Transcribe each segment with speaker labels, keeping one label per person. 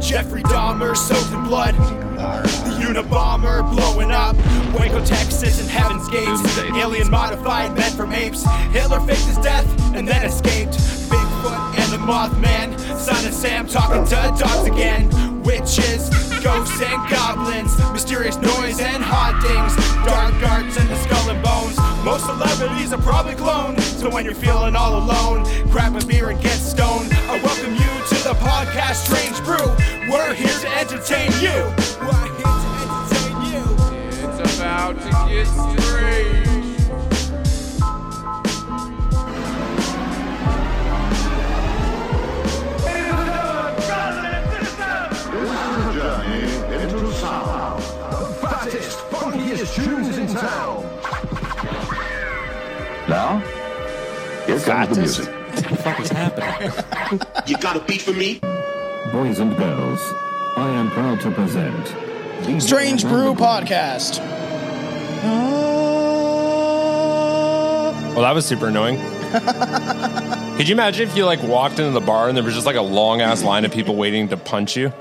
Speaker 1: Jeffrey Dahmer soaked in blood. The Unabomber blowing up. Waco, Texas, and Heaven's Gates. Alien modified men from apes. Hitler faked his death and then escaped. Bigfoot and the Mothman. Son of Sam talking to dogs again. Witches, ghosts, and goblins. Mysterious noise and hauntings. Dark arts and the skull and bones. Most celebrities are probably cloned. So when you're feeling all alone, grab a beer and get stoned. I welcome you to the podcast Strange Brew. We're here to entertain you. We're here to entertain you.
Speaker 2: It's about to get strange.
Speaker 3: journey into sound.
Speaker 4: fattest, funkiest tunes in town.
Speaker 5: Now, here comes the music.
Speaker 3: You got a beat for me?
Speaker 5: Boys and girls, I am proud to present the
Speaker 6: Strange Brew Podcast.
Speaker 7: Well, that was super annoying. Could you imagine if you like walked into the bar and there was just like a long ass line of people waiting to punch you?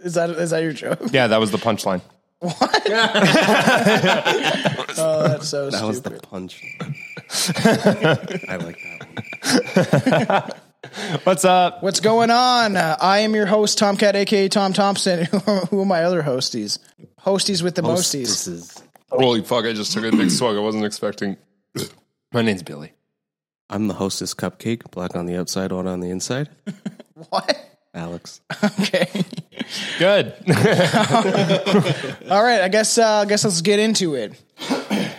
Speaker 6: Is that is that your joke?
Speaker 7: Yeah, that was the punchline.
Speaker 6: Oh, that's so stupid.
Speaker 8: punch. I like that one.
Speaker 7: What's up?
Speaker 6: What's going on? Uh, I am your host, Tomcat, aka Tom Thompson. Who are my other hosties? Hosties with the mosties.
Speaker 8: Hostesses.
Speaker 7: Holy fuck! I just took a big swig. I wasn't expecting. My name's Billy.
Speaker 8: I'm the hostess cupcake, black on the outside, white on the inside.
Speaker 6: What?
Speaker 8: Alex.
Speaker 6: Okay.
Speaker 7: Good.
Speaker 6: All right. I guess uh, I guess let's get into it.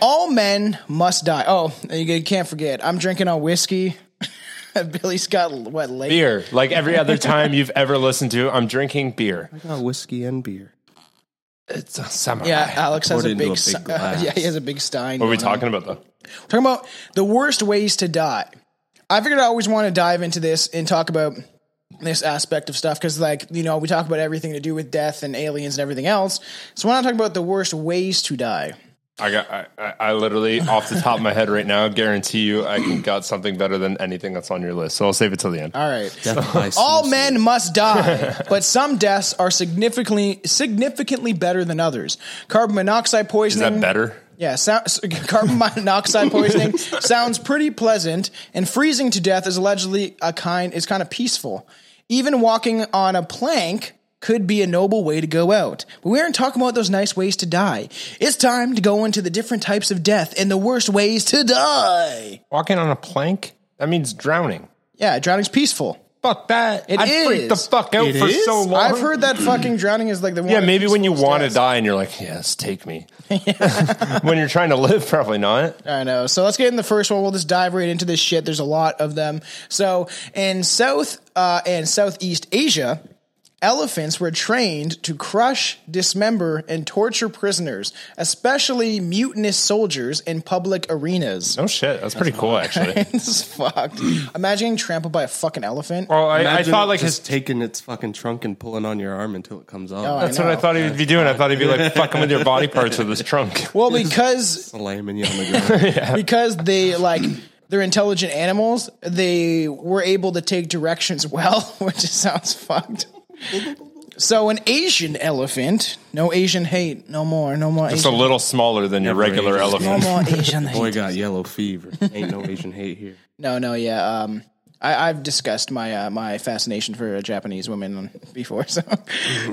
Speaker 6: All men must die. Oh, you you can't forget. I'm drinking on whiskey. Billy's got what? Late.
Speaker 7: beer. Like every other time you've ever listened to, I'm drinking beer.
Speaker 8: Got whiskey and beer.
Speaker 7: It's a summer.
Speaker 6: Yeah, Alex has
Speaker 8: Poured
Speaker 6: a
Speaker 8: into a
Speaker 6: big,
Speaker 8: big
Speaker 6: si-
Speaker 8: glass.
Speaker 6: yeah, he has a big stein.
Speaker 7: What are we
Speaker 6: going on.
Speaker 7: talking about though?
Speaker 6: talking about the worst ways to die. I figured I always want to dive into this and talk about this aspect of stuff because, like, you know, we talk about everything to do with death and aliens and everything else. So why not talk about the worst ways to die?
Speaker 7: I got. I, I, I literally off the top of my head right now, guarantee you, I can got something better than anything that's on your list. So I'll save it till the end.
Speaker 6: All right.
Speaker 8: Death by
Speaker 7: Oh,
Speaker 6: All
Speaker 8: snowstorm.
Speaker 6: men must die, but some deaths are significantly significantly better than others. Carbon monoxide
Speaker 7: Is
Speaker 6: poisoning.
Speaker 7: that better?
Speaker 6: Um, Yeah, sounds, carbon monoxide poisoning sounds pretty pleasant, and freezing to death is allegedly a kind is kind of peaceful. Even walking on a plank could be a noble way to go out. But we aren't talking about those nice ways to die. It's time to go into the different types of death and the worst ways to die.
Speaker 7: Walking on a plank? That means drowning.
Speaker 6: Yeah, drowning's peaceful.
Speaker 7: Fuck that.
Speaker 6: It
Speaker 7: I freaked the
Speaker 6: is.
Speaker 7: fuck out for so long.
Speaker 6: I've heard that fucking drowning is like the one.
Speaker 7: Yeah,
Speaker 6: of the
Speaker 7: maybe when you
Speaker 6: peacefulest
Speaker 7: want to
Speaker 6: deaths.
Speaker 7: die and you're like, yes, take me. when you're trying to live, probably not.
Speaker 6: I know. So let's get in the first one. We'll just dive right into this shit. There's a lot of them. So in South uh, and Southeast Asia, elephants were trained to crush, dismember, and torture prisoners, especially mutinous soldiers in public arenas.
Speaker 7: No shit. That's pretty cool, actually.
Speaker 6: this is fucked. Imagine getting trampled by a fucking elephant.
Speaker 7: Well, I, I
Speaker 8: Imagine
Speaker 7: thought like
Speaker 8: just
Speaker 7: his.
Speaker 8: taking its fucking trunk and pulling on your arm until it comes off.
Speaker 6: Oh,
Speaker 7: That's what I
Speaker 6: know.
Speaker 7: thought he would be doing. I thought he'd be like fucking with your body parts with his trunk.
Speaker 6: Well, because
Speaker 8: Slamming you on the ground.
Speaker 6: because they like they're intelligent animals, they were able to take directions well, which just sounds fucked. So an Asian elephant, no Asian hate, no more, no more.
Speaker 7: It's a
Speaker 6: Asian,
Speaker 7: little smaller than your
Speaker 8: Never
Speaker 7: regular
Speaker 8: ate it.
Speaker 6: no
Speaker 7: elephant.
Speaker 6: more Asian
Speaker 8: Boy
Speaker 6: hate.
Speaker 8: got yellow fever. Ain't no Asian hate here.
Speaker 6: No, no, yeah. Um, I, I've discussed my uh, my fascination for uh, Japanese women before. So,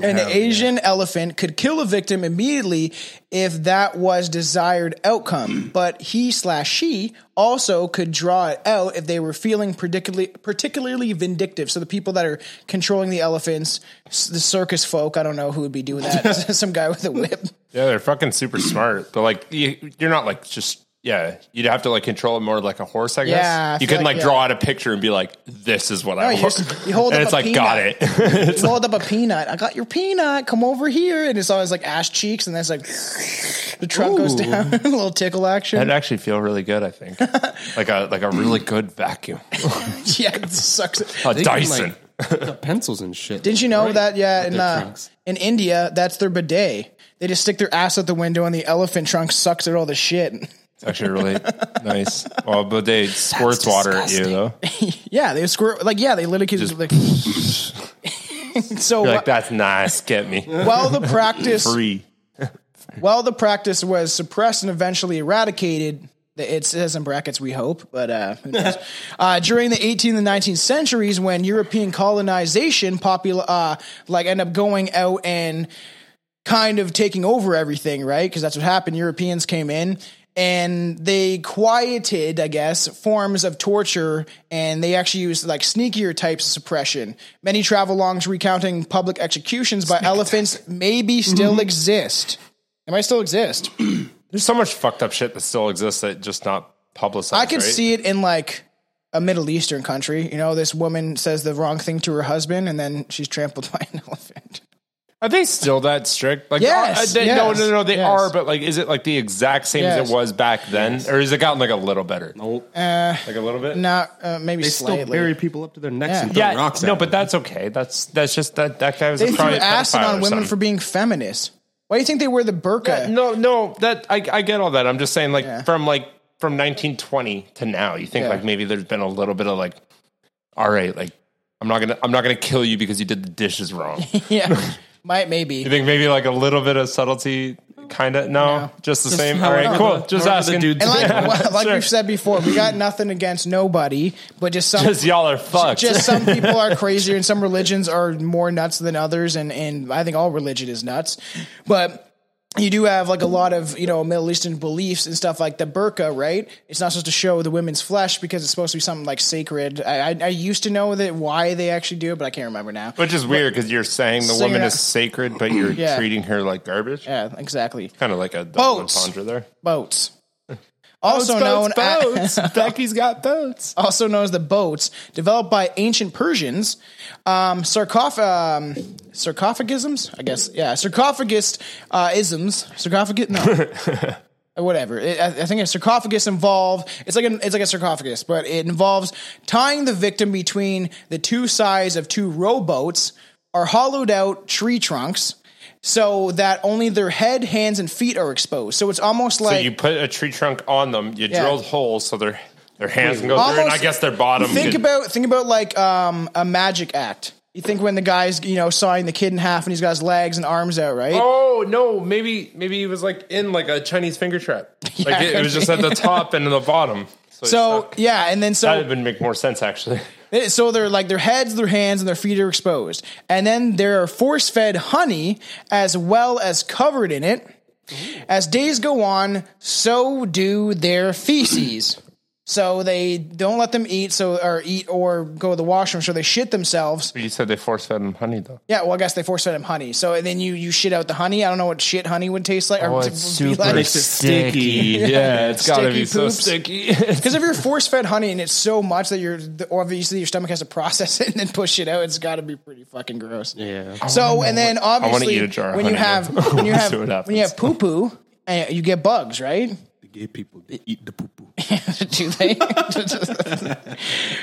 Speaker 6: an Asian elephant could kill a victim immediately if that was desired outcome, but he slash she also could draw it out if they were feeling particularly particularly vindictive. So the people that are controlling the elephants, s- the circus folk, I don't know who would be doing that. Some guy with a whip.
Speaker 7: Yeah, they're fucking super smart, but like you, you're not like just yeah. You'd have to like control it more like a horse, I guess.
Speaker 6: Yeah, I
Speaker 7: you can
Speaker 6: feel
Speaker 7: like
Speaker 6: like- yeah.
Speaker 7: draw out a picture and be like, "This is what I
Speaker 6: you
Speaker 7: want."
Speaker 6: just- you hold
Speaker 7: and
Speaker 6: up
Speaker 7: it's
Speaker 6: a
Speaker 7: like, got
Speaker 6: peanut.
Speaker 7: it.
Speaker 6: You hold up a peanut. I got your peanut. Come over here. And it's always like ass cheeks, and that's like the trunk goes down. a little tickle action.
Speaker 7: That'd actually feel really good, I think. like a like a really good vacuum.
Speaker 6: yeah, it sucks. it.
Speaker 7: A
Speaker 8: They can,
Speaker 7: Dyson.
Speaker 8: like, got pencils and shit.
Speaker 6: Didn't you know
Speaker 8: Right.
Speaker 6: that? Yeah,
Speaker 8: With
Speaker 6: in
Speaker 8: their
Speaker 6: uh,
Speaker 8: trunks.
Speaker 6: in India, that's their bidet. They just stick their ass out the window, and the elephant trunk sucks at all the shit.
Speaker 7: It's actually really nice. Well, but they squirts water at you
Speaker 6: disgusting.
Speaker 7: though.
Speaker 6: Yeah, they squirt like yeah, they literally just like so
Speaker 7: You're like, that's nice. Get me.
Speaker 6: while the practice
Speaker 7: Free.
Speaker 6: while the practice was suppressed and eventually eradicated, th- it says in brackets, we hope, but uh, who knows? uh, during the 18th and 19th centuries, when European colonization popul- uh, like end up going out and kind of taking over everything, right? Because that's what happened. Europeans came in and they quieted, I guess, forms of torture, and they actually used like sneakier types of suppression. Many travel longs recounting public executions by elephants maybe still exist. They might still exist.
Speaker 7: There's so much fucked up shit that still exists that just not publicized.
Speaker 6: I could
Speaker 7: right?
Speaker 6: see it in like a Middle Eastern country. You know, this woman says the wrong thing to her husband, and then she's trampled by an elephant.
Speaker 7: Are they still that strict? Like,
Speaker 6: Yes,
Speaker 7: are- they- no,
Speaker 6: yes,
Speaker 7: no, no, they
Speaker 6: yes.
Speaker 7: are. But like, is it like the exact same
Speaker 6: Yes.
Speaker 7: as it was back then, or has it gotten like a little better? like a little bit.
Speaker 6: Not uh, maybe
Speaker 8: Uh, They
Speaker 6: slightly.
Speaker 8: still bury people up to their necks
Speaker 6: Yeah.
Speaker 8: and throw
Speaker 7: yeah,
Speaker 8: rocks at
Speaker 7: no,
Speaker 8: them.
Speaker 7: but that's okay. That's that's just that that guy was
Speaker 6: they
Speaker 7: a
Speaker 6: threw
Speaker 7: probably a
Speaker 6: acid
Speaker 7: pedophile
Speaker 6: on
Speaker 7: or
Speaker 6: women
Speaker 7: something.
Speaker 6: for being feminists. Why do you think they wear the burqa?
Speaker 7: Yeah, no, no, that I, I get all that. I'm just saying, like
Speaker 6: Yeah.
Speaker 7: from like from 1920 to now, you think
Speaker 6: Yeah.
Speaker 7: like maybe there's been a little bit of like, all right, like I'm not gonna I'm not gonna kill you because you did the dishes wrong. you
Speaker 6: yeah, might maybe.
Speaker 7: think maybe like a little bit of subtlety, kind of no, just the same. All right,
Speaker 8: however
Speaker 7: cool.
Speaker 8: the-
Speaker 7: just
Speaker 8: however the
Speaker 7: asking,
Speaker 8: dude-
Speaker 6: And like well, like
Speaker 7: sure.
Speaker 6: we've said before, we got nothing against nobody, but just some
Speaker 7: Just y'all are fucked.
Speaker 6: just some people are crazier and some religions are more nuts than others and and I think all religion is nuts. But you do have like a lot of you know Middle Eastern beliefs and stuff like the burqa, right? It's not supposed to show the women's flesh because it's supposed to be something like sacred. I, I, I used to know that why they actually do it, but I can't remember now.
Speaker 7: Which is weird because you're saying the
Speaker 6: So
Speaker 7: woman
Speaker 6: you're
Speaker 7: is
Speaker 6: not-
Speaker 7: sacred, but you're
Speaker 6: Yeah.
Speaker 7: treating her like garbage.
Speaker 6: Yeah, exactly.
Speaker 7: Kind of like a double
Speaker 6: Boats.
Speaker 7: entendre there.
Speaker 6: Boats,
Speaker 7: Oh,
Speaker 6: also known as,
Speaker 7: Becky's got boats.
Speaker 6: also known as the boats, developed by ancient Persians. Um, sarcoph- um, sarcophagisms, I guess. Yeah, sarcophagus uh, isms. Sarcophagus? No. Uh, Whatever. It, I, I think a sarcophagus involve. It's like an, it's like a sarcophagus, but it involves tying the victim between the two sides of two rowboats or hollowed out tree trunks. So that only their head, hands, and feet are exposed. So it's almost
Speaker 7: So
Speaker 6: like
Speaker 7: you put a tree trunk on them. You
Speaker 6: Yeah.
Speaker 7: drilled holes so their their hands can go through, and I
Speaker 6: Almost-
Speaker 7: guess their bottom.
Speaker 6: Think
Speaker 7: could-
Speaker 6: about think about like um, a magic act. You think when the guy's you know sawing the kid in half and he's got his legs and arms out, right?
Speaker 7: Oh no! Maybe maybe it was like in like a Chinese finger trap. Like it, it was just at the top and in the bottom. So,
Speaker 6: so yeah, and then
Speaker 7: that would
Speaker 6: so
Speaker 7: been make more sense actually.
Speaker 6: so they're like their heads, their hands, and their feet are exposed, and then they're force fed honey as well as covered in it. As days go on, so do their feces. so they don't let them eat, so or eat or go to the washroom, so they shit themselves.
Speaker 7: But you said they force fed them honey though.
Speaker 6: Yeah, well, I guess they force fed him honey. So and then you you shit out the honey. I don't know what shit honey would taste like.
Speaker 7: Oh,
Speaker 6: would
Speaker 7: it's
Speaker 6: be
Speaker 7: super
Speaker 6: like.
Speaker 8: Makes it sticky.
Speaker 7: Yeah, it's gotta
Speaker 6: Sticky
Speaker 7: be so
Speaker 6: poops.
Speaker 7: sticky.
Speaker 6: Because if you're force fed honey and it's so much that you're the- obviously your stomach has to process it and then push it out, it's got to be pretty fucking gross.
Speaker 8: Yeah.
Speaker 6: So and then
Speaker 7: wanna
Speaker 6: obviously
Speaker 7: eat a jar of
Speaker 6: when you
Speaker 7: honey,
Speaker 6: have
Speaker 7: though.
Speaker 6: when you
Speaker 7: We'll
Speaker 6: have
Speaker 7: see what
Speaker 6: when you
Speaker 7: happens.
Speaker 6: have poo poo, you get bugs, right?
Speaker 8: The gay people they eat the poo poo.
Speaker 6: do they?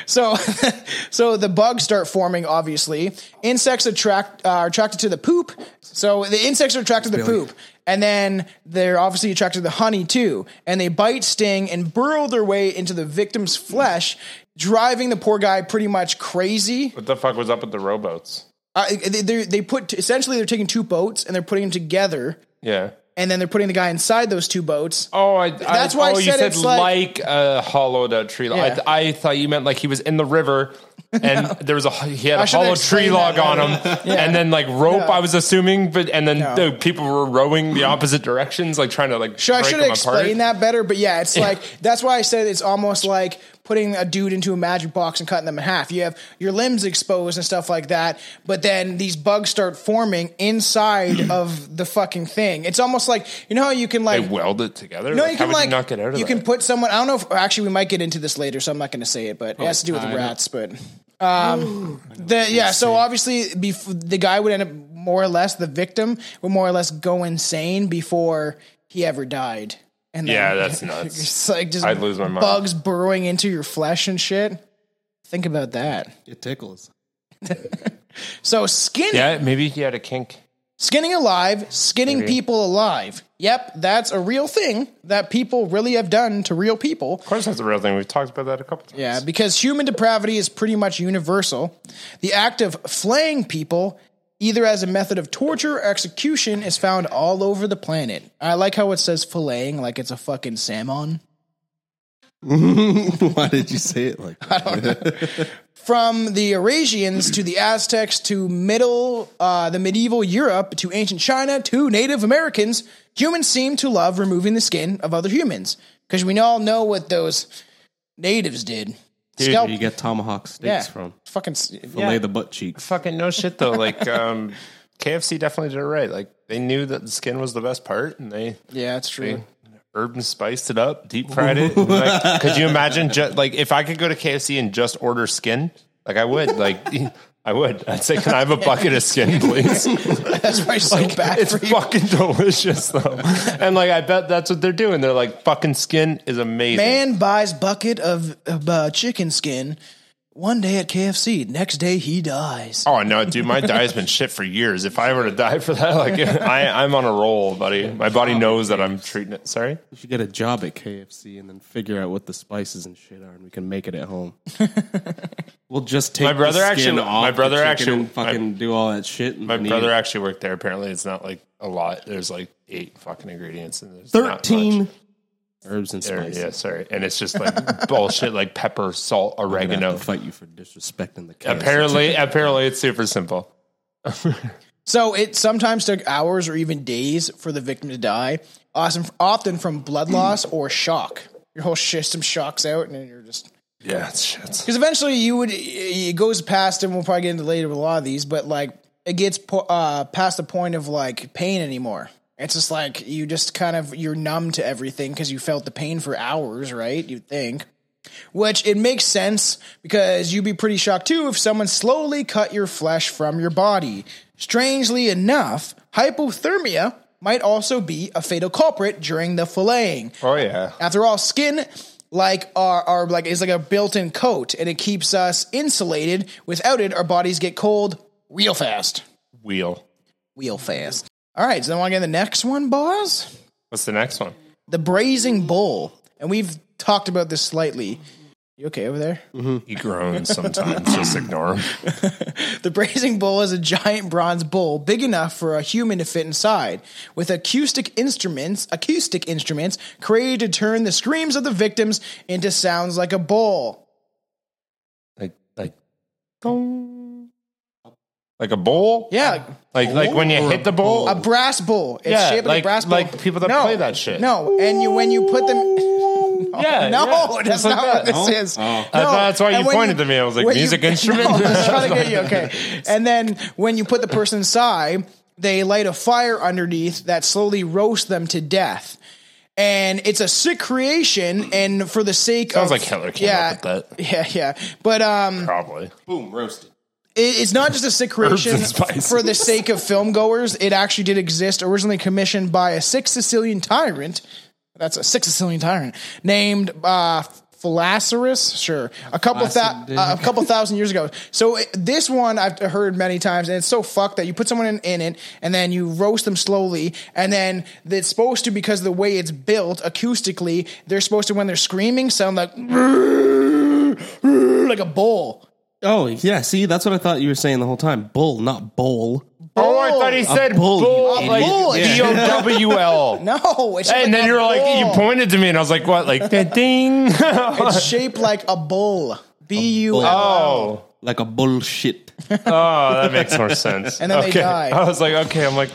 Speaker 6: so, so the bugs start forming. Obviously, insects attract uh, are attracted to the poop. So the insects are attracted to the poop, and then they're obviously attracted to the honey too. And they bite, sting, and burrow their way into the victim's flesh, driving the poor guy pretty much crazy.
Speaker 7: what the fuck was up with the rowboats?
Speaker 6: Uh, they, they they put essentially they're taking two boats and they're putting them together,
Speaker 7: Yeah.
Speaker 6: and then they're putting the guy inside those two boats.
Speaker 7: Oh, I,
Speaker 6: That's
Speaker 7: I,
Speaker 6: why I
Speaker 7: oh, you
Speaker 6: said
Speaker 7: said
Speaker 6: it's like-
Speaker 7: like, a hollowed out tree. log.
Speaker 6: Yeah.
Speaker 7: I, I thought you meant like he was in the river and there was a he had
Speaker 6: I
Speaker 7: a
Speaker 6: should've
Speaker 7: hollow
Speaker 6: explained
Speaker 7: tree log
Speaker 6: that.
Speaker 7: on him and then like rope. I was assuming, but and then
Speaker 6: No.
Speaker 7: the people were rowing the opposite directions, like trying to like
Speaker 6: Sure, I
Speaker 7: break
Speaker 6: should have
Speaker 7: them
Speaker 6: explained
Speaker 7: apart.
Speaker 6: that better, but yeah, it's like that's why I said it's almost like putting a dude into a magic box and cutting them in half. You have your limbs exposed and stuff like that, but then these bugs start forming inside of the fucking thing. It's almost like you know how you can
Speaker 7: They
Speaker 6: like
Speaker 7: weld it together.
Speaker 6: no,
Speaker 7: Like,
Speaker 6: you
Speaker 7: how
Speaker 6: can
Speaker 7: would
Speaker 6: like
Speaker 7: you not get out of
Speaker 6: you
Speaker 7: that?
Speaker 6: can put someone. I don't know if actually we might get into this later, so I'm not going to say it.
Speaker 7: Oh,
Speaker 6: But it has to do with the rats. But um, the yeah. So obviously, bef- the guy would end up more or less the victim would more or less go insane before he ever died. And then
Speaker 7: yeah, that's nuts.
Speaker 6: it's like just
Speaker 7: I'd lose my mind.
Speaker 6: bugs burrowing into your flesh and shit. Think about that.
Speaker 8: It tickles.
Speaker 6: So skin
Speaker 7: Yeah, maybe he had a kink.
Speaker 6: Skinning alive, skinning people alive. Yep, that's a real thing that people really have done to real people.
Speaker 7: Of course, that's a real thing. We've talked about that a couple times.
Speaker 6: Yeah, because human depravity is pretty much universal. The act of flaying people, either as a method of torture or execution, is found all over the planet. I like how it says filleting, like it's a fucking salmon.
Speaker 8: Why did you say it like that?
Speaker 6: From the Eurasians to the Aztecs to middle, uh, the medieval Europe to ancient China to Native Americans, humans seem to love removing the skin of other humans because we all know what those natives did.
Speaker 8: Dude,
Speaker 6: Scalp-
Speaker 8: you get tomahawk steaks
Speaker 6: yeah,
Speaker 8: from.
Speaker 6: fucking s-
Speaker 8: Fillet the butt cheeks.
Speaker 7: Fucking no shit though. Like um, KFC definitely did it right. Like they knew that the skin was the best part, and they
Speaker 6: yeah, that's true.
Speaker 7: they herb and spiced it up, deep fried it. Like, could you imagine? Just like if I could go to KFC and just order skin, like I would. Like I would. I'd say, can I have a bucket of skin, please?
Speaker 6: That's why it's so bad
Speaker 7: it's
Speaker 6: for you.
Speaker 7: fucking delicious though, and like I bet that's what they're doing. They're like, fucking skin is amazing.
Speaker 6: Man buys bucket of of, uh, chicken skin one day at KFC. Next day he dies.
Speaker 7: Oh no, dude, my diet's been shit for years. If I were to die for that, like I, I'm on a roll, buddy. My body knows that I'm treating it. Sorry,
Speaker 8: You should get a job at KFC and then figure out what the spices and shit are, and we can make it at home. we'll just take
Speaker 7: My
Speaker 8: the
Speaker 7: brother
Speaker 8: skin
Speaker 7: actually-
Speaker 8: off
Speaker 7: my
Speaker 8: the
Speaker 7: brother
Speaker 8: chicken
Speaker 7: actually-
Speaker 8: and fucking do all that shit. And
Speaker 7: my
Speaker 8: then eat
Speaker 7: brother
Speaker 8: it.
Speaker 7: actually worked there. Apparently, it's not like a lot. There's like eight fucking ingredients, and there's not much.
Speaker 8: thirteen herbs and
Speaker 7: There-
Speaker 8: spices.
Speaker 7: yeah, sorry, and it's just like bullshit, like pepper, salt,
Speaker 8: I'm gonna have
Speaker 7: oregano.
Speaker 8: to fight you for disrespecting the KFC.
Speaker 7: Apparently, apparently, it's super simple.
Speaker 6: So it sometimes took hours or even days for the victim to die, often, often from blood loss or shock. Your whole system shocks out, and then you're just
Speaker 7: Yeah, it's shit.
Speaker 6: because eventually you would it goes past, and we'll probably get into later with a lot of these, but like it gets po- uh, past the point of like pain anymore. It's just like you just kind of you're numb to everything because you felt the pain for hours, right? You'd think. Which it makes sense because you'd be pretty shocked too if someone slowly cut your flesh from your body. Strangely enough, hypothermia might also be a fatal culprit during the filleting.
Speaker 7: Oh yeah,
Speaker 6: After all, skin like our, our like is like a built-in coat and it keeps us insulated. Without it, our bodies get cold real fast.
Speaker 7: wheel.
Speaker 6: Real fast. All right, so then want to get the next one, boss?
Speaker 7: What's the next one?
Speaker 6: The braising bull. And we've talked about this slightly. You okay over there?
Speaker 7: He groans sometimes. just ignore him.
Speaker 6: The braising bull is a giant bronze bull big enough for a human to fit inside, with acoustic instruments, acoustic instruments created to turn the screams of the victims into sounds like a bull.
Speaker 7: Like like, dong. like a bowl.
Speaker 6: Yeah,
Speaker 7: Like like when you hit the Oh, bowl.
Speaker 6: a brass bowl. It's
Speaker 7: Yeah,
Speaker 6: shaped like,
Speaker 7: like-
Speaker 6: a brass bowl.
Speaker 7: like people that play that shit.
Speaker 6: No, and you when you put them.
Speaker 7: yeah,
Speaker 6: No,
Speaker 7: yeah.
Speaker 6: that's
Speaker 7: Just like
Speaker 6: not
Speaker 7: that.
Speaker 6: what this is. No,
Speaker 7: I thought that's why
Speaker 6: and
Speaker 7: you
Speaker 6: when
Speaker 7: pointed to me. I was like,
Speaker 6: when
Speaker 7: "Music instrument?"
Speaker 6: No, I was trying to get you. Okay, and then when you put the person inside, they light a fire underneath that slowly roasts them to death. And it's a sick creation, and for the sake
Speaker 7: Sounds
Speaker 6: of
Speaker 7: like Hitler came
Speaker 6: yeah,
Speaker 7: up with that.
Speaker 6: Yeah, yeah, but um,
Speaker 7: Probably.
Speaker 8: boom roasted.
Speaker 6: it- it's not just a sick creation
Speaker 7: and spices.
Speaker 6: for the sake of film goers. It actually did exist, originally commissioned by a sick Sicilian tyrant. That's a sick Sicilian tyrant named uh, Philacerus. Sure, a couple thou-
Speaker 8: Flaccid.
Speaker 6: uh, a couple thousand years ago. So it, this one I've heard many times, and it's so fucked that you put someone in, in it and then you roast them slowly, and then it's supposed to because of the way it's built acoustically, they're supposed to when they're screaming sound like like a bull.
Speaker 8: Oh yeah, see that's what I thought you were saying the whole time. Bull, not bowl.
Speaker 7: Oh, I thought he said
Speaker 8: bull,
Speaker 7: bull,
Speaker 8: you
Speaker 6: idiot.
Speaker 7: like
Speaker 6: A bull, yeah.
Speaker 7: B O W L.
Speaker 6: No, it's
Speaker 7: And then
Speaker 6: a
Speaker 7: you're like, you
Speaker 6: bull.
Speaker 7: pointed to me, and I was like, "What?" Like that ding.
Speaker 6: It's shaped like a bull. B U
Speaker 8: bull.
Speaker 6: L.
Speaker 7: oh,
Speaker 8: Like a bullshit.
Speaker 7: oh, that makes more sense.
Speaker 6: And then they
Speaker 7: okay.
Speaker 6: die.
Speaker 7: I was like, okay, I'm like.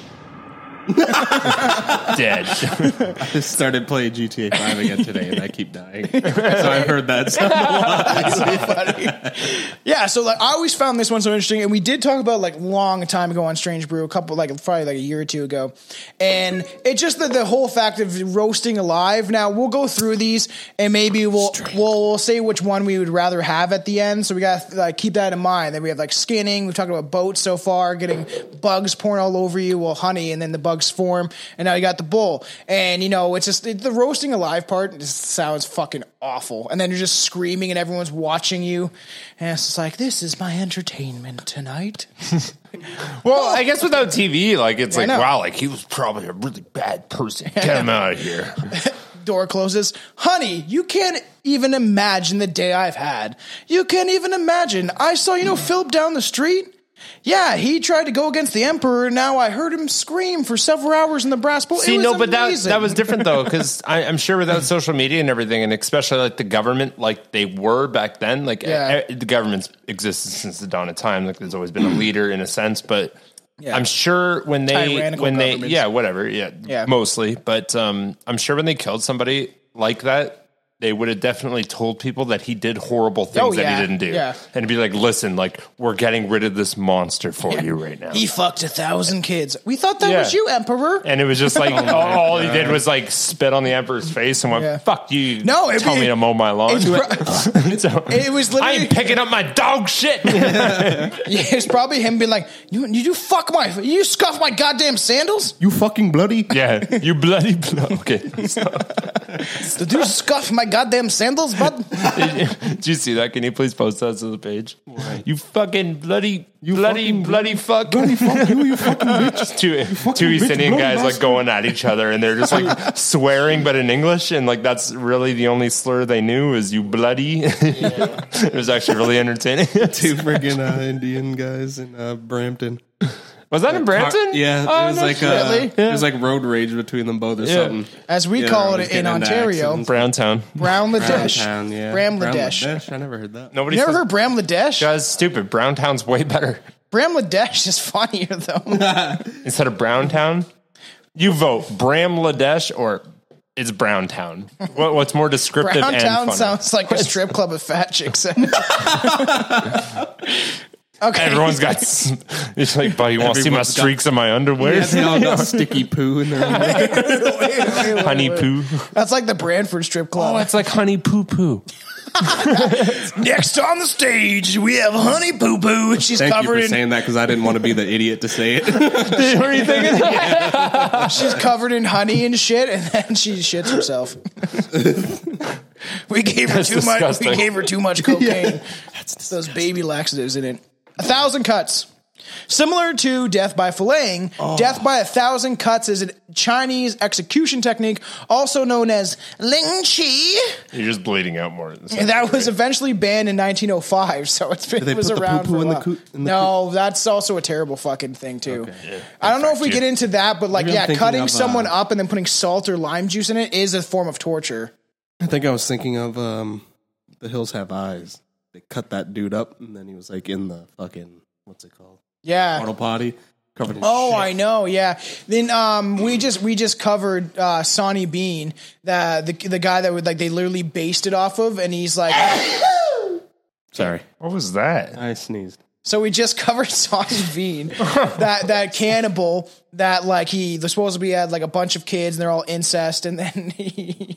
Speaker 7: Dead.
Speaker 8: I started playing GTA 5 again today and I keep dying. So I've heard that sound a lot.
Speaker 6: Yeah, so like I always found this one so interesting, and we did talk about like long time ago on Strange Brew, a couple like probably like a year or two ago, and it's just that the whole fact of roasting alive. Now we'll go through these, and maybe we'll we'll, we'll say which one we would rather have at the end. So we got to like keep that in mind. Then we have like skinning. We've talked about boats so far, getting bugs pouring all over you. Well, honey, and then the bugs. dog's form, and now you got the bull. And you know, it's just it, the roasting alive part just sounds fucking awful. And then you're just screaming, and everyone's watching you, and it's just like this is my entertainment tonight.
Speaker 7: Well, I guess without TV, like it's
Speaker 6: I
Speaker 7: like
Speaker 6: know.
Speaker 7: wow, like he was probably a really bad person. Get him out of here.
Speaker 6: Door closes. Honey, you can't even imagine the day I've had. You can't even imagine. I saw, you know, Philip down the street. Yeah, he tried to go against the emperor. Now I heard him scream for several hours in the brass bowl.
Speaker 7: See,
Speaker 6: it was
Speaker 7: no, but that,
Speaker 6: amazing.
Speaker 7: that was different though, because I'm sure without social media and everything, and especially like the government, like they were back then, like
Speaker 6: Yeah.
Speaker 7: e- e- the government's existed since the dawn of time. Like there's always been a leader in a sense, but
Speaker 6: Yeah.
Speaker 7: I'm sure when they
Speaker 6: Tyrannical
Speaker 7: when they
Speaker 6: governments.
Speaker 7: yeah whatever yeah,
Speaker 6: Yeah.
Speaker 7: mostly, but um, I'm sure when they killed somebody like that. They would have definitely told people that he did horrible things that
Speaker 6: Oh, yeah.
Speaker 7: he didn't do,
Speaker 6: Yeah.
Speaker 7: and be like, "Listen, like we're getting rid of this monster for you right now."
Speaker 6: He fucked a thousand kids. We thought that
Speaker 7: Yeah.
Speaker 6: was you, Emperor.
Speaker 7: And it was just like all all he did was like spit on the emperor's face and went,
Speaker 6: Oh Yeah.
Speaker 7: "Fuck you!"
Speaker 6: No, it'd
Speaker 7: tell
Speaker 6: be-
Speaker 7: me to mow my lawn.
Speaker 6: it's pro-
Speaker 7: So,
Speaker 6: It was literally-
Speaker 7: I ain't picking up my dog shit.
Speaker 6: Yeah, it's probably him being like, "You, you fuck my, you scuff my goddamn sandals.
Speaker 8: You fucking bloody.
Speaker 7: yeah, you bloody blo- okay.
Speaker 6: Did you scuff my goddamn sandals, bud?"
Speaker 7: Did you see that? Can you please post that to the page? You fucking bloody, bloody,
Speaker 8: fucking
Speaker 7: bloody fuck.
Speaker 8: fuck you, you fucking bitch.
Speaker 7: Just two two
Speaker 8: fucking bitch,
Speaker 7: East Indian
Speaker 8: bloody
Speaker 7: guys like
Speaker 8: bastard.
Speaker 7: going at each other, and they're just like swearing, but in English, and like that's really the only slur they knew is "you bloody." it was actually really entertaining.
Speaker 8: Two friggin' uh, Indian guys in uh, Brampton.
Speaker 7: Was that in Brampton?
Speaker 8: Yeah,
Speaker 7: Oh,
Speaker 8: it was
Speaker 7: no
Speaker 8: like
Speaker 7: shit.
Speaker 8: uh,
Speaker 6: Really?
Speaker 8: it was like road rage between them both or something.
Speaker 6: As we
Speaker 8: Yeah,
Speaker 6: call
Speaker 8: I was
Speaker 6: it in
Speaker 8: getting into
Speaker 6: Ontario,
Speaker 8: accidents.
Speaker 7: Brown Town.
Speaker 6: Brown Ladesh.
Speaker 8: Browntown, yeah.
Speaker 6: Bram Ladesh.
Speaker 8: Bramladesh, I never heard that.
Speaker 7: Nobody
Speaker 6: You ever
Speaker 7: says,
Speaker 6: heard Bram Ladesh?
Speaker 7: That's stupid. Brown Town's way better.
Speaker 6: Bram Ladesh is funnier though.
Speaker 7: Instead of Brown Town, you vote Bram Ladesh or it's Brown Town. What, what's more descriptive
Speaker 6: Brown
Speaker 7: and
Speaker 6: Town
Speaker 7: funny?
Speaker 6: sounds like a strip club of fat chicks. okay.
Speaker 7: Everyone's got. s- It's like, buddy, you want to see my
Speaker 8: Everyone's got-
Speaker 7: streaks in my underwear?
Speaker 8: Yeah, they all got sticky poo in their
Speaker 7: Honey poo.
Speaker 6: That's like the Branford strip club.
Speaker 7: Oh, it's like honey poo poo.
Speaker 6: Next on the stage, we have Honey Poo Poo, and she's
Speaker 8: Thank you
Speaker 6: covered
Speaker 8: for
Speaker 6: in
Speaker 8: saying that because I didn't want to be the idiot to say it.
Speaker 7: What are you thinking?
Speaker 6: she's covered in honey and shit, and then she shits herself. we gave her
Speaker 7: That's
Speaker 6: too
Speaker 7: disgusting.
Speaker 6: much. We gave her too much cocaine. That's those baby laxatives in it. A thousand cuts. Similar to death by filleting,
Speaker 7: Oh.
Speaker 6: death by a thousand cuts is a Chinese execution technique, also known as ling chi.
Speaker 7: You're just bleeding out more.
Speaker 6: And that was eventually banned in 1905, so it's been,
Speaker 8: they
Speaker 6: it was
Speaker 8: put the
Speaker 6: around
Speaker 8: poo-poo
Speaker 6: for a
Speaker 8: in the
Speaker 6: while.
Speaker 8: coo- in the
Speaker 6: no, that's also a terrible fucking thing too. I don't know if we
Speaker 7: you-
Speaker 6: get into that, but like,
Speaker 8: Maybe I'm
Speaker 6: yeah,
Speaker 8: thinking
Speaker 6: cutting
Speaker 8: of,
Speaker 6: someone
Speaker 8: uh,
Speaker 6: up and then putting salt or lime juice in it is a form of torture.
Speaker 8: I think I was thinking of um, The Hills Have Eyes. They cut that dude up and then he was like in the fucking, what's it called?
Speaker 6: Yeah.
Speaker 8: Auto potty. Covered in
Speaker 6: Oh,
Speaker 8: shit.
Speaker 6: I know. Yeah. Then um, we just we just covered uh, Sonny Bean, the, the the guy that would like they literally based it off of, and he's like,
Speaker 8: Sorry.
Speaker 7: What was that?
Speaker 8: I sneezed.
Speaker 6: So we just covered Sonny Bean, that that cannibal that like he was supposed to be had like a bunch of kids and they're all incest and then he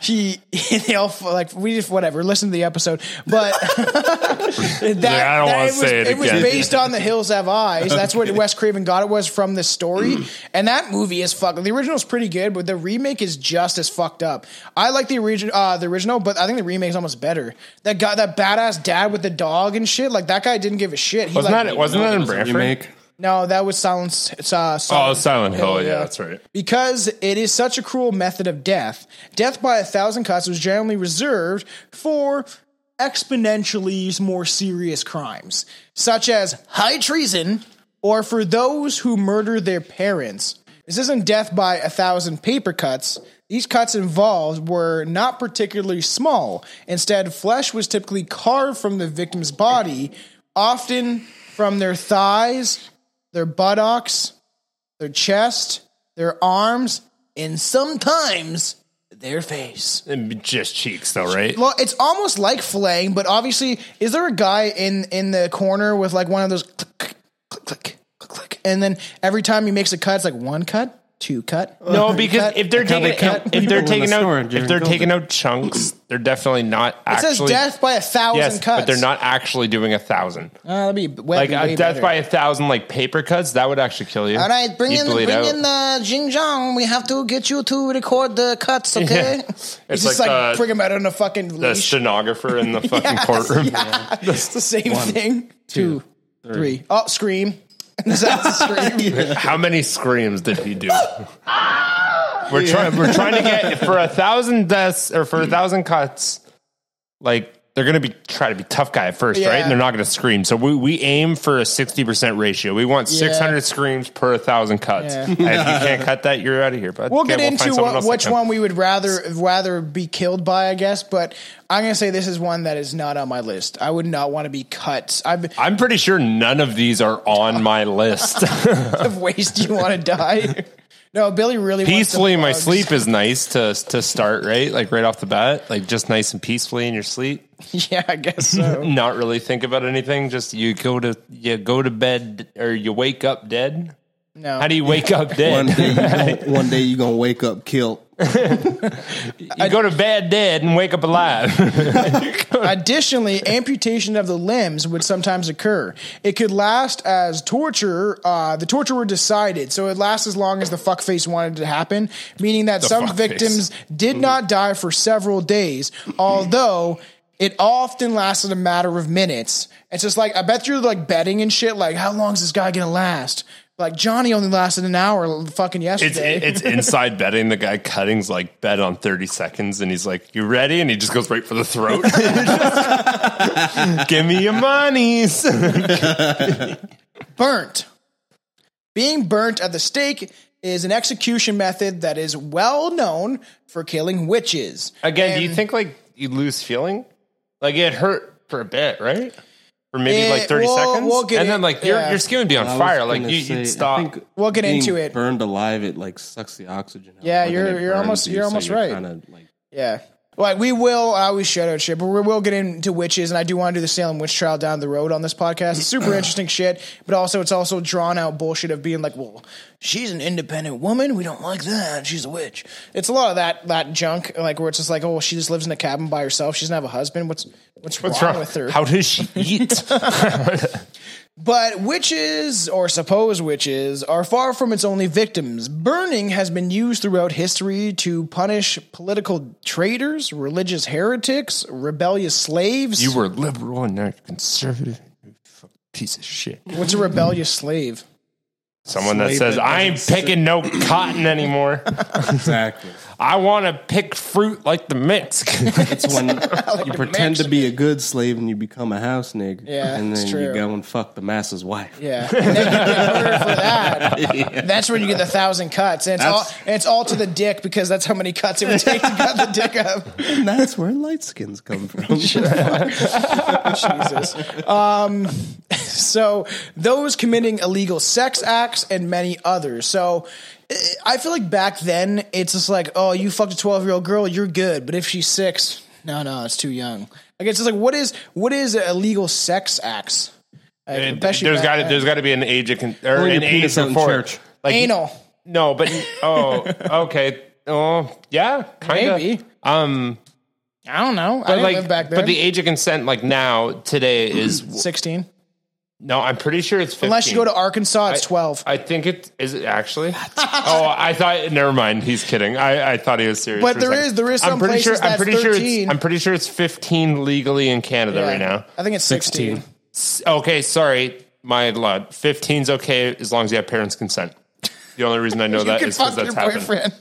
Speaker 6: he they all like we just whatever listen to the episode but
Speaker 7: I
Speaker 6: that,
Speaker 7: don't
Speaker 6: that-
Speaker 7: wanna
Speaker 6: was-
Speaker 7: say it
Speaker 6: was
Speaker 7: again.
Speaker 6: based on The Hills Have Eyes that's what Wes Craven got it was from this story and that movie is fucking the original's pretty good but the remake is just as fucked up I like the original uh, the original but I think the remake is almost better that guy that badass dad with the dog and shit like that guy didn't give a shit he
Speaker 7: Wasn't
Speaker 6: like,
Speaker 7: that? Wasn't that in Branford?
Speaker 8: Remake.
Speaker 6: no, that was Silence. It's, uh,
Speaker 7: Oh,
Speaker 6: Silence
Speaker 7: Silent Hill. Yeah, that's right.
Speaker 6: Because it is such a cruel method of death, death by a thousand cuts was generally reserved for exponentially more serious crimes, such as high treason or for those who murder their parents. This isn't death by a thousand paper cuts. These cuts involved were not particularly small. Instead, flesh was typically carved from the victim's body, often from their thighs, their buttocks, their chest, their arms, and sometimes their face.
Speaker 7: And Just cheeks, though, right?
Speaker 6: Well, it's almost like filleting, but obviously, is there a guy in in the corner with like one of those click click click click click, click and then every time he makes a cut, it's like one cut, two cut.
Speaker 7: No, because if they're
Speaker 8: how
Speaker 7: taking
Speaker 8: they count
Speaker 7: if
Speaker 8: people
Speaker 7: they're
Speaker 8: in the
Speaker 7: taking
Speaker 8: store
Speaker 7: out
Speaker 8: during
Speaker 7: if they're
Speaker 8: COVID.
Speaker 7: taking out chunks, they're definitely not
Speaker 6: it
Speaker 7: actually
Speaker 6: says death by a thousand
Speaker 7: yes,
Speaker 6: cuts,
Speaker 7: but they're not actually doing a thousand.
Speaker 6: Uh, that'd be
Speaker 7: Like a death by
Speaker 6: A-
Speaker 7: a thousand, like paper cuts, that would actually kill you.
Speaker 6: all right, bring
Speaker 7: You'd
Speaker 6: in the
Speaker 7: bleed
Speaker 6: bring
Speaker 7: out.
Speaker 6: in the Jing Zhang. We have to get you to record the cuts, okay?
Speaker 7: It's
Speaker 6: It's just like,
Speaker 7: like the-
Speaker 6: bring him out on a fucking
Speaker 7: the
Speaker 6: leash.
Speaker 7: stenographer in the fucking
Speaker 6: Yes,
Speaker 7: courtroom.
Speaker 6: It's the same thing. Two, three. Oh, scream! Is that the scream?
Speaker 7: How many screams did he do? we're trying. We're trying to get for a thousand deaths or for a thousand cuts. Like they're gonna be try to be tough guy at first, right?
Speaker 6: Yeah.
Speaker 7: And they're not gonna scream. So we, we aim for a sixty percent ratio. We want six hundred screams per thousand cuts.
Speaker 6: Yeah.
Speaker 7: And if you can't cut that, you're out of here. But
Speaker 6: We'll get into what, which one we would rather rather be killed by, I guess. But I'm gonna say this is one that is not on my list. I would not want to be cut. I
Speaker 7: I'm pretty sure none of these are on my list.
Speaker 6: of ways do you want to die? No, Billy really wants the
Speaker 7: peacefully in my
Speaker 6: bugs.
Speaker 7: sleep is nice to to start, right? Like right off the bat, like just nice and peacefully in your sleep.
Speaker 6: Yeah, I guess so.
Speaker 7: not really think about anything. Just you go to you go to bed or you wake up dead.
Speaker 6: No,
Speaker 7: How do you wake up
Speaker 8: One
Speaker 7: dead?
Speaker 8: day, you gonna, one day you gonna wake up killed.
Speaker 7: You go to bed dead and wake up alive.
Speaker 6: Additionally, amputation of the limbs would sometimes occur. It could last as torture. Uh, the torturer decided, so it lasts as long as the fuckface wanted it to happen, meaning that
Speaker 7: The
Speaker 6: some
Speaker 7: fuckface. Mm.
Speaker 6: victims did not die for several days, although. It often lasted a matter of minutes. It's just like I bet you're like betting and shit. Like, how long is this guy gonna last? Like Johnny only lasted an hour fucking
Speaker 7: It's
Speaker 6: yesterday.
Speaker 7: it's inside betting. The guy cutting's like bet on thirty seconds, and he's like, "You ready?" And he just goes right for the throat. Give me your monies.
Speaker 6: burnt. Being burnt at the stake is an execution method that is well known for killing witches.
Speaker 7: Again, do you
Speaker 6: And
Speaker 7: think like you lose feeling? Like it hurt for a bit, right? For maybe
Speaker 6: Eh,
Speaker 7: like 30
Speaker 6: we'll-
Speaker 7: seconds.
Speaker 6: we'll get
Speaker 7: and then
Speaker 6: it-
Speaker 7: like your
Speaker 6: yeah.
Speaker 7: your skin would be on fire. Like you you'd stop.
Speaker 6: We'll get into it.
Speaker 8: Burned alive, it like sucks the oxygen. out more
Speaker 6: Yeah,
Speaker 8: than
Speaker 6: you're-
Speaker 8: it
Speaker 6: you're
Speaker 8: burns
Speaker 6: almost-
Speaker 8: you,
Speaker 6: you're
Speaker 8: so
Speaker 6: almost
Speaker 8: you're
Speaker 6: right.
Speaker 8: kinda, like,
Speaker 6: Yeah. Like we will, I always shout out shit, but we will get into witches, and I do want to do the Salem witch trial down the road on this podcast. It's super interesting shit, but also it's also drawn out bullshit of being like, well, she's an independent woman, we don't like that, she's a witch. It's a lot of that that junk, like where it's just like, oh, she just lives in a cabin by herself, she doesn't have a husband. What's what's,
Speaker 7: What's
Speaker 6: wrong,
Speaker 7: wrong
Speaker 6: with her?
Speaker 7: How does she eat?
Speaker 6: But witches, or supposed witches, are far from its only victims. Burning has been used throughout history to punish political traitors, religious heretics, rebellious slaves.
Speaker 7: you were liberal and now you're conservative. You fuck Piece of shit.
Speaker 6: What's a rebellious slave?
Speaker 7: Someone that
Speaker 8: Slave
Speaker 7: says,
Speaker 8: that
Speaker 7: I ain't
Speaker 8: doesn't
Speaker 7: picking no cotton anymore.
Speaker 8: exactly.
Speaker 7: I want to pick fruit like the Mexicans.
Speaker 8: It's when you pretend to be a good slave and you become a house nigger.
Speaker 6: Yeah,
Speaker 8: and
Speaker 6: it's
Speaker 8: then
Speaker 6: true.
Speaker 8: you go and fuck the masses' wife.
Speaker 6: Yeah. And then you get murdered for that. That's when you get the thousand cuts. And it's, all,
Speaker 8: That's-
Speaker 6: and it's all to the dick because that's how many cuts it would take to cut the dick up.
Speaker 8: And that's where light skins come from.
Speaker 6: Jesus. Um, so those committing illegal sex acts and many others. So eh, I feel like back then it's just like, oh, you fucked a twelve year old girl, you're good. But if she's six, no, no, it's too young. Like it's just like what is what is illegal sex acts? Like,
Speaker 7: there's
Speaker 6: especially back
Speaker 7: got to
Speaker 6: then.
Speaker 7: there's got to be an age of con- or
Speaker 8: Or your
Speaker 7: an age
Speaker 8: penis out in
Speaker 7: before
Speaker 8: church.
Speaker 7: Like,
Speaker 6: anal.
Speaker 7: No, but oh, okay. Oh, yeah, kind
Speaker 6: Maybe.
Speaker 7: of. Um,
Speaker 6: I don't know. I
Speaker 7: but
Speaker 6: didn't
Speaker 7: like,
Speaker 6: live back then.
Speaker 7: but the age of consent, like now today, is
Speaker 6: sixteen.
Speaker 7: no. I'm pretty sure it's 15.
Speaker 6: Unless you go to Arkansas, it's
Speaker 7: I-
Speaker 6: twelve.
Speaker 7: I think it is it actually. oh, I thought. Never mind. He's kidding. I, I thought he was serious.
Speaker 6: But
Speaker 7: for a
Speaker 6: there
Speaker 7: second.
Speaker 6: is- there is some
Speaker 7: I'm pretty
Speaker 6: places
Speaker 7: sure. I'm
Speaker 6: that's
Speaker 7: pretty sure.
Speaker 6: 13.
Speaker 7: It's, I'm pretty sure it's 15 legally in Canada
Speaker 6: Yeah.
Speaker 7: right now.
Speaker 6: I think it's sixteen.
Speaker 7: S- Okay, sorry, my lot. 15's okay as long as you have parents' consent. The only reason I know that is because that's happened.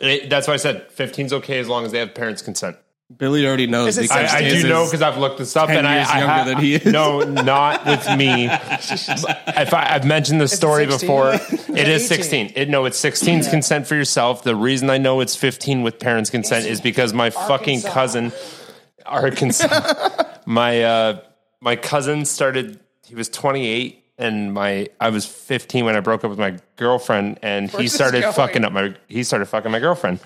Speaker 7: It- that's why I said 15's okay as long as they have parents' consent.
Speaker 8: Billy already knows.
Speaker 6: Is it
Speaker 7: I, I do
Speaker 8: Stan's
Speaker 7: know
Speaker 8: is-
Speaker 7: because I've looked this up,
Speaker 8: 10
Speaker 7: and I,
Speaker 8: years
Speaker 7: I
Speaker 8: younger
Speaker 7: ha-
Speaker 8: than he is.
Speaker 7: No, not with me. if I, I've mentioned this story
Speaker 6: 16?
Speaker 7: before, it
Speaker 6: Yeah,
Speaker 7: is
Speaker 6: 18.
Speaker 7: sixteen. It, no, it's 16's consent for yourself. The reason I know it's fifteen with parents' consent is because my fucking cousin, Arkansas, my uh, my cousin started. He was twenty eight. And my, I was 15 when I broke up with my girlfriend, and he
Speaker 6: this
Speaker 7: started
Speaker 6: going?
Speaker 7: fucking up my, he started fucking my girlfriend.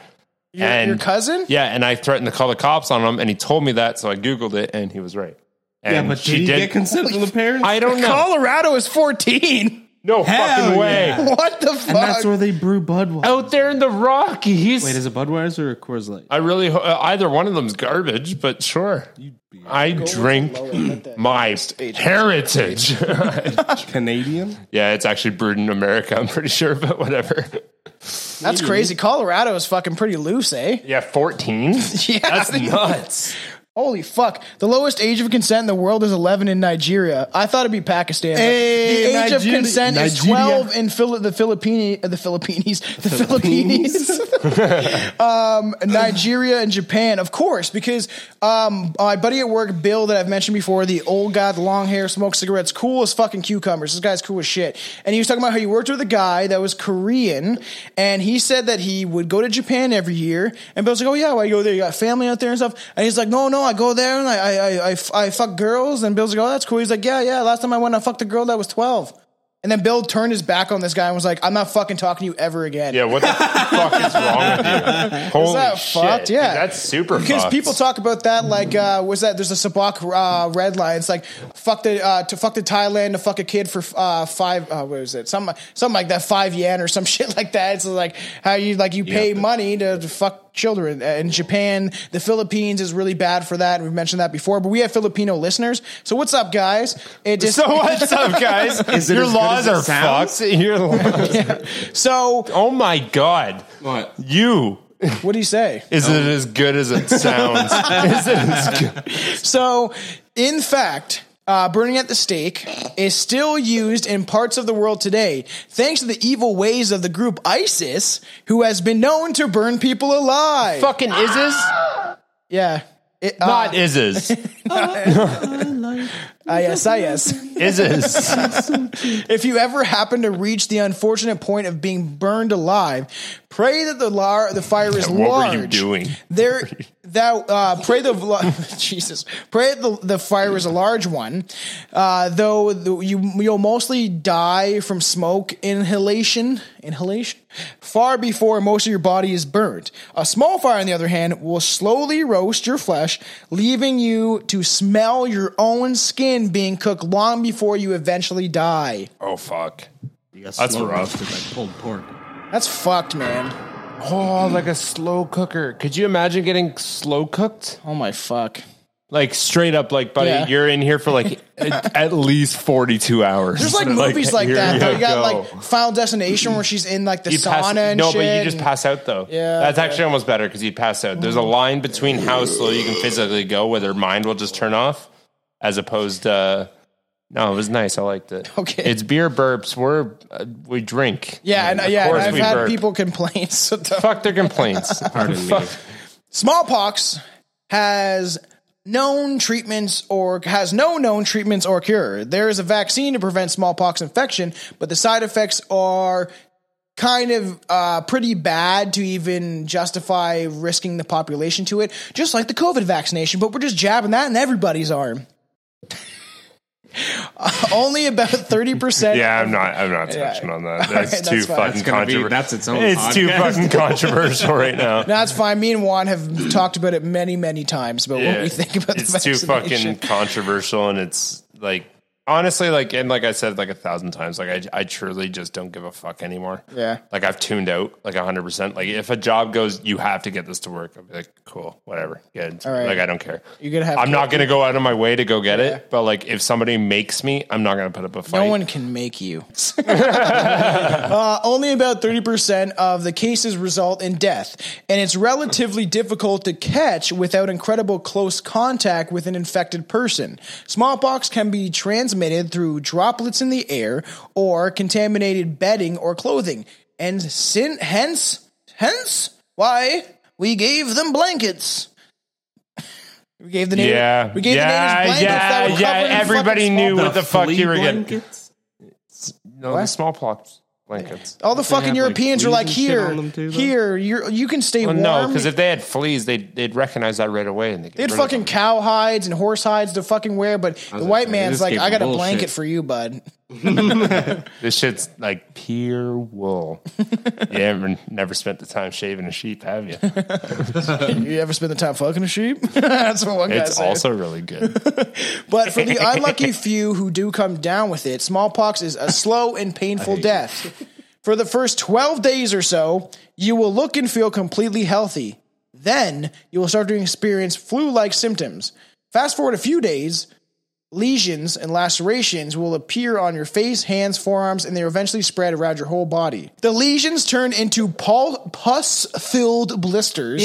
Speaker 6: Your, your cousin?
Speaker 7: Yeah, and I threatened to call the cops on him, and he told me that, so I googled it, and he was right. And
Speaker 8: Yeah, but did he get consent from the parents?
Speaker 7: I don't know.
Speaker 6: Colorado is fourteen.
Speaker 7: No
Speaker 9: Hell
Speaker 7: fucking way.
Speaker 9: yeah.
Speaker 6: What the
Speaker 9: And that's
Speaker 6: fuck?
Speaker 9: where they brew Budweiser.
Speaker 7: Out there in the Rockies.
Speaker 9: Wait, is it Budweiser or Coors Light?
Speaker 7: I really ho- uh, either one of them's garbage, but sure. I drink my heritage.
Speaker 8: Canadian?
Speaker 7: yeah, it's actually brewed in America. I'm pretty sure, but whatever.
Speaker 6: That's crazy. Colorado is fucking pretty loose, eh?
Speaker 7: Yeah, 14.
Speaker 6: Yeah.
Speaker 7: That's nuts.
Speaker 6: Holy fuck. The lowest age of consent in the world is 11 in Nigeria. I thought it'd be Pakistan. but
Speaker 9: Hey,
Speaker 6: the age of
Speaker 9: Nigeria-
Speaker 6: consent is
Speaker 9: Nigeria.
Speaker 6: 12 in Phil- the Philippines. The Philippines. The Philippines. um, Nigeria and Japan, of course, because um, my buddy at work, Bill, that I've mentioned before, the old guy, the long hair, smokes cigarettes, cool as fucking cucumbers. This guy's cool as shit. And he was talking about how he worked with a guy that was Korean, and he said that he would go to Japan every year. And Bill's like, "Oh yeah, why you go there? You got family out there and stuff." And he's like, "No, no, I go there and I, I, I, I, f- I fuck girls." And Bill's like, "Oh, that's cool." He's like, "Yeah, yeah. Last time I went, I fucked a girl that was 12. And then Bill turned his back on this guy and was like, "I'm not fucking talking to you ever again."
Speaker 7: Yeah, what the fuck is wrong with you? Holy
Speaker 6: that
Speaker 7: shit.
Speaker 6: fucked? Yeah.
Speaker 7: That's super
Speaker 6: because
Speaker 7: fucked.
Speaker 6: people talk about that like uh was that there's a sabak uh, red line it's like fuck the uh to fuck the thailand to fuck a kid for uh five uh what was it some something like that five yen or some shit like that it's like how you like you pay money to, to fuck children Uh, in japan the philippines is really bad for that we've mentioned that before but we have filipino listeners so what's up guys it just
Speaker 7: So what's up, guys?
Speaker 9: Is it
Speaker 7: Your
Speaker 9: as good
Speaker 7: laws
Speaker 9: as it
Speaker 7: are
Speaker 9: sounds?
Speaker 7: fucked. Your laws.
Speaker 6: so
Speaker 7: Oh my god.
Speaker 9: What?
Speaker 7: You.
Speaker 6: what do you say
Speaker 7: Is it as good as it sounds? is it as good?
Speaker 6: So, in fact, uh, burning at the stake is still used in parts of the world today, thanks to the evil ways of the group ISIS, who has been known to burn people alive.
Speaker 7: Fucking is is?
Speaker 6: Yeah. It, uh,
Speaker 7: Not is is.
Speaker 6: ah, yes, ah, yes.
Speaker 7: Is is.
Speaker 6: If you ever happen to reach the unfortunate point of being burned alive, pray that the lar- the fire is
Speaker 7: What were
Speaker 6: large.
Speaker 7: you doing?
Speaker 6: There, that uh, pray the vla- Jesus, pray the the fire is a large one, uh, though the, you you'll mostly die from smoke inhalation inhalation far before most of your body is burned. A small fire, on the other hand, will slowly roast your flesh, leaving you to smell your own skin being cooked long before you eventually die.
Speaker 7: Oh fuck.
Speaker 8: That's
Speaker 7: rough.
Speaker 8: Like pulled pork.
Speaker 6: That's fucked, man.
Speaker 7: Oh, like a slow cooker. Could you imagine getting slow cooked?
Speaker 6: Oh my fuck.
Speaker 7: Like straight up, like buddy,
Speaker 6: Yeah.
Speaker 7: you're in here for like at at least forty two hours.
Speaker 6: There's like movies like,
Speaker 7: here
Speaker 6: that. though. You got
Speaker 7: go.
Speaker 6: like Final Destination where she's in like the
Speaker 7: You'd
Speaker 6: sauna
Speaker 7: pass-
Speaker 6: and
Speaker 7: no,
Speaker 6: shit.
Speaker 7: but you just
Speaker 6: and-
Speaker 7: pass out though.
Speaker 6: Yeah,
Speaker 7: that's
Speaker 6: okay.
Speaker 7: actually almost better because you'd pass out. There's a line between how slow you can physically go, where their mind will just turn off, as opposed to. Uh, no, it was nice. I liked it.
Speaker 6: Okay.
Speaker 7: it's beer burps. We're uh, we drink.
Speaker 6: Yeah, and, yeah. And
Speaker 7: course
Speaker 6: I've
Speaker 7: we
Speaker 6: had
Speaker 7: burp.
Speaker 6: people complain. So don't-
Speaker 7: Fuck their complaints.
Speaker 8: Pardon me.
Speaker 7: Fuck.
Speaker 6: Smallpox has known treatments or has no known treatments or cure. There is a vaccine to prevent smallpox infection, but the side effects are kind of uh, pretty bad to even justify risking the population to it, just like the COVID vaccination, but we're just jabbing that in everybody's arm. Only about 30%.
Speaker 7: Yeah, I'm not. I'm not touching on that. That's
Speaker 6: right,
Speaker 7: too
Speaker 6: that's
Speaker 7: fucking
Speaker 6: fine.
Speaker 9: That's gonna be-
Speaker 7: controversial.
Speaker 9: that's its own
Speaker 7: It's too
Speaker 9: podcast.
Speaker 7: fucking controversial right now.
Speaker 6: That's fine. Me and Juan have talked about it many, many times about
Speaker 7: Yeah.
Speaker 6: what we think about the
Speaker 7: it's too
Speaker 6: vaccination.
Speaker 7: fucking controversial and it's like honestly like and like i said like a thousand times like i, I truly just don't give a fuck anymore
Speaker 6: Yeah.
Speaker 7: like i've tuned out like 100% like if a job goes you have to get this to work i'll be like cool whatever good
Speaker 6: right.
Speaker 7: like i don't care
Speaker 6: You're gonna have
Speaker 7: i'm
Speaker 6: to-
Speaker 7: not gonna go out of my way to go get it but like if somebody makes me i'm not gonna put up a fight
Speaker 6: No one can make you. uh, only about 30% of the cases result in death, and it's relatively difficult to catch without incredible close contact with an infected person. Smallpox can be transmitted through droplets in the air or contaminated bedding or clothing, and sin- hence, hence why we gave them blankets. We gave the neighbor,
Speaker 7: yeah
Speaker 6: we gave
Speaker 7: yeah
Speaker 6: the neighbors blankets that were
Speaker 7: yeah
Speaker 6: covered in
Speaker 7: yeah
Speaker 6: fucking
Speaker 7: everybody knew what the fuck
Speaker 9: flea
Speaker 7: you were getting
Speaker 9: blankets?
Speaker 7: no the smallpox blankets
Speaker 6: All the fucking
Speaker 9: have, like,
Speaker 6: Europeans are
Speaker 9: fleas
Speaker 6: like
Speaker 9: and shit
Speaker 6: here,
Speaker 9: on them too, though?"
Speaker 6: here. You you can stay
Speaker 7: Well,
Speaker 6: warm.
Speaker 7: no, because if they had fleas, they'd they'd recognize that right away, and they
Speaker 6: they had fucking cow hides and horse hides to fucking wear, but the
Speaker 9: was gonna say,
Speaker 6: white
Speaker 9: they
Speaker 6: man's
Speaker 9: just
Speaker 6: like,
Speaker 9: gave
Speaker 6: I got a
Speaker 9: them
Speaker 6: blanket
Speaker 9: bullshit.
Speaker 6: for you, bud.
Speaker 7: This shit's like pure wool. you ever never spent the time shaving a sheep, have you?
Speaker 6: You ever spend the time fucking a sheep? That's what one guy
Speaker 7: It's
Speaker 6: said.
Speaker 7: also really good.
Speaker 6: But for the unlucky few who do come down with it, smallpox is a slow and painful death. For the first 12 days or so, you will look and feel completely healthy. Then you will start to experience flu like symptoms. Fast forward a few days, lesions and lacerations will appear on your face, hands, forearms, and they eventually spread around your whole body. The lesions turn into pus filled blisters.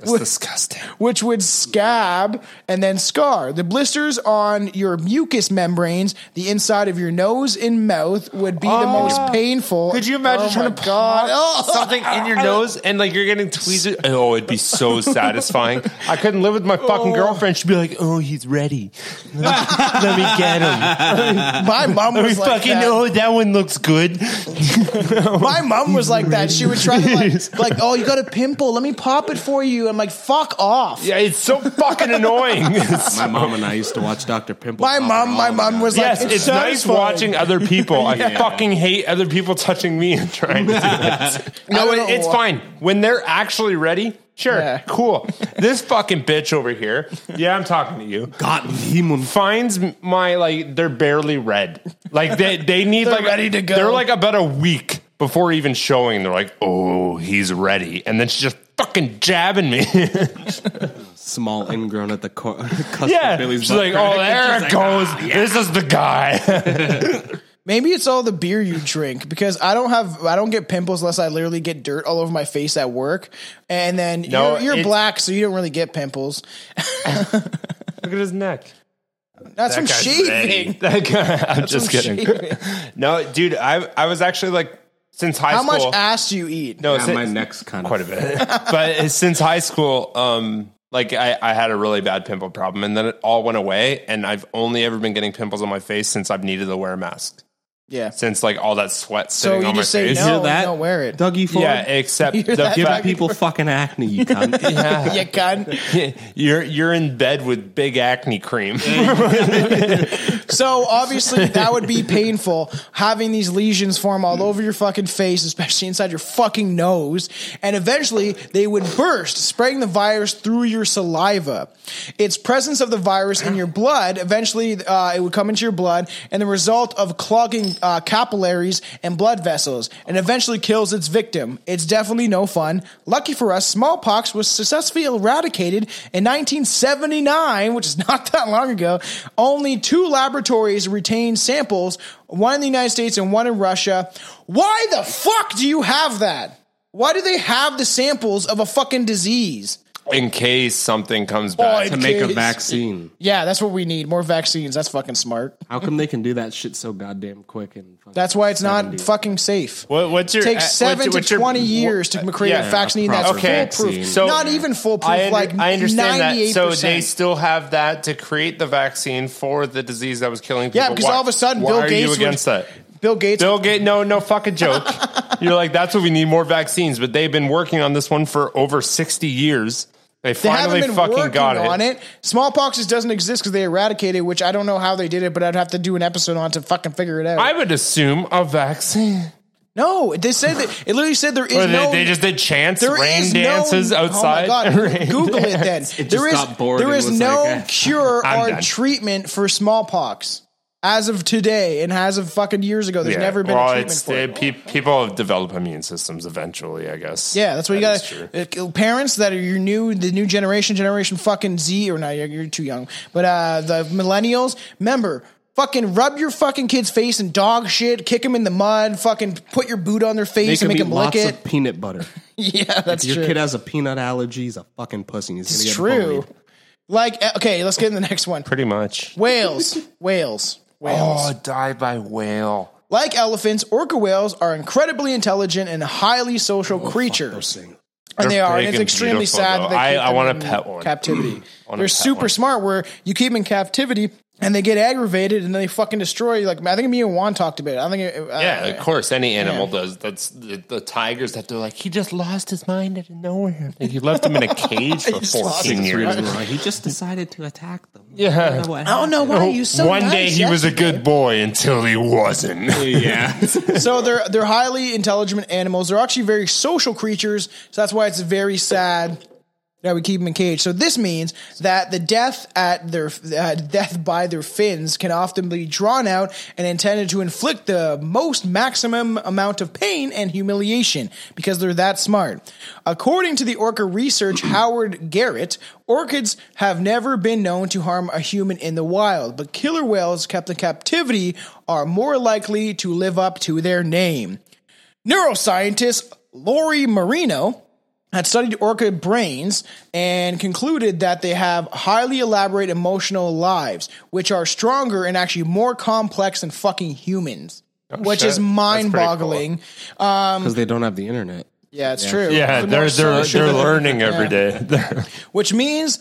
Speaker 7: It's disgusting.
Speaker 6: which would scab and then scar. The blisters on your mucous membranes, the inside of your nose and mouth, would be the most painful.
Speaker 7: Oh. Could you imagine
Speaker 6: Oh
Speaker 7: trying
Speaker 6: my
Speaker 7: to
Speaker 6: God.
Speaker 7: God.
Speaker 6: Oh.
Speaker 7: something in your nose and like you're getting tweezers? Oh, it'd be so satisfying. I couldn't live with my fucking girlfriend. She'd be like, "Oh, he's ready. Let me, let me get him.
Speaker 6: My mom
Speaker 7: Let me
Speaker 6: was like
Speaker 7: fucking.
Speaker 6: that.
Speaker 7: Oh, that one looks good.
Speaker 6: My mom was like that. She would try to like, like, oh, you got a pimple. Let me pop it for you. I'm like, fuck off.
Speaker 7: Yeah, it's so fucking annoying. It's-
Speaker 10: My mom and I used to watch Dr. Pimple.
Speaker 6: My
Speaker 10: Popper
Speaker 6: mom,
Speaker 10: all
Speaker 6: my
Speaker 10: the
Speaker 6: mom
Speaker 10: time.
Speaker 6: was like,
Speaker 7: Yes, it's, nice
Speaker 6: satisfying."
Speaker 7: watching other people. I fucking hate other people touching me and trying to do that. No,
Speaker 6: I
Speaker 7: it,
Speaker 6: don't
Speaker 7: it's
Speaker 6: know.
Speaker 7: fine. When they're actually ready, sure,
Speaker 6: Yeah.
Speaker 7: cool. This fucking bitch over here, yeah, I'm talking to you,
Speaker 8: Gotten him.
Speaker 7: finds my, like, they're barely red. Like, they, they need,
Speaker 6: They're
Speaker 7: like,
Speaker 6: ready to go.
Speaker 7: They're, like, about a week before even showing. They're like, oh, he's ready. And then she's just fucking jabbing me.
Speaker 8: Small ingrown at the cor- cusp
Speaker 7: yeah.
Speaker 8: of Billy's
Speaker 7: She's
Speaker 8: butt "Ah, crack.
Speaker 7: like, oh, there it
Speaker 10: She's like,
Speaker 7: goes. This is the guy.
Speaker 6: Maybe it's all the beer you drink because I don't have I don't get pimples unless I literally get dirt all over my face at work. And then
Speaker 7: No,
Speaker 6: you're, you're
Speaker 7: it's-
Speaker 6: black, so you don't really get pimples.
Speaker 7: Look at his neck.
Speaker 6: That's from
Speaker 7: guy's
Speaker 6: shaving.
Speaker 7: That guy, I'm just
Speaker 6: from
Speaker 7: kidding.
Speaker 6: shaving.
Speaker 7: no, dude, I I was actually like since high
Speaker 6: How
Speaker 7: school.
Speaker 6: much ass do you eat?
Speaker 7: no,
Speaker 10: Yeah,
Speaker 7: since,
Speaker 10: my neck's kind
Speaker 7: quite a bit. but since high school, um, like I, I had a really bad pimple problem, and then it all went away. And I've only ever been getting pimples on my face since I've needed to wear a mask.
Speaker 6: Yeah.
Speaker 7: Since like all that sweat
Speaker 6: So
Speaker 7: sitting
Speaker 6: you
Speaker 7: on my
Speaker 6: just say
Speaker 7: face.
Speaker 6: no,
Speaker 8: Hear that?
Speaker 6: don't wear it.
Speaker 8: Dougie Ford.
Speaker 7: Yeah, except
Speaker 6: You're
Speaker 7: the
Speaker 6: that
Speaker 7: fact
Speaker 6: fucking-
Speaker 8: People fucking acne, you cunt.
Speaker 6: You cunt.
Speaker 7: you're you're in bed with big acne cream.
Speaker 6: So obviously that would be painful having these lesions form all over your fucking face, especially inside your fucking nose, and eventually they would burst, spreading the virus through your saliva. Its presence of the virus in your blood eventually uh, it would come into your blood, and the result of clogging uh, capillaries and blood vessels, and eventually kills its victim. It's definitely no fun. Lucky for us, smallpox was successfully eradicated in 1979, which is not that long ago. Only two laboratories retained samples, one in the United States and one in Russia. Why the fuck do you have that? Why do they have the samples of a fucking disease?
Speaker 7: in case something comes back.
Speaker 6: in
Speaker 8: to make a
Speaker 6: case-
Speaker 8: vaccine.
Speaker 6: Yeah, that's what we need. More vaccines. That's fucking smart.
Speaker 8: How come they can do that shit so goddamn quick? And fucking
Speaker 6: That's why it's not
Speaker 8: 70?
Speaker 6: fucking safe.
Speaker 7: What- what's your
Speaker 6: It takes
Speaker 7: what's-
Speaker 6: seven
Speaker 7: what's
Speaker 6: to
Speaker 7: uh, your-
Speaker 6: 20 years to create
Speaker 7: yeah.
Speaker 6: a vaccine that's
Speaker 8: Proper
Speaker 7: Okay,
Speaker 6: foolproof.
Speaker 8: vaccine.
Speaker 6: not even foolproof,
Speaker 7: I, under-
Speaker 6: Oh, like
Speaker 7: I understand that.
Speaker 6: 98%.
Speaker 7: So they still have that to create the vaccine for the disease that was killing people.
Speaker 6: Yeah, because
Speaker 7: Why-
Speaker 6: all of a sudden
Speaker 7: why
Speaker 6: Bill
Speaker 7: are
Speaker 6: Gates
Speaker 7: you
Speaker 6: would-
Speaker 7: against that?
Speaker 6: Bill Gates.
Speaker 7: Bill Gates, no, no fucking joke. You're like, that's what we need more vaccines, but they've been working on this one for over 60 years. They,
Speaker 6: they
Speaker 7: finally
Speaker 6: haven't been
Speaker 7: fucking
Speaker 6: working
Speaker 7: got it.
Speaker 6: on it. Smallpox just doesn't exist because they eradicated, which I don't know how they did it, but I'd have to do an episode on it to fucking figure it out.
Speaker 7: I would assume a vaccine.
Speaker 6: no, they said that it literally said there is
Speaker 7: Or they,
Speaker 6: no.
Speaker 7: they just did chance
Speaker 6: there
Speaker 7: rain
Speaker 6: is
Speaker 7: dances
Speaker 6: no,
Speaker 7: outside.
Speaker 6: Oh my God. Google it then. there is
Speaker 8: got bored
Speaker 6: there
Speaker 8: and
Speaker 6: is
Speaker 8: was
Speaker 6: no
Speaker 8: like, eh,
Speaker 6: cure
Speaker 7: I'm
Speaker 6: or
Speaker 7: done.
Speaker 6: treatment for smallpox as of today and as of fucking years ago. There's
Speaker 7: Yeah.
Speaker 6: never been
Speaker 7: Well,
Speaker 6: a treatment
Speaker 7: it's-
Speaker 6: for it.
Speaker 7: pe- people develop immune systems eventually, I guess.
Speaker 6: Yeah, that's what
Speaker 7: That is true.
Speaker 6: you got to parents that are your new the new generation generation fucking Z or not you're, you're too young. But uh the millennials, remember Fucking rub your fucking kid's face in dog shit, kick them in the mud, fucking put your boot on their
Speaker 8: They
Speaker 6: face
Speaker 8: can
Speaker 6: and make
Speaker 8: make
Speaker 6: them
Speaker 8: him
Speaker 6: lick
Speaker 8: lots
Speaker 6: it.
Speaker 8: of peanut butter.
Speaker 6: yeah, that's
Speaker 8: Your
Speaker 6: true.
Speaker 8: kid has a peanut allergy. He's a fucking pussy. He's
Speaker 6: it's
Speaker 8: gonna get
Speaker 6: true.
Speaker 8: bullied.
Speaker 6: Like, uh, okay, let's get in the next one.
Speaker 7: Pretty much.
Speaker 6: Whales, whales, whales.
Speaker 7: Oh, die by whale.
Speaker 6: Like elephants, orca whales are incredibly intelligent and highly
Speaker 8: Oh,
Speaker 6: social creatures. And they
Speaker 7: They're
Speaker 6: are, and
Speaker 7: big
Speaker 6: it's
Speaker 7: and
Speaker 6: extremely
Speaker 7: beautiful,
Speaker 6: sad.
Speaker 7: though.
Speaker 6: That they
Speaker 7: I-
Speaker 6: keep
Speaker 7: I
Speaker 6: them
Speaker 7: wanna
Speaker 6: in
Speaker 7: pet one.
Speaker 6: Captivity.
Speaker 7: Wanna
Speaker 6: They're
Speaker 7: pet
Speaker 6: super
Speaker 7: one.
Speaker 6: smart. Where you keep them in captivity, and they get aggravated and they fucking destroy. Like I think me and Juan talked about it. I think it, uh,
Speaker 7: Yeah, of course, any animal does. That's the, the tigers that they're like, he just lost his mind out of nowhere. Like, you left him in a cage for
Speaker 6: just lost
Speaker 7: 14
Speaker 6: his
Speaker 7: years.
Speaker 10: He just decided to attack them.
Speaker 7: Yeah.
Speaker 10: what
Speaker 6: I don't know why you so.
Speaker 7: Oh, One
Speaker 6: nice
Speaker 7: day he was a
Speaker 6: yesterday.
Speaker 7: good boy until he wasn't.
Speaker 10: Yeah.
Speaker 6: So they're they're highly intelligent animals. They're actually very social creatures. So that's why it's very sad that we keep them in cage. So this means that the death at their uh, death by their fins can often be drawn out and intended to inflict the most maximum amount of pain and humiliation because they're that smart. According to the orca research Howard Garrett, orchids have never been known to harm a human in the wild, but killer whales kept in captivity are more likely to live up to their name. Neuroscientist Lori Marino had studied orca brains and concluded that they have highly elaborate emotional lives, which are stronger and actually more complex than fucking humans. which
Speaker 7: Oh, shit.
Speaker 6: is
Speaker 7: That's pretty cool.
Speaker 6: mind boggling.
Speaker 8: because they don't have the internet.
Speaker 6: Yeah, it's true.
Speaker 7: Yeah,
Speaker 6: The
Speaker 7: they're
Speaker 6: more
Speaker 7: they're,
Speaker 6: social-
Speaker 7: they're learning every day. They're-
Speaker 6: which means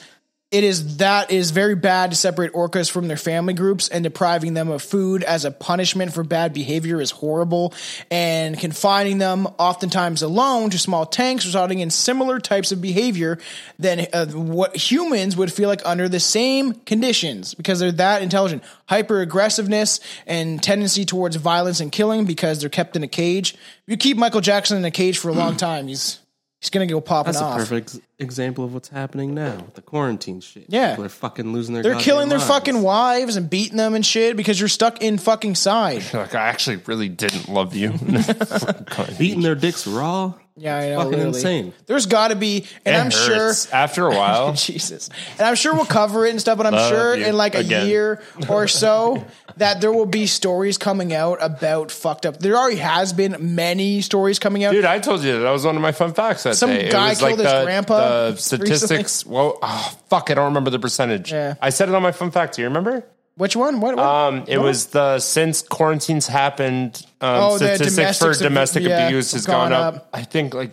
Speaker 6: it is that is very bad to separate orcas from their family groups and depriving them of food as a punishment for bad behavior is horrible and confining them oftentimes alone to small tanks resulting in similar types of behavior than uh, what humans would feel like under the same conditions because they're that intelligent hyper aggressiveness and tendency towards violence and killing because they're kept in a cage you keep michael jackson in a cage for a long time he's he's gonna go popping
Speaker 8: That's a
Speaker 6: off
Speaker 8: perfect example of what's happening now with the quarantine shit.
Speaker 6: Yeah.
Speaker 8: People are fucking losing their.
Speaker 6: They're
Speaker 8: goddamn
Speaker 6: killing their
Speaker 8: minds.
Speaker 6: fucking wives and beating them and shit because you're stuck in fucking side.
Speaker 7: like, I actually really didn't love you.
Speaker 8: beating their dicks raw.
Speaker 6: Yeah, I know.
Speaker 8: fucking
Speaker 6: literally.
Speaker 8: insane.
Speaker 6: There's got to be, and I'm sure.
Speaker 7: after a while,
Speaker 6: Jesus, and I'm sure we'll cover it and stuff, but I'm
Speaker 7: Love
Speaker 6: sure
Speaker 7: you
Speaker 6: in like a
Speaker 7: again.
Speaker 6: year or so that there will be stories coming out about fucked up. There already has been many stories coming out.
Speaker 7: dude, I told you that, that was one of my fun facts that
Speaker 6: Some
Speaker 7: day. it
Speaker 6: guy
Speaker 7: was
Speaker 6: killed his grandpa
Speaker 7: The
Speaker 6: recently.
Speaker 7: statistics. Well, oh, fuck, I don't remember the percentage.
Speaker 6: Yeah.
Speaker 7: I said it on my fun fact. Do you remember?
Speaker 6: Which one? What? what?
Speaker 7: Um, it was the since quarantines happened, um,
Speaker 6: Oh, the
Speaker 7: statistic for
Speaker 6: domestics ab-
Speaker 7: domestic
Speaker 6: yeah,
Speaker 7: abuse has
Speaker 6: gone
Speaker 7: gone, up,
Speaker 6: up.
Speaker 7: I think like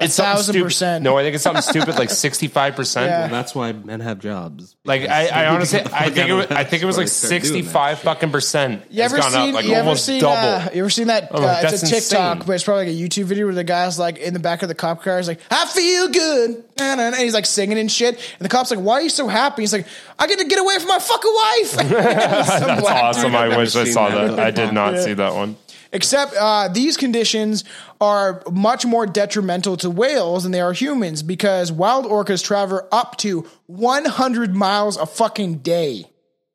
Speaker 7: it's something
Speaker 6: thousand
Speaker 7: stupid.
Speaker 6: percent.
Speaker 7: No, I think it's something stupid like sixty five percent.
Speaker 6: Yeah.
Speaker 8: That's why men have jobs.
Speaker 7: Like I, I honestly, I think it was,
Speaker 8: out of
Speaker 7: I think it was
Speaker 8: where
Speaker 7: like
Speaker 8: they start doing
Speaker 7: sixty
Speaker 8: that
Speaker 7: five fucking percent.
Speaker 6: You ever
Speaker 7: has gone
Speaker 6: seen?
Speaker 7: up, like
Speaker 6: you ever
Speaker 7: almost
Speaker 6: seen?
Speaker 7: double.
Speaker 6: Uh, you ever seen that?
Speaker 7: Oh,
Speaker 6: uh,
Speaker 7: that's
Speaker 6: it's a TikTok,
Speaker 7: insane.
Speaker 6: but it's probably like a YouTube video where the guy's like in the back of the cop car. He's like, "I feel good," and, and he's like singing and shit. And the cop's like, "Why are you so happy?" He's like, "I get to get away from my fucking wife." Some
Speaker 7: That's
Speaker 6: black
Speaker 7: awesome.
Speaker 6: dude.
Speaker 7: I wish I
Speaker 8: seen
Speaker 7: saw
Speaker 8: that.
Speaker 7: that. I did not see that one.
Speaker 6: Except uh, these conditions are much more detrimental to whales than they are humans because wild orcas travel up to 100 miles a fucking day.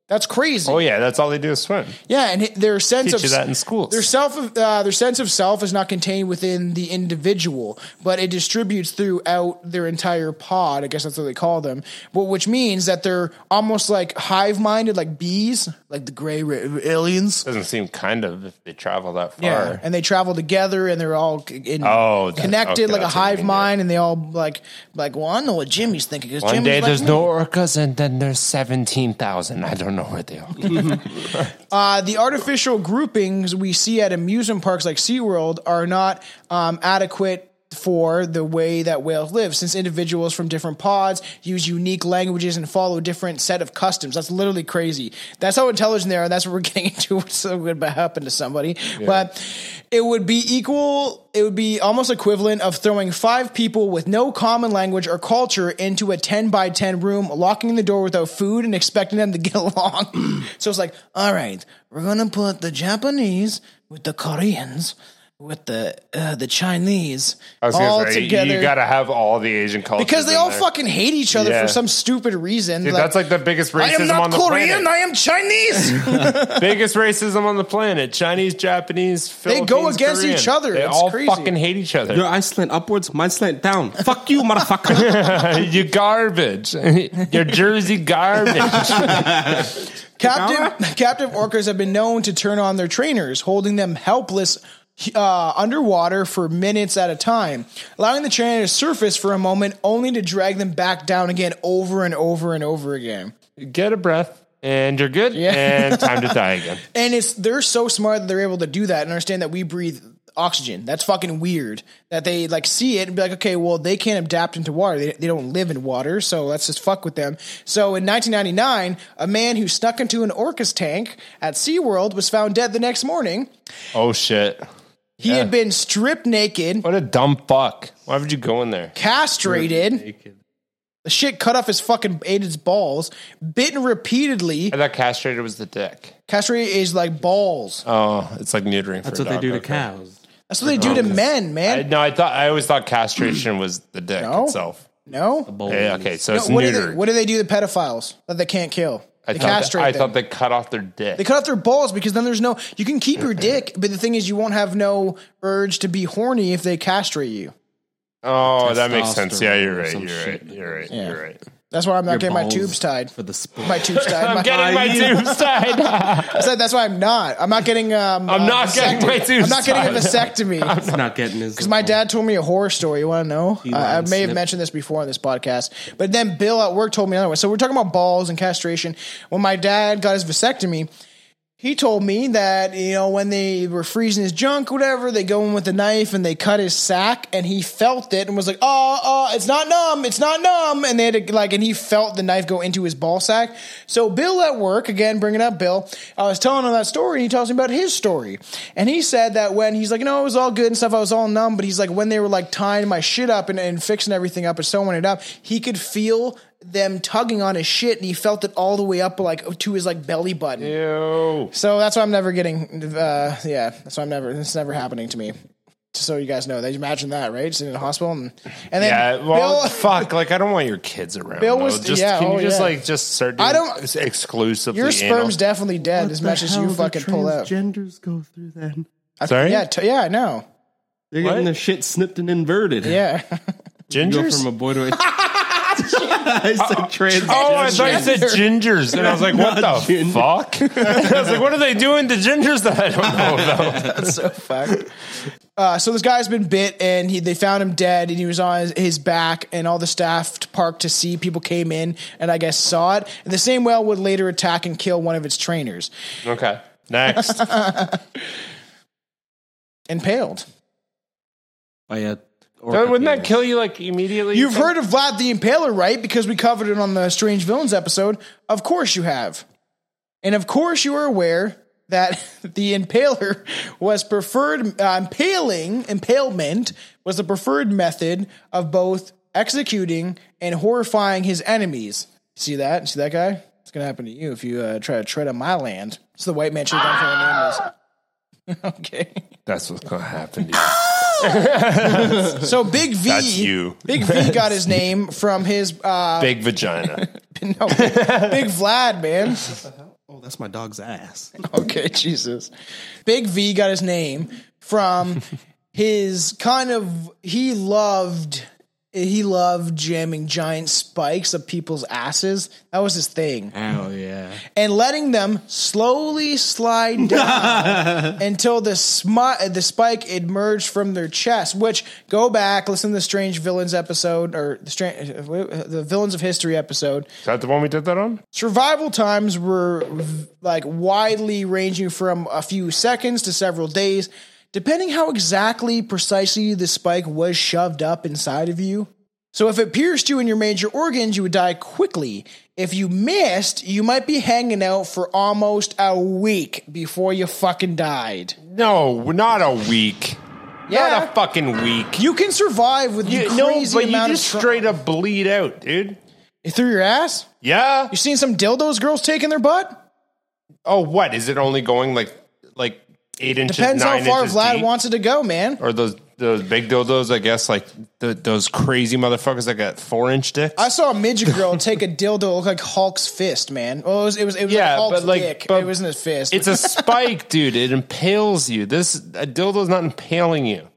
Speaker 6: That's crazy.
Speaker 7: Oh yeah, that's all they do is swim.
Speaker 6: Yeah, and hi- their sense
Speaker 7: Teach
Speaker 6: of
Speaker 7: you that in schools.
Speaker 6: Their self, of- uh, their sense of self is not contained within the individual, but it distributes throughout their entire pod. I guess that's what they call them. But which means that they're almost like hive minded, like bees, like the gray ra- aliens.
Speaker 7: Doesn't seem kind of if they travel that far.
Speaker 6: Yeah, and they travel together, and they're all c- in,
Speaker 7: Oh, that-
Speaker 6: connected
Speaker 7: okay,
Speaker 6: like a
Speaker 7: that's what you
Speaker 6: hive
Speaker 7: mean, yeah.
Speaker 6: mind, and they all like like. Well, I know what Jimmy's thinking. 'cause
Speaker 7: One
Speaker 6: Jimmy's
Speaker 7: day
Speaker 6: like "Mm."
Speaker 7: there's
Speaker 6: me."
Speaker 7: no orcas, and then there's seventeen thousand. I don't know where they are.
Speaker 6: Uh, the artificial groupings we see at amusement parks like SeaWorld are not um, adequate for the way that whales live since individuals from different pods use unique languages and follow different set of customs that's literally crazy that's how intelligent they are and that's what we're getting into what's so good about happen to somebody but it would be equal it would be almost equivalent of throwing five people with no common language or culture into a 10 by 10 room locking the door without food and expecting them to get along so it's like all right we're gonna put the japanese with the koreans with the uh, the chinese
Speaker 7: I was
Speaker 6: all
Speaker 7: gonna say,
Speaker 6: together
Speaker 7: you gotta have all the Asian cultures
Speaker 6: because they
Speaker 7: in
Speaker 6: all
Speaker 7: there.
Speaker 6: fucking hate each other
Speaker 7: Yeah.
Speaker 6: for some stupid reason
Speaker 7: Dude, that's like the biggest
Speaker 6: I
Speaker 7: racism
Speaker 6: am not
Speaker 7: on the
Speaker 6: Korean.
Speaker 7: planet.
Speaker 6: I am Chinese.
Speaker 7: biggest racism on the planet. Chinese, Japanese, Philippines,
Speaker 6: go against
Speaker 7: Korean.
Speaker 6: each other.
Speaker 7: They
Speaker 6: It's
Speaker 7: all
Speaker 6: crazy.
Speaker 7: fucking hate each other.
Speaker 8: Your eyes slant upwards, mine slant down. Fuck you, motherfucker.
Speaker 7: you garbage. Your Jersey garbage.
Speaker 6: Captive, captive orcas have been known to turn on their trainers, holding them helpless uh, underwater for minutes at a time, allowing the trainer to surface for a moment only to drag them back down again over and over and over again.
Speaker 7: Get a breath. And you're good, and time to die again.
Speaker 6: And it's they're so smart that they're able to do that and understand that we breathe oxygen. That's fucking weird that they like see it and be like, okay, well, they can't adapt into water. They, they don't live in water, so let's just fuck with them. So in 1999, a man who snuck into an orca's tank at SeaWorld was found dead the next morning.
Speaker 7: Oh shit!
Speaker 6: He had been stripped naked,
Speaker 7: What a dumb fuck! Why would you go in there?
Speaker 6: castrated.
Speaker 9: naked.
Speaker 6: The shit cut off his fucking ate his balls, bitten repeatedly.
Speaker 7: I thought castrated was the dick.
Speaker 6: Castrated is like balls.
Speaker 7: Oh, it's like neutering.
Speaker 10: That's
Speaker 7: for a
Speaker 10: what they
Speaker 7: dog.
Speaker 10: do to
Speaker 7: Okay.
Speaker 10: cows.
Speaker 6: That's what they do to men,
Speaker 7: I,
Speaker 6: man.
Speaker 7: no, I thought I always thought castration was the dick
Speaker 6: No?
Speaker 7: itself.
Speaker 6: No.
Speaker 10: Bulls.
Speaker 7: Yeah, okay, so
Speaker 6: No,
Speaker 7: it's
Speaker 6: what, do
Speaker 7: neutered.
Speaker 6: they, what do they do to pedophiles that they can't kill?
Speaker 7: I,
Speaker 6: they
Speaker 7: thought that-
Speaker 6: castrate
Speaker 7: I
Speaker 6: them.
Speaker 7: thought they cut off their dick.
Speaker 6: They cut off their balls because then there's no. You can keep your dick, but the thing is, you won't have no urge to be horny if they castrate you.
Speaker 7: oh, that makes sense. Yeah, you're
Speaker 10: Testosterone or
Speaker 7: right.
Speaker 10: some
Speaker 7: You're
Speaker 10: shit.
Speaker 7: right. You're right.
Speaker 6: Yeah.
Speaker 7: You're right.
Speaker 6: That's why I'm not
Speaker 10: Your
Speaker 6: getting my
Speaker 10: balls
Speaker 6: tubes tied.
Speaker 10: for the sport.
Speaker 6: My tubes tied.
Speaker 7: I'm
Speaker 6: My-
Speaker 7: getting my tubes tied.
Speaker 6: I said that's why I'm not. I'm not getting. Um,
Speaker 7: I'm
Speaker 6: uh,
Speaker 7: not getting
Speaker 6: vasectomy.
Speaker 7: my tubes
Speaker 6: I'm not getting a
Speaker 7: tied.
Speaker 6: vasectomy.
Speaker 10: He's not getting his.
Speaker 6: Because my dad told me a horror story. You want to know?
Speaker 10: Feline
Speaker 6: I, I may have
Speaker 10: snip.
Speaker 6: mentioned this before on this podcast, but then Bill at work told me another one. So we're talking about balls and castration. When my dad got his vasectomy, he told me that you know when they were freezing his junk, whatever, they go in with a knife and they cut his sack, and he felt it and was like, "Oh, oh, it's not numb, it's not numb," and they had to, like, and he felt the knife go into his ball sack. So Bill at work again, bringing up Bill, I was telling him that story, and he tells me about his story, and he said that when he's like, "No, it was all good and stuff, I was all numb," but he's like, when they were like tying my shit up and, and fixing everything up and sewing it up, he could feel them tugging on his shit, and he felt it all the way up like to his like belly button. So that's why I'm never getting. Uh, yeah, that's why I'm never. It's never happening to me. Just so you guys know, they imagine that, right? Just in a hospital, and, and then
Speaker 7: Yeah, well,
Speaker 6: Bill-
Speaker 7: fuck. Like, I don't want your kids around.
Speaker 6: Bill
Speaker 7: though.
Speaker 6: was-
Speaker 7: just
Speaker 6: yeah,
Speaker 7: can you
Speaker 6: oh,
Speaker 7: just
Speaker 6: yeah.
Speaker 7: like just start. Doing
Speaker 6: I don't-
Speaker 7: s- exclusively.
Speaker 6: your sperm's
Speaker 7: anal?
Speaker 6: definitely dead as much as you fucking pull out.
Speaker 9: Genders go through then.
Speaker 7: Sorry,
Speaker 6: Yeah, t- yeah, I know.
Speaker 9: They're getting their shit snipped and inverted.
Speaker 6: Yeah,
Speaker 9: You go
Speaker 7: gingers.
Speaker 9: from a boy to a. I said trans.
Speaker 7: Oh, I thought you said gingers, and I was like, "What the
Speaker 9: Not ginger.
Speaker 7: fuck?" I was like, "What are they doing to gingers that I don't know about?"
Speaker 6: so fucked. Uh, so this guy's been bit, and he they found him dead, and he was on his, his back, and all the staff parked to see people came in, and I guess saw it. And the same whale would later attack and kill one of its trainers,
Speaker 7: Okay, next.
Speaker 6: impaled.
Speaker 10: By a
Speaker 7: Don't- Wouldn't that kill you like immediately?
Speaker 6: You've heard of Vlad the Impaler, right? Because we covered it on the Strange Villains episode. Of course you have. And of course you are aware that the impaler was preferred, uh, impaling, impalement was the preferred method of both executing and horrifying his enemies. See that? See that guy? It's going to happen to you if you uh, try to tread on my land. It's the white man should have done for the Okay.
Speaker 7: That's what's gonna happen. To you.
Speaker 6: So Big V,
Speaker 7: That's you.
Speaker 6: Big V got his name from his uh,
Speaker 7: Big vagina.
Speaker 6: No, big, big Vlad, man.
Speaker 8: Oh, that's my dog's ass.
Speaker 6: Okay, Jesus. Big V got his name from his kind of he loved he loved jamming giant spikes up people's asses. That was his thing.
Speaker 10: Oh yeah.
Speaker 6: And letting them slowly slide down until the smi- the spike emerged from their chest, which go back, listen to the Strange Villains episode or the strange uh, the Villains of History episode.
Speaker 7: Is that the one we did that on?
Speaker 6: Survival times were v- like widely ranging from a few seconds to several days, depending how exactly precisely the spike was shoved up inside of you. So if it pierced you in your major organs, you would die quickly. If you missed, you might be hanging out for almost a week before you fucking died.
Speaker 7: No, not a week. Not
Speaker 6: Yeah.
Speaker 7: a fucking week.
Speaker 6: You can survive with the
Speaker 7: You,
Speaker 6: crazy
Speaker 7: no, but you
Speaker 6: amount
Speaker 7: just
Speaker 6: of tra-
Speaker 7: straight up bleed out, dude.
Speaker 6: through your ass.
Speaker 7: Yeah.
Speaker 6: You seen some dildos girls taking their butt?
Speaker 7: Oh, what is it? Only going like like eight inches,
Speaker 6: Depends how
Speaker 7: nine
Speaker 6: far
Speaker 7: inches
Speaker 6: Vlad
Speaker 7: deep?
Speaker 6: wants it to go, man.
Speaker 7: or those those big dildos. I guess like th those crazy motherfuckers that got four inch dicks.
Speaker 6: I saw a midget girl take a dildo that looked like Hulk's fist, man. Well, it was it was, it was
Speaker 7: Yeah,
Speaker 6: like Hulk's
Speaker 7: but, like,
Speaker 6: dick.
Speaker 7: but
Speaker 6: it wasn't his fist.
Speaker 7: it's a spike, dude. It impales you. This a dildo's not impaling you.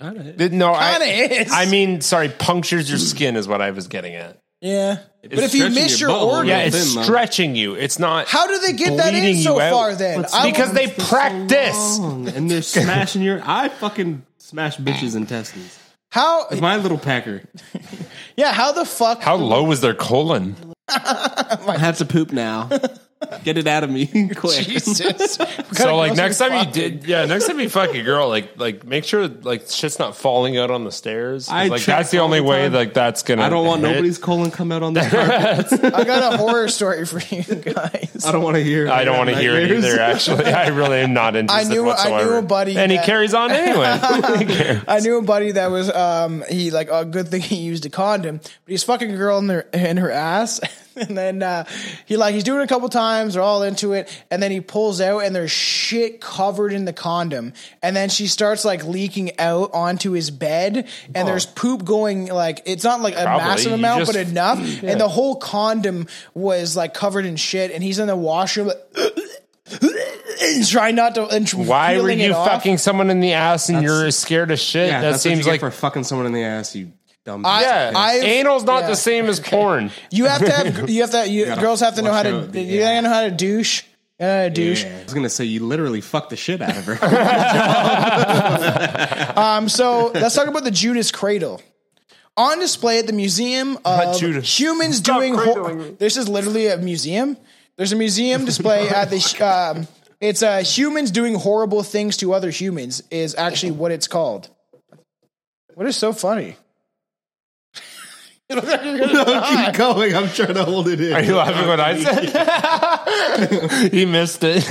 Speaker 10: Kinda.
Speaker 7: Th- No,
Speaker 6: Kinda
Speaker 7: I,
Speaker 6: is.
Speaker 7: I mean, sorry, punctures your skin is what I was getting at.
Speaker 6: yeah. But if you
Speaker 9: stretching
Speaker 6: miss your,
Speaker 9: your butthole,
Speaker 6: organ,
Speaker 7: Yeah, it's
Speaker 9: thin, though.
Speaker 7: stretching you. It's not.
Speaker 6: how do they get that in
Speaker 7: bleeding
Speaker 6: so
Speaker 7: you out.
Speaker 6: far? Then
Speaker 9: But
Speaker 6: I
Speaker 7: because
Speaker 6: would-
Speaker 7: they practice.
Speaker 9: and they're smashing your. I fucking smash bitches' intestines.
Speaker 6: how
Speaker 9: With my little pecker.
Speaker 6: yeah how the fuck
Speaker 7: How low is their colon?
Speaker 8: I have to poop now.
Speaker 9: Get it out of me quick.
Speaker 6: Jesus.
Speaker 7: So like next time you did, yeah, next time you fuck a girl, like like make sure like shit's not falling out on the stairs. 'Cause,
Speaker 9: I
Speaker 7: like
Speaker 9: check
Speaker 7: that's the
Speaker 9: all
Speaker 7: only
Speaker 9: the
Speaker 7: way
Speaker 9: time.
Speaker 7: like that's gonna.
Speaker 9: I don't want
Speaker 7: hit.
Speaker 9: nobody's colon come out on the carpet.
Speaker 6: I got a horror story for you guys.
Speaker 9: I don't want to hear.
Speaker 7: I don't want to hear it
Speaker 9: nightmares.
Speaker 7: either. Actually, I really am not interested
Speaker 6: I knew- I
Speaker 7: whatsoever.
Speaker 6: knew a buddy
Speaker 7: and
Speaker 6: that-
Speaker 7: he carries on anyway.
Speaker 6: I knew a buddy that was um he like a good thing he used a condom, but he's fucking a girl in her in her ass, and then uh, he like he's doing it a couple times, they're all into it, and then he pulls out and there's shit covered in the condom, and then she starts like leaking out onto his bed, and there's poop going like it's not like a
Speaker 7: Probably.
Speaker 6: massive
Speaker 7: You
Speaker 6: amount,
Speaker 7: just-
Speaker 6: but enough, and the whole condom was like covered in shit, and he's in the washroom. Like, and trying not to. And
Speaker 7: Why were
Speaker 6: peeling it
Speaker 7: you
Speaker 6: off.
Speaker 7: fucking someone in the ass and
Speaker 9: That's-
Speaker 7: you're scared of shit?
Speaker 9: Yeah,
Speaker 7: that
Speaker 9: that's what you
Speaker 7: seems
Speaker 9: get
Speaker 7: like
Speaker 9: for fucking someone in the ass. You dumb.
Speaker 6: I-
Speaker 7: yeah.
Speaker 6: I've-
Speaker 7: anal's not
Speaker 6: yeah.
Speaker 7: the same as porn.
Speaker 6: You have to have. You have to. You,
Speaker 9: gotta
Speaker 6: girls have to know how
Speaker 9: flush
Speaker 6: to.
Speaker 9: out the-
Speaker 6: You gotta know how to douche. You gotta know how to douche.
Speaker 9: Yeah. I was gonna say you literally fucked the shit out of her.
Speaker 6: Um. So let's talk about the Judas Cradle. On display at the Museum of
Speaker 7: Judas.
Speaker 6: Humans Doing. Hor- this is literally a museum. There's a museum display at the. Um, it's uh, humans doing horrible things to other humans is actually what it's called. What is so funny?
Speaker 8: Keep going. I'm trying to hold it in.
Speaker 7: Are you laughing what I said? he missed it.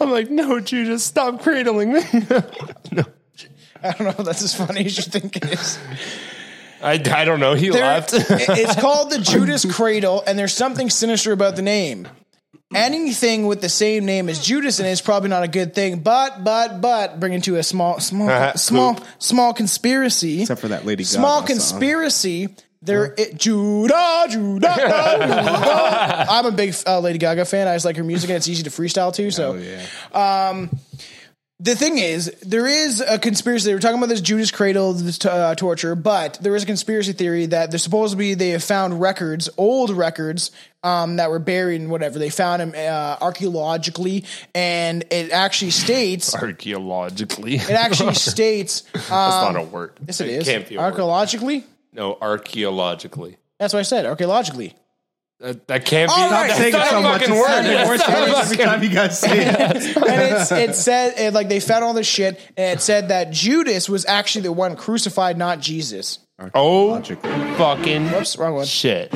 Speaker 7: I'm like, no, Judas, stop cradling me.
Speaker 6: I don't know if that's as funny as you think it is.
Speaker 7: I, I don't know. He
Speaker 6: There-
Speaker 7: laughed.
Speaker 6: it- it's called the Judas Cradle, and there's something sinister about the name. Anything with the same name as Judas in it is probably not a good thing. But but but bringing to a small small small small conspiracy.
Speaker 8: Except for that Lady
Speaker 6: small
Speaker 8: Gaga song.
Speaker 6: conspiracy. There, it, Judah, Judah, Judah. I'm a big uh, Lady Gaga fan. I just like her music, and it's easy to freestyle too. So, um, the thing is, there is a conspiracy. They were talking about this Judas Cradle this, t- uh, torture, but there is a conspiracy theory that they're supposed to be they have found records, old records um, that were buried and whatever. They found them uh, archaeologically, and it actually states it
Speaker 7: Archaeologically.
Speaker 6: actually states
Speaker 7: That's
Speaker 6: um,
Speaker 7: not a word.
Speaker 6: yes, it is.
Speaker 7: can't be a word.
Speaker 6: archaeologically.
Speaker 7: No, archaeologically.
Speaker 6: That's what I said. Archaeologically,
Speaker 7: That, that can't be.
Speaker 6: All right.
Speaker 7: That's
Speaker 6: Thank
Speaker 7: not a fucking word. That's not a
Speaker 8: Every
Speaker 7: fucking-
Speaker 8: time you guys say it.
Speaker 6: and it's, it said it, like they found all this shit, and it said that Judas was actually the one crucified, not Jesus.
Speaker 7: Oh, fucking
Speaker 6: Whoops, wrong one.
Speaker 7: shit.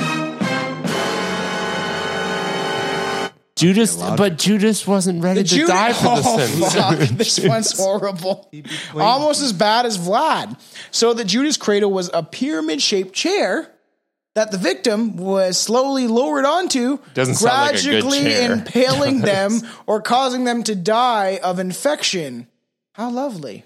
Speaker 7: Judas, but Judas wasn't ready to
Speaker 6: Judas-
Speaker 7: die for
Speaker 6: oh,
Speaker 7: the sins.
Speaker 6: Fuck, this one's horrible. Almost as bad as Vlad. So the Judas cradle was a pyramid-shaped chair that the victim was slowly lowered onto,
Speaker 7: Doesn't sound like a good
Speaker 6: gradually
Speaker 7: chair.
Speaker 6: impaling them or causing them to die of infection. How lovely.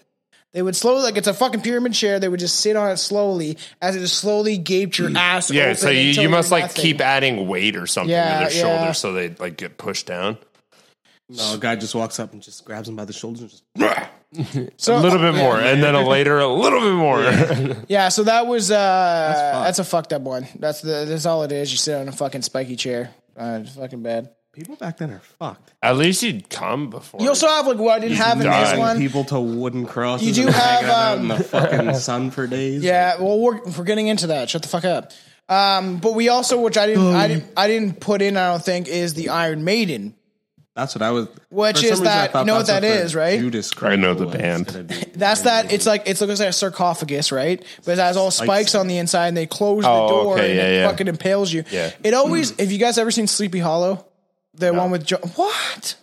Speaker 6: They would slowly, like it's a fucking pyramid chair. They would just sit on it slowly as it just slowly gaped your ass.
Speaker 7: Yeah,
Speaker 6: open
Speaker 7: so you, you
Speaker 6: until you're
Speaker 7: must like
Speaker 6: nothing.
Speaker 7: keep adding weight or something to
Speaker 6: Yeah,
Speaker 7: their
Speaker 6: yeah.
Speaker 7: shoulders so they like get pushed down.
Speaker 8: No, a guy just walks up and just grabs him by the shoulders and just
Speaker 6: so,
Speaker 7: A little bit more, and then a later a little bit more.
Speaker 6: Yeah, so that was uh that's, a fucked up one. That's the that's all it is. You sit on a fucking spiky chair. Uh, it's fucking bad.
Speaker 8: people back then are fucked.
Speaker 7: At least you'd come before.
Speaker 6: You also have like what I didn't have in this
Speaker 7: die.
Speaker 6: one.
Speaker 8: People to wooden crosses.
Speaker 6: You do
Speaker 8: and hanging
Speaker 6: have,
Speaker 8: out in
Speaker 6: um,
Speaker 8: the fucking sun for days.
Speaker 6: Yeah, well we're we're getting into that. Shut the fuck up. Um, but we also, which I didn't, I didn't, I didn't put in. I don't think is the Iron Maiden.
Speaker 8: That's what I was.
Speaker 6: Which
Speaker 8: for
Speaker 6: is
Speaker 8: some reason,
Speaker 6: that-
Speaker 8: I thought
Speaker 6: you know what
Speaker 8: that's
Speaker 6: that
Speaker 8: the
Speaker 6: is, right?
Speaker 8: Judas
Speaker 7: I know the
Speaker 8: was.
Speaker 7: band.
Speaker 6: That's that. It's like it's looks like a sarcophagus, right? But it has all spikes on the inside, and they close the
Speaker 7: Oh,
Speaker 6: door,
Speaker 7: okay,
Speaker 6: and
Speaker 7: yeah,
Speaker 6: it
Speaker 7: yeah.
Speaker 6: fucking impales you.
Speaker 7: Yeah.
Speaker 6: It always. Have you guys ever seen Sleepy Hollow? The one with jo- what?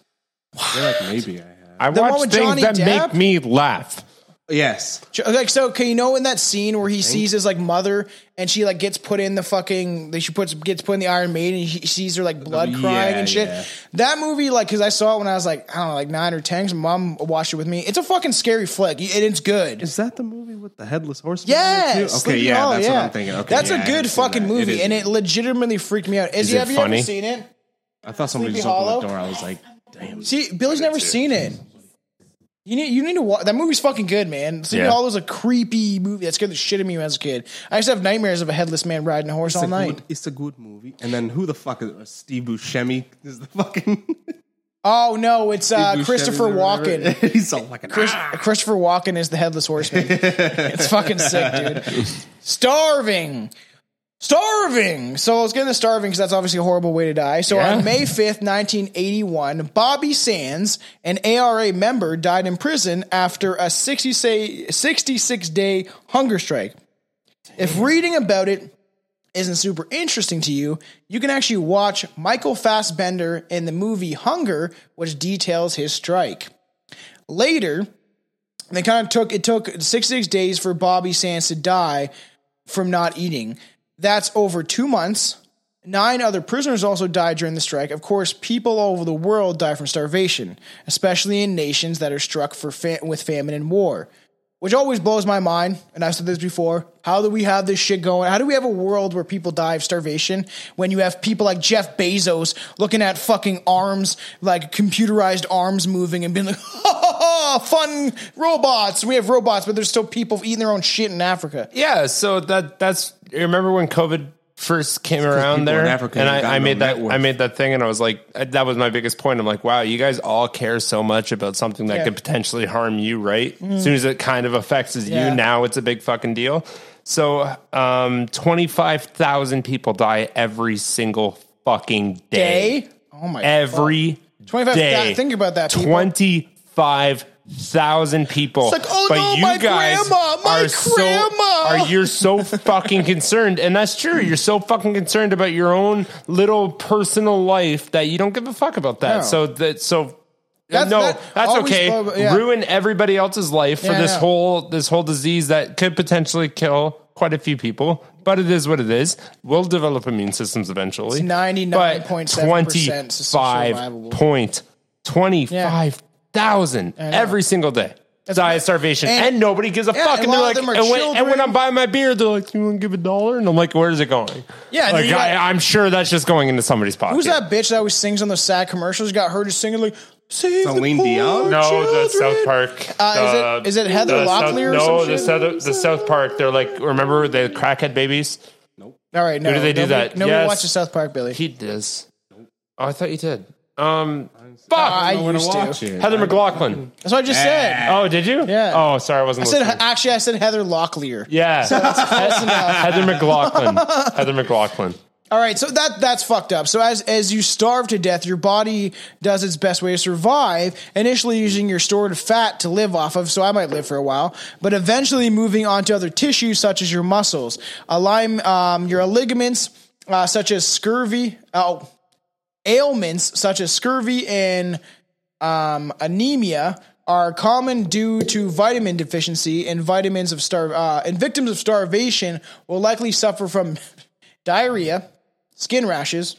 Speaker 8: I feel like maybe I have.
Speaker 7: I
Speaker 6: The one with
Speaker 7: watch things
Speaker 6: Johnny
Speaker 7: that make
Speaker 6: Depp?
Speaker 7: me laugh.
Speaker 8: Yes.
Speaker 6: Jo- Like so, okay, you know in that scene where he sees his like mother and she like gets put in the fucking that she puts gets put in the Iron Maiden and he sees her like blood
Speaker 8: Yeah,
Speaker 6: crying and shit.
Speaker 8: yeah.
Speaker 6: That movie, like, because I saw it when I was like I don't know, like nine or ten. 'cause My mom watched it with me. It's a fucking scary flick and it's good.
Speaker 8: Is that the movie with the headless horseman?
Speaker 6: Yeah,
Speaker 8: in it, too? Okay. Yeah. that's what I'm thinking. Okay.
Speaker 6: that's
Speaker 8: yeah, I
Speaker 6: a
Speaker 8: haven't
Speaker 6: good
Speaker 8: seen
Speaker 6: fucking
Speaker 8: that.
Speaker 6: movie,
Speaker 8: is-
Speaker 6: and it legitimately freaked me out. Is,
Speaker 7: Is
Speaker 6: you,
Speaker 7: it
Speaker 6: have you
Speaker 7: funny?
Speaker 6: ever seen it?
Speaker 8: I thought somebody
Speaker 6: Sleepy
Speaker 8: just opened
Speaker 6: Hollow?
Speaker 8: the door. I was like, damn.
Speaker 6: See, Billy's never seen it. You need you need to watch that movie's fucking good, man. Sleepy
Speaker 7: Yeah.
Speaker 6: Hollow was a creepy movie that scared the shit out of me when I was a kid. I used to have nightmares of a headless man riding a horse all
Speaker 8: a
Speaker 6: night.
Speaker 8: Good, it's a good movie. And then who the fuck is Steve Buscemi? Is the fucking
Speaker 6: Oh no, it's uh, Christopher
Speaker 8: Buscemi or whatever.
Speaker 6: Walken.
Speaker 8: He's all like a
Speaker 6: Chris, Christopher Walken is the headless horseman. it's fucking sick, dude. Starving. Starving. So let's get into starving because that's obviously a horrible way to die. So
Speaker 10: Yeah.
Speaker 6: on May 5th, 1981, Bobby Sands, an ARA member, died in prison after a 66 day hunger strike. If reading about it isn't super interesting to you, you can actually watch Michael Fassbender in the movie Hunger, which details his strike. Later, they kind of took it took 66 days for Bobby Sands to die from not eating. That's over two months. Nine other prisoners also died during the strike. Of course, people all over the world die from starvation, especially in nations that are struck for fa- with famine and war, which always blows my mind. And I've said this before: How do we have this shit going? How do we have a world where people die of starvation when you have people like Jeff Bezos looking at fucking arms, like computerized arms moving, and being like, "Oh, fun robots! We have robots, but there's still people eating their own shit in Africa."
Speaker 7: Yeah, so that that's you remember when COVID first came around
Speaker 8: people
Speaker 7: there,
Speaker 8: in Africa
Speaker 7: and
Speaker 8: ain't got
Speaker 7: I, I
Speaker 8: no
Speaker 7: made that
Speaker 8: network.
Speaker 7: I made that thing, and I was like, uh, that was my biggest point. I'm like, wow, you guys all care so much about something that
Speaker 6: Yeah.
Speaker 7: could potentially harm you, right? As soon as it kind of affects
Speaker 6: Yeah.
Speaker 7: you, now it's a big fucking deal. So, um, twenty five thousand people die every single fucking day,
Speaker 6: Day? Oh my
Speaker 7: every day.
Speaker 6: 25,000 think about that, people.
Speaker 7: twenty five thousand people.
Speaker 6: It's like, oh no, my grandma, my grandma.
Speaker 7: So, are you're so fucking concerned, and that's true. You're so fucking concerned about your own little personal life that you don't give a fuck about that.
Speaker 6: No.
Speaker 7: So that so. uh,
Speaker 6: That's-
Speaker 7: no,
Speaker 6: that
Speaker 7: that's
Speaker 6: always
Speaker 7: okay.
Speaker 6: blow- yeah.
Speaker 7: Ruin everybody else's life for
Speaker 6: Yeah, I
Speaker 7: this
Speaker 6: know.
Speaker 7: whole this whole disease that could potentially kill quite a few people. But it is what it is. We'll develop immune systems eventually.
Speaker 6: It's 99.7% survivable.
Speaker 7: point twenty five thousand every single day. die of starvation,
Speaker 6: and-
Speaker 7: and, nobody gives a
Speaker 6: Yeah,
Speaker 7: fuck.
Speaker 6: and
Speaker 7: And, they're
Speaker 6: a lot
Speaker 7: like, and
Speaker 6: of them are
Speaker 7: when, and when
Speaker 6: children.
Speaker 7: I'm buying my beer, they're like, "Do you want to give a dollar?" And I'm like, "Where's it going?"
Speaker 6: Yeah,
Speaker 7: like,
Speaker 6: you got-
Speaker 7: I, I'm sure that's just going into somebody's pocket.
Speaker 6: Who's that bitch that always sings on those sad commercials? Got her just singing like "Save
Speaker 8: Celine
Speaker 6: the poor
Speaker 8: Dion?
Speaker 7: No,
Speaker 6: children."
Speaker 7: the South Park.
Speaker 6: Uh, is it- is it Heather
Speaker 7: the
Speaker 6: Locklear or
Speaker 7: South,
Speaker 6: some
Speaker 7: No, the
Speaker 6: shit?
Speaker 7: South, the South Park. They're like, remember the crackhead babies?
Speaker 6: All right, no,
Speaker 7: do they do
Speaker 6: nobody,
Speaker 7: that?
Speaker 6: Nobody
Speaker 7: Yes.
Speaker 6: watches South Park, Billy.
Speaker 7: He does. Oh, I thought you did. Um, fuck.
Speaker 6: I
Speaker 9: I want
Speaker 6: used
Speaker 9: to
Speaker 6: to.
Speaker 9: watch it.
Speaker 7: Heather McLaughlin.
Speaker 6: That's what I just said.
Speaker 7: Oh, did you?
Speaker 6: Yeah.
Speaker 7: Oh, sorry, I wasn't.
Speaker 6: I said
Speaker 7: listening.
Speaker 6: actually, I said Heather Locklear.
Speaker 7: yeah.
Speaker 6: That's enough.
Speaker 7: Heather McLaughlin. Heather McLaughlin.
Speaker 6: All right, so that that's fucked up. So as as you starve to death, your body does its best way to survive, initially using your stored fat to live off of. So I might live for a while, but eventually moving on to other tissues such as your muscles, align um, your ligaments uh, such as scurvy, oh, ailments such as scurvy and um, anemia are common due to vitamin deficiency, and vitamins of star uh, and victims of starvation will likely suffer from diarrhea, skin rashes,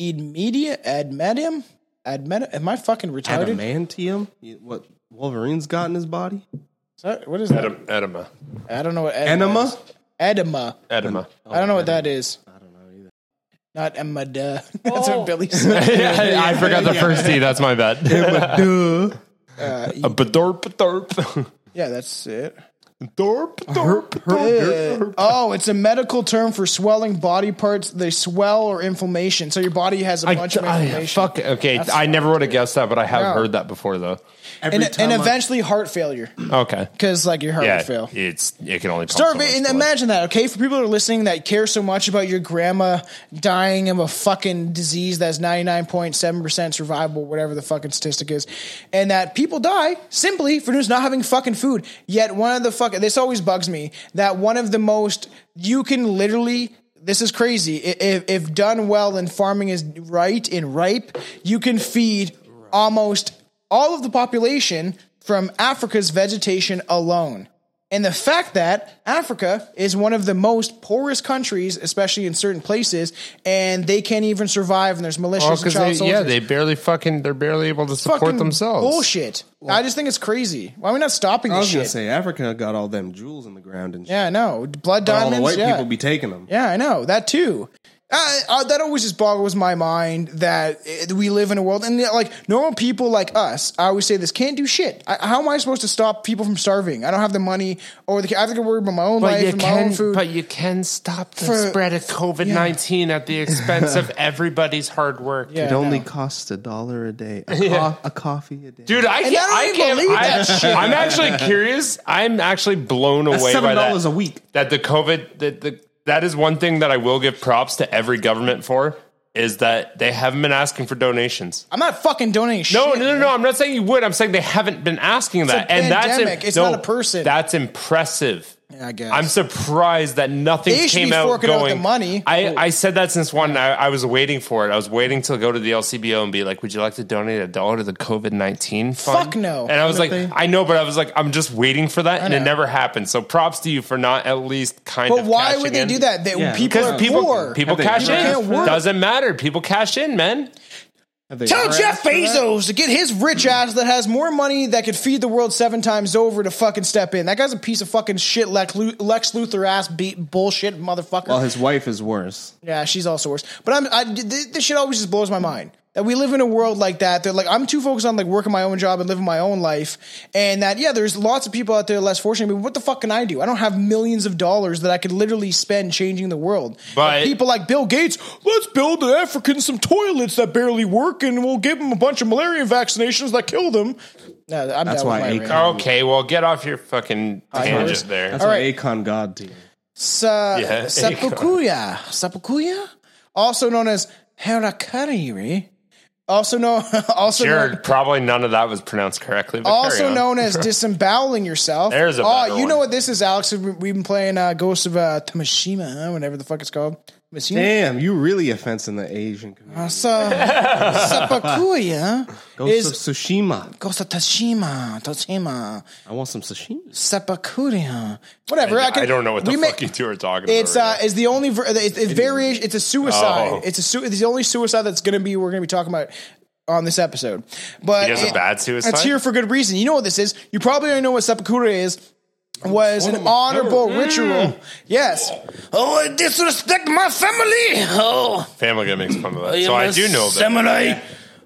Speaker 6: Ad media, admedium, admed. Am I fucking retarded?
Speaker 8: Adamantium? You- What Wolverine's got in his body?
Speaker 6: Is that- What is that?
Speaker 7: Edema. Edema.
Speaker 6: I don't know what edema.
Speaker 8: Enema?
Speaker 6: is. Edema.
Speaker 7: Edema.
Speaker 6: I don't know what that is. I don't know either. Not emma. duh. That's what Billy said.
Speaker 7: I forgot the first D. That's my bad. Uh,
Speaker 8: Duh.
Speaker 7: A badorp, dorp.
Speaker 6: yeah, that's it.
Speaker 7: Dorp, dorp, dorp.
Speaker 6: Oh, it's a medical term for swelling body parts. They swell or inflammation. So your body has a
Speaker 7: I,
Speaker 6: bunch of
Speaker 7: I,
Speaker 6: inflammation.
Speaker 7: fuck. Okay, I never would have guessed that, but I have
Speaker 6: No.
Speaker 7: heard that before, though.
Speaker 8: Every
Speaker 6: and,
Speaker 8: time
Speaker 6: and
Speaker 8: I-
Speaker 6: eventually heart failure
Speaker 7: Okay.
Speaker 6: because like your heart
Speaker 7: Yeah,
Speaker 6: would fail.
Speaker 7: it's it can only
Speaker 6: Starve and imagine that, okay? For people that are listening that care so much about your grandma dying of a fucking disease that's 99.7% survivable, whatever the fucking statistic is, and that people die simply for just not having fucking food. Yet one of the fucking, this always bugs me, that one of the most, you can literally, this is crazy, I- if, if done well and farming is right and ripe, you can feed almost all of the population from Africa's vegetation alone. And the fact that Africa is one of the most poorest countries, especially in certain places, and they can't even survive, and there's militias and
Speaker 7: because
Speaker 6: child soldiers.
Speaker 7: yeah, Oh, they barely fucking they're barely able to support
Speaker 6: Fucking
Speaker 7: themselves.
Speaker 6: Bullshit. I just think it's crazy. Why are we not stopping
Speaker 8: I
Speaker 6: this
Speaker 8: was gonna
Speaker 6: shit?
Speaker 8: say Africa got all them jewels in the ground and shit.
Speaker 6: yeah, I know. Blood
Speaker 8: But all
Speaker 6: diamonds.
Speaker 8: the white
Speaker 6: yeah.
Speaker 8: people be taking them.
Speaker 6: Yeah, I know that too. I, I, that always just boggles my mind that eh, we live in a world and yeah, like normal people like us. I always say this can't do shit. I, how am I supposed to stop people from starving? I don't have the money or the. I have to worry about my own
Speaker 7: But
Speaker 6: life
Speaker 7: you
Speaker 6: and my own
Speaker 7: can,
Speaker 6: food.
Speaker 7: but you can stop the
Speaker 6: For-
Speaker 7: spread of COVID nineteen at the expense of everybody's hard work.
Speaker 6: Yeah,
Speaker 8: It only
Speaker 6: no.
Speaker 8: costs a dollar a day. A, co- a coffee a day.
Speaker 7: Dude, I
Speaker 6: And
Speaker 7: can't.
Speaker 6: I
Speaker 7: I
Speaker 6: don't
Speaker 7: can't.
Speaker 6: believe
Speaker 7: I,
Speaker 6: that shit.
Speaker 7: I'm actually curious. I'm actually blown away by
Speaker 8: seven
Speaker 7: that.
Speaker 8: dollars a week.
Speaker 7: That the COVID, that the that is one thing that I will give props to every government for is that they haven't been asking for donations.
Speaker 6: I'm not fucking donating shit.
Speaker 7: No, no, no, no. I'm not saying you would. I'm saying they haven't been asking that,
Speaker 6: a
Speaker 7: and
Speaker 6: pandemic.
Speaker 7: that's im-
Speaker 6: It's
Speaker 7: no,
Speaker 6: not a person.
Speaker 7: That's impressive.
Speaker 6: I guess.
Speaker 7: I'm surprised that nothing
Speaker 6: They should
Speaker 7: came
Speaker 6: be
Speaker 7: out
Speaker 6: forking out
Speaker 7: going.
Speaker 6: the money.
Speaker 7: I, I said that since one. I, I was waiting for it. I was waiting to go to the LCBO and be like, "Would you like to donate a dollar to the COVID nineteen fund?"
Speaker 6: Fuck no.
Speaker 7: And I was like,
Speaker 8: they-
Speaker 7: "I know," but I was like, "I'm just waiting for that," and it
Speaker 6: know.
Speaker 7: never happened. So props to you for not at least kind of.
Speaker 6: But why
Speaker 7: cashing
Speaker 6: would they
Speaker 7: in.
Speaker 6: do that? They,
Speaker 9: Yeah,
Speaker 6: people
Speaker 7: Because
Speaker 6: are
Speaker 7: people
Speaker 6: poor.
Speaker 7: people
Speaker 9: Have they-
Speaker 7: cash
Speaker 9: people
Speaker 6: can't
Speaker 7: in.
Speaker 6: work.
Speaker 7: Doesn't matter. People cash in, man.
Speaker 6: Tell Jeff Bezos to get his
Speaker 7: Mm.
Speaker 6: rich ass that has more money that could feed the world seven times over to fucking step in. That guy's a piece of fucking shit Lex, Lu- Lex Luthor ass beat bullshit motherfucker.
Speaker 8: Well, his wife is worse.
Speaker 6: yeah, she's also worse. But I'm I, this, this shit always just blows my mind. That we live in a world like that. They're like I'm too focused on like working my own job and living my own life, and that yeah, there's lots of people out there less fortunate. But what the fuck can I do? I don't have millions of dollars that I could literally spend changing the world.
Speaker 7: But-
Speaker 6: And people like Bill Gates, let's build the Africans some toilets that barely work, and we'll give them a bunch of malaria vaccinations that kill them. No, I'm
Speaker 8: That's
Speaker 6: done
Speaker 8: why
Speaker 6: with my
Speaker 8: I-
Speaker 6: rant.
Speaker 7: Okay, well, get off your fucking tangent there.
Speaker 8: That's
Speaker 6: All
Speaker 8: All right.
Speaker 6: right.
Speaker 8: Akon God team.
Speaker 6: Sa-
Speaker 7: Yeah.
Speaker 6: Seppukuya. Seppukuya? Also known as Harakiri. Also known also
Speaker 7: Jared,
Speaker 6: known,
Speaker 7: probably none of that was pronounced correctly. But carry
Speaker 6: also
Speaker 7: on.
Speaker 6: known as disemboweling yourself.
Speaker 7: There's a
Speaker 6: Oh,
Speaker 7: better
Speaker 6: you know
Speaker 7: one.
Speaker 6: what this is, Alex? We- We've been playing uh, Ghost of uh, Tamashima, huh? whatever the fuck it's called. Tamashima.
Speaker 8: Damn, you really offensing the Asian community.
Speaker 6: Sa- Seppukuya
Speaker 8: Ghost
Speaker 6: is
Speaker 8: of Tsushima.
Speaker 6: Ghost of Tsushima, Tsushima,
Speaker 8: I want some sashimi.
Speaker 6: Seppukuya, whatever.
Speaker 7: I,
Speaker 6: can-
Speaker 7: don't know what the
Speaker 6: we
Speaker 7: fuck
Speaker 6: may-
Speaker 7: you two are talking
Speaker 6: It's uh,
Speaker 7: about.
Speaker 6: it's the only ver- it's, it's variation. It's a suicide.
Speaker 7: Oh.
Speaker 6: It's a su- it's the only suicide that's going to be we're going to be talking about on this episode. But
Speaker 7: You guys a
Speaker 6: it-
Speaker 7: bad suicide?
Speaker 6: It's here for good reason. You know what this is. You probably already know what seppuku is. Was
Speaker 7: Oh,
Speaker 6: an honorable ritual. Yes. Oh, I disrespect my family. Oh,
Speaker 7: Family Guy makes fun of that, so I do know that.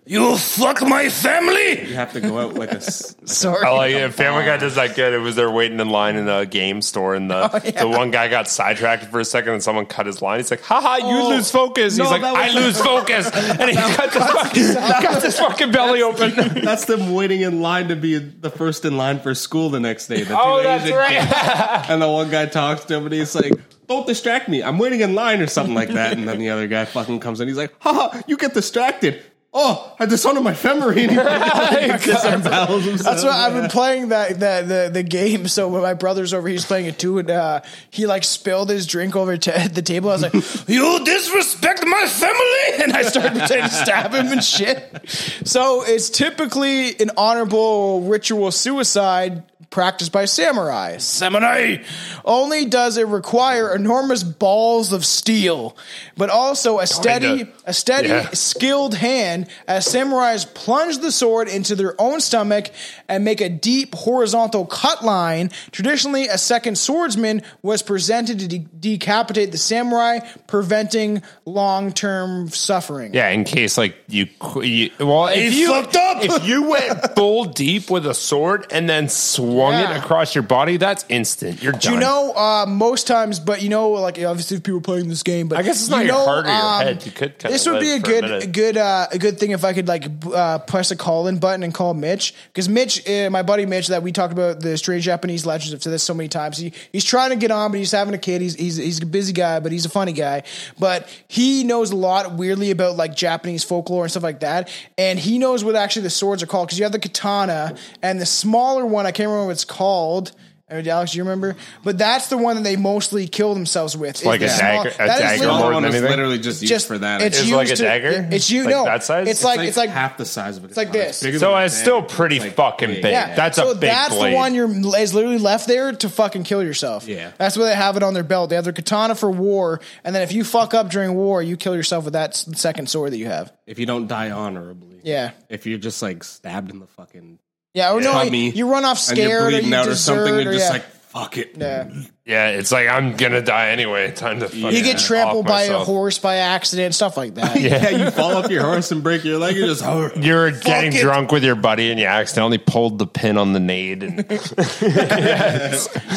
Speaker 6: You fuck my family.
Speaker 8: You have to go out like a. s-
Speaker 6: Sorry.
Speaker 7: I like it. Oh, Family Guy does that good. It was there waiting in line in the game store, and the, the one guy got sidetracked for a second, and someone cut his line. He's like, "Haha, you lose focus." He's
Speaker 9: no,
Speaker 7: like,
Speaker 9: that was-
Speaker 7: "I lose focus," and he cut this, fucking, cut this fucking belly open.
Speaker 8: That's them waiting in line to be the first in line for school the next day. The two
Speaker 7: Oh, that's
Speaker 8: Asian
Speaker 7: right.
Speaker 8: kids. and the one guy talks to him and he's like, "Don't distract me. I'm waiting in line or something like that." And then the other guy fucking comes in. He's like, "Haha, you get distracted." Oh, I dishonored my memory.
Speaker 7: Oh
Speaker 8: And he disembowels himself.
Speaker 6: That's why I've been playing that, that the the game. So when my brother's over, he's playing it too, and uh, he like spilled his drink over to the table. I was like, "You disrespect my family!" And I started pretending to stab him and shit. So it's typically an honorable ritual suicide practiced by samurai. Samurai only does it require enormous balls of steel, but also a steady, a steady,
Speaker 7: Yeah.
Speaker 6: skilled hand as samurais plunge the sword into their own stomach and make a deep horizontal cut line. Traditionally, a second swordsman was presented to de- decapitate the samurai, preventing long-term suffering.
Speaker 7: Yeah, in case like you, qu- you well, if you
Speaker 6: fucked up.
Speaker 7: if you went full deep with a sword and then swung
Speaker 6: Yeah.
Speaker 7: it across your body, that's instant. You're done.
Speaker 6: You know, uh, most times, but you know, like obviously people playing this game, but
Speaker 7: I guess it's
Speaker 6: you
Speaker 7: not your
Speaker 6: know, um,
Speaker 7: heart or your head. You could kinda
Speaker 6: This would be a
Speaker 7: live for a
Speaker 6: good,
Speaker 7: minute.
Speaker 6: good, uh, a good thing if I could like b- uh, press a call in button and call Mitch because Mitch, uh, my buddy Mitch, that we talked about the strange Japanese legends of this so many times. He he's trying to get on, but he's having a kid. He's he's he's a busy guy, but he's a funny guy. But he knows a lot weirdly about like Japanese folklore and stuff like that, and he knows what actually the swords are called because you have the katana and the smaller one. I can't remember what it's called. I mean, Alex, do you remember? But that's the one that they mostly kill themselves with. It's
Speaker 7: like a dagger- a
Speaker 6: that is
Speaker 7: dagger
Speaker 6: literally-
Speaker 7: more
Speaker 8: That
Speaker 7: than
Speaker 8: one is
Speaker 7: anything?
Speaker 8: literally just used
Speaker 6: just
Speaker 8: for that.
Speaker 6: It's,
Speaker 7: It's
Speaker 6: used
Speaker 7: like a
Speaker 6: to-
Speaker 7: dagger?
Speaker 6: It's you
Speaker 7: Like
Speaker 6: no
Speaker 7: that size?
Speaker 6: It's,
Speaker 7: It's
Speaker 6: like, it's like
Speaker 8: half the size of it. It's
Speaker 6: like this.
Speaker 8: bigger
Speaker 7: so
Speaker 8: than
Speaker 7: it's
Speaker 8: that.
Speaker 7: still pretty
Speaker 8: like
Speaker 7: fucking
Speaker 8: big.
Speaker 7: big.
Speaker 6: yeah.
Speaker 7: That's a
Speaker 6: so
Speaker 7: big
Speaker 6: that's
Speaker 7: blade.
Speaker 6: the one you're is literally left there to fucking kill yourself.
Speaker 8: Yeah.
Speaker 6: that's why they have it on their belt. They have their katana for war, and then if you fuck up during war, you kill yourself with that s- second sword that you have.
Speaker 8: If you don't die honorably,
Speaker 6: Yeah,
Speaker 8: If you're just like stabbed in the fucking
Speaker 6: yeah. Or no,
Speaker 8: tummy,
Speaker 6: you, you run off
Speaker 8: and you're
Speaker 6: scared
Speaker 8: bleeding
Speaker 6: or you
Speaker 8: out or something,
Speaker 6: desert
Speaker 8: you're just
Speaker 6: yeah.
Speaker 8: like fuck it.
Speaker 6: yeah.
Speaker 7: yeah, it's like I'm gonna die anyway. Time to fucking
Speaker 6: You get trampled
Speaker 7: off
Speaker 6: by a
Speaker 7: myself.
Speaker 6: horse by accident, stuff like that.
Speaker 8: Yeah, you fall off your horse and break your leg. You're just
Speaker 7: You're getting
Speaker 6: it.
Speaker 7: drunk with your buddy and you accidentally pulled the pin on the nade and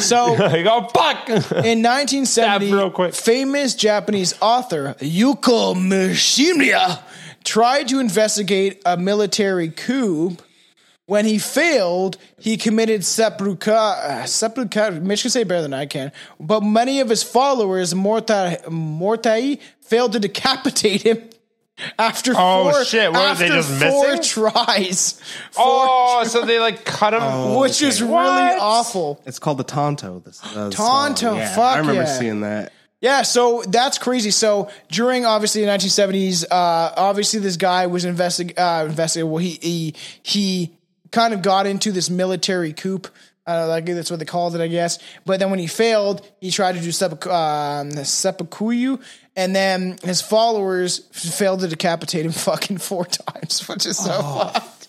Speaker 6: So
Speaker 7: you go fuck.
Speaker 6: In 1970,
Speaker 7: Stab real quick.
Speaker 6: famous Japanese author Yuko Mishima tried to investigate a military coup When he failed, he committed seppuku. Uh, seppuku. Mitch can say it better than I can. But many of his followers, Mortai, Mortai failed to decapitate him after
Speaker 7: Oh,
Speaker 6: four
Speaker 7: shit. What, are they
Speaker 6: after
Speaker 7: just
Speaker 6: four
Speaker 7: missing?
Speaker 6: tries. Four
Speaker 7: Oh, so they like cut him.
Speaker 8: Oh,
Speaker 6: which is really
Speaker 7: What?
Speaker 6: awful.
Speaker 8: It's called the Tonto. This, uh,
Speaker 6: Tonto,
Speaker 8: song. Yeah,
Speaker 6: fuck
Speaker 8: I remember
Speaker 6: yeah.
Speaker 8: seeing that.
Speaker 6: Yeah, so that's crazy. So during obviously the 1970s, uh, obviously this guy was investing. Uh, investing. Well, he he he kind of got into this military coup. Uh, like that's what they called it, I guess. But then when he failed, he tried to do seppuku, um, seppuku, and then his followers failed to decapitate him fucking four times, which is so fucked.